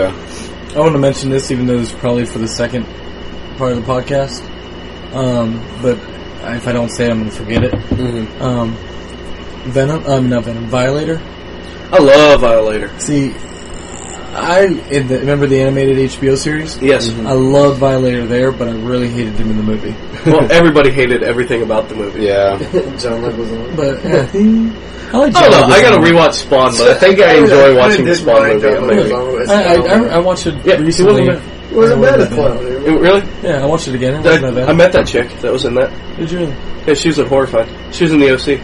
[SPEAKER 2] Yeah.
[SPEAKER 5] I want to mention this, even though it's probably for the second part of the podcast. Um, but if I don't say it, I'm going to forget it.
[SPEAKER 4] Mm-hmm.
[SPEAKER 5] Um, Venom, um, not Venom, Violator.
[SPEAKER 1] I love Violator.
[SPEAKER 5] See, I in the, remember the animated HBO series.
[SPEAKER 1] Yes.
[SPEAKER 5] I loved Violator there, but I really hated him in the movie.
[SPEAKER 1] well, everybody hated everything about the movie.
[SPEAKER 2] Yeah.
[SPEAKER 4] John Leguizamo.
[SPEAKER 5] But yeah, I like.
[SPEAKER 1] I don't know. Oh, I gotta
[SPEAKER 5] Leguizamo.
[SPEAKER 1] rewatch Spawn, but I think I enjoy watching the Spawn movie.
[SPEAKER 4] John
[SPEAKER 1] I'm like,
[SPEAKER 4] Leguizamo as
[SPEAKER 5] I, I, I,
[SPEAKER 4] Clown.
[SPEAKER 5] I watched it
[SPEAKER 1] Yeah, he
[SPEAKER 5] recently.
[SPEAKER 1] wasn't
[SPEAKER 4] It wasn't bad as
[SPEAKER 5] well.
[SPEAKER 4] Clown.
[SPEAKER 1] It- Oh, really?
[SPEAKER 5] Yeah, I watched it again. It wasn't
[SPEAKER 1] I,
[SPEAKER 5] that
[SPEAKER 1] I
[SPEAKER 5] bad.
[SPEAKER 1] met that chick that was in that.
[SPEAKER 5] Did you really?
[SPEAKER 1] Yeah, she was a horrified. She was in the OC.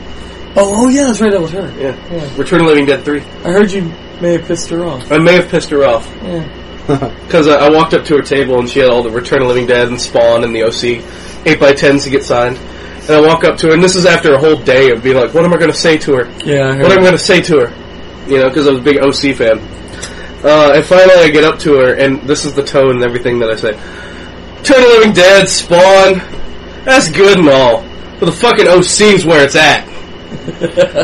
[SPEAKER 5] Oh, oh yeah, that's right. That was her.
[SPEAKER 1] Yeah.
[SPEAKER 5] Yeah.
[SPEAKER 1] Return of the Living Dead 3.
[SPEAKER 5] I heard you may have pissed her off.
[SPEAKER 1] I may have pissed her off.
[SPEAKER 5] Yeah.
[SPEAKER 1] Because I, I walked up to her table and she had all the Return of the Living Dead and Spawn and the OC 8x10s to get signed. And I walk up to her, and this is after a whole day of being like, what am I gonna say to her?
[SPEAKER 5] Yeah, I heard.
[SPEAKER 1] what I'm going to say to her, you know, because I was a big OC fan. Uh, and finally, I get up to her, and this is the tone and everything that I say. Turn of the Living Dead, Spawn. That's good and all, but the fucking OC's where it's at.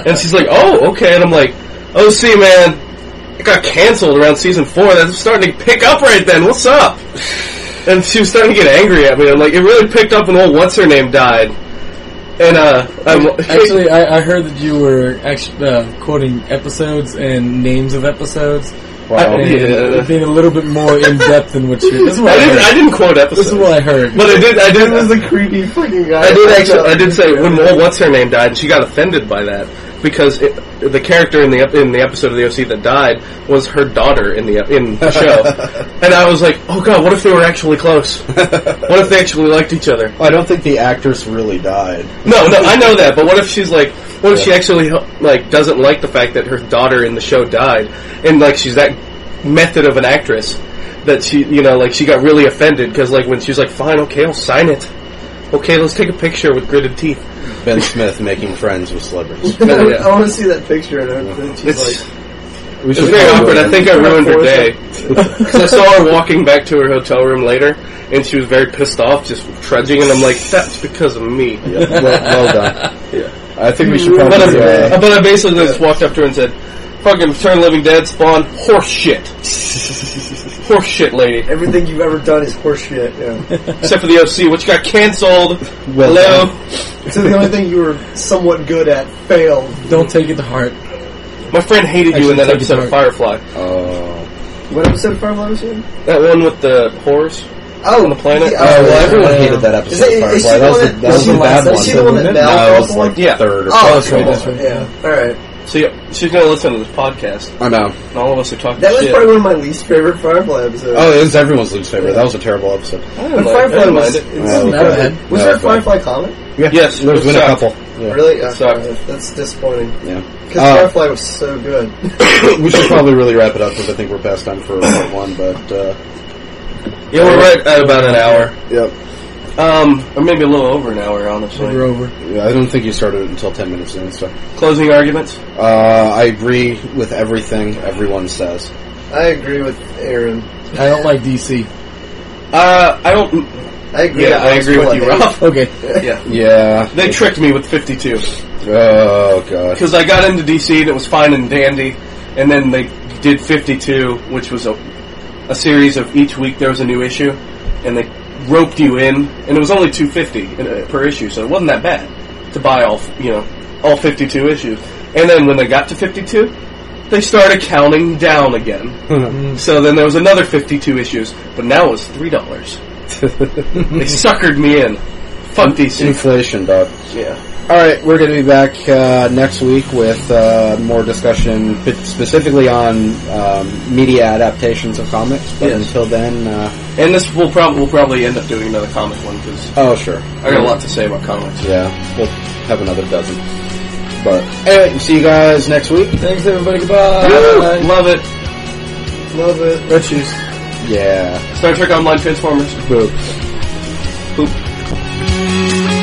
[SPEAKER 1] and she's like, "Oh, okay." And I'm like, "OC, man, it got canceled around season four. That's starting to pick up right then. What's up?" And she was starting to get angry at me. I'm like, "It really picked up when old what's her name died." And uh, I'm
[SPEAKER 5] Actually, I, I heard that you were actually uh, quoting episodes and names of episodes.
[SPEAKER 1] Wow.
[SPEAKER 5] And
[SPEAKER 1] Oh, Yeah.
[SPEAKER 5] being a little bit more in depth than what you. This is what
[SPEAKER 1] I
[SPEAKER 5] I,
[SPEAKER 1] didn't,
[SPEAKER 5] heard.
[SPEAKER 1] I didn't quote
[SPEAKER 5] This
[SPEAKER 1] episodes.
[SPEAKER 5] is what I heard.
[SPEAKER 1] But I did. I did.
[SPEAKER 4] was the creepy fucking guy.
[SPEAKER 1] I did actually. I did say when well, what's her name died, and she got offended by that because it, the character in the ep- in the episode of the OC that died was her daughter in the ep- in the show, and I was like, oh god, what if they were actually close? What if they actually liked each other?
[SPEAKER 2] I don't think the actress really died.
[SPEAKER 1] No, no, I know that, but what if she's like, what if she actually like doesn't like the fact that her daughter in the show died, and like she's that method of an actress that she, you know, like she got really offended because like when she was like, fine, okay, I'll sign it. Okay, let's take a picture with gritted teeth.
[SPEAKER 2] Ben Smith making friends with celebrities.
[SPEAKER 1] Yeah.
[SPEAKER 4] I want to see that picture. And everything. she's
[SPEAKER 1] It's,
[SPEAKER 4] like,
[SPEAKER 2] We
[SPEAKER 1] it was very awkward. I think I ruined her day because I saw her walking back to her hotel room later, and she was very pissed off, just trudging. And I'm like, that's because of me.
[SPEAKER 2] Yeah, well, well done. Yeah. I think we should probably.
[SPEAKER 1] But I,
[SPEAKER 2] uh,
[SPEAKER 1] but I basically just walked up to her and said, "Fucking Return of the Living Dead, Spawn, horse shit, horse shit, lady."
[SPEAKER 4] everything you've ever done is horseshit. Yeah.
[SPEAKER 1] Except for the OC, which got canceled.
[SPEAKER 2] well
[SPEAKER 1] Hello.
[SPEAKER 2] done.
[SPEAKER 4] so the only thing you were somewhat good at failed.
[SPEAKER 5] Don't take it to heart.
[SPEAKER 1] My friend hated you in that
[SPEAKER 5] Actually,
[SPEAKER 1] episode of Firefly.
[SPEAKER 2] Oh.
[SPEAKER 4] What episode of Firefly was it in?
[SPEAKER 1] That one with the horse.
[SPEAKER 4] Oh,
[SPEAKER 1] On the planet?
[SPEAKER 4] yeah,
[SPEAKER 1] Oh,
[SPEAKER 2] Oh, well,
[SPEAKER 4] yeah.
[SPEAKER 2] everyone hated that episode.
[SPEAKER 4] Is it-
[SPEAKER 2] of
[SPEAKER 4] is she
[SPEAKER 2] Firefly.
[SPEAKER 4] the
[SPEAKER 2] that was
[SPEAKER 4] one
[SPEAKER 2] the,
[SPEAKER 4] that-
[SPEAKER 2] that was the bad one.
[SPEAKER 4] Is she the one that
[SPEAKER 2] wasn't it?
[SPEAKER 4] Mel
[SPEAKER 2] no, it was
[SPEAKER 4] fell
[SPEAKER 2] like
[SPEAKER 1] Yeah.
[SPEAKER 2] third. Or
[SPEAKER 4] Oh,
[SPEAKER 2] fourth
[SPEAKER 4] that's right,
[SPEAKER 2] one.
[SPEAKER 4] that's right. Yeah. All right.
[SPEAKER 1] So yeah, she's gonna listen to this podcast,
[SPEAKER 2] I know.
[SPEAKER 1] and all of us are talking
[SPEAKER 4] That was
[SPEAKER 1] shit.
[SPEAKER 4] probably one of my least favorite Firefly episodes.
[SPEAKER 2] Oh, it was everyone's least favorite. That was a terrible episode.
[SPEAKER 1] I
[SPEAKER 4] But
[SPEAKER 1] don't like- I
[SPEAKER 4] Firefly
[SPEAKER 1] don't
[SPEAKER 4] was.
[SPEAKER 1] mind it.
[SPEAKER 4] was-
[SPEAKER 2] Oh,
[SPEAKER 5] Never
[SPEAKER 2] okay.
[SPEAKER 5] had.
[SPEAKER 4] Was
[SPEAKER 2] No,
[SPEAKER 4] there a
[SPEAKER 2] okay.
[SPEAKER 4] Firefly comic?
[SPEAKER 1] Yes,
[SPEAKER 2] There's been a
[SPEAKER 1] sucked.
[SPEAKER 2] couple. Yeah.
[SPEAKER 4] Really? Oh,
[SPEAKER 1] Sucked.
[SPEAKER 4] That's disappointing.
[SPEAKER 2] Yeah.
[SPEAKER 4] Because
[SPEAKER 2] Uh,
[SPEAKER 4] Firefly was so good.
[SPEAKER 2] we should probably really wrap it up because I think we're past time for part one. But uh,
[SPEAKER 1] Yeah, we're right at about an hour,
[SPEAKER 2] yep.
[SPEAKER 1] um, or maybe a little over an hour, honestly.
[SPEAKER 5] We're over.
[SPEAKER 2] Yeah, I don't think you started it until ten minutes in. So
[SPEAKER 1] Closing arguments.
[SPEAKER 2] uh, I agree with everything everyone says.
[SPEAKER 4] I agree with Aaron.
[SPEAKER 5] I don't like DC.
[SPEAKER 1] Uh, I don't.
[SPEAKER 4] I agree.
[SPEAKER 1] Yeah, I agree with you, Rob.
[SPEAKER 5] Okay.
[SPEAKER 1] Yeah,
[SPEAKER 2] Yeah.
[SPEAKER 1] they tricked me with fifty-two.
[SPEAKER 2] Oh god.
[SPEAKER 1] because I got into DC and it was fine and dandy, and then they did 52, which was a, a series of each week there was a new issue, and they roped you in, and it was only 250 in, uh, per issue, so it wasn't that bad to buy all you know all 52 issues. And then when they got to 52, they started counting down again. so then there was another 52 issues, but now it was three dollars. they suckered me in. Fuck DC.
[SPEAKER 2] Inflation, dog.
[SPEAKER 1] Yeah.
[SPEAKER 2] All right, we're going to be back uh, next week with uh, more discussion p- specifically on um, media adaptations of comics. But
[SPEAKER 1] Yes.
[SPEAKER 2] until then, uh,
[SPEAKER 1] And this will probably we'll probably end up doing another comic one because
[SPEAKER 2] oh sure,
[SPEAKER 1] I got a lot to say about comics.
[SPEAKER 2] yeah, we'll have another dozen. But anyway, see you guys next week.
[SPEAKER 5] Thanks everybody. Goodbye.
[SPEAKER 1] Woo! Love it.
[SPEAKER 4] Love it.
[SPEAKER 5] Red shoes.
[SPEAKER 2] Yeah.
[SPEAKER 1] Star Trek Online Transformers.
[SPEAKER 2] Boop.
[SPEAKER 1] Boop.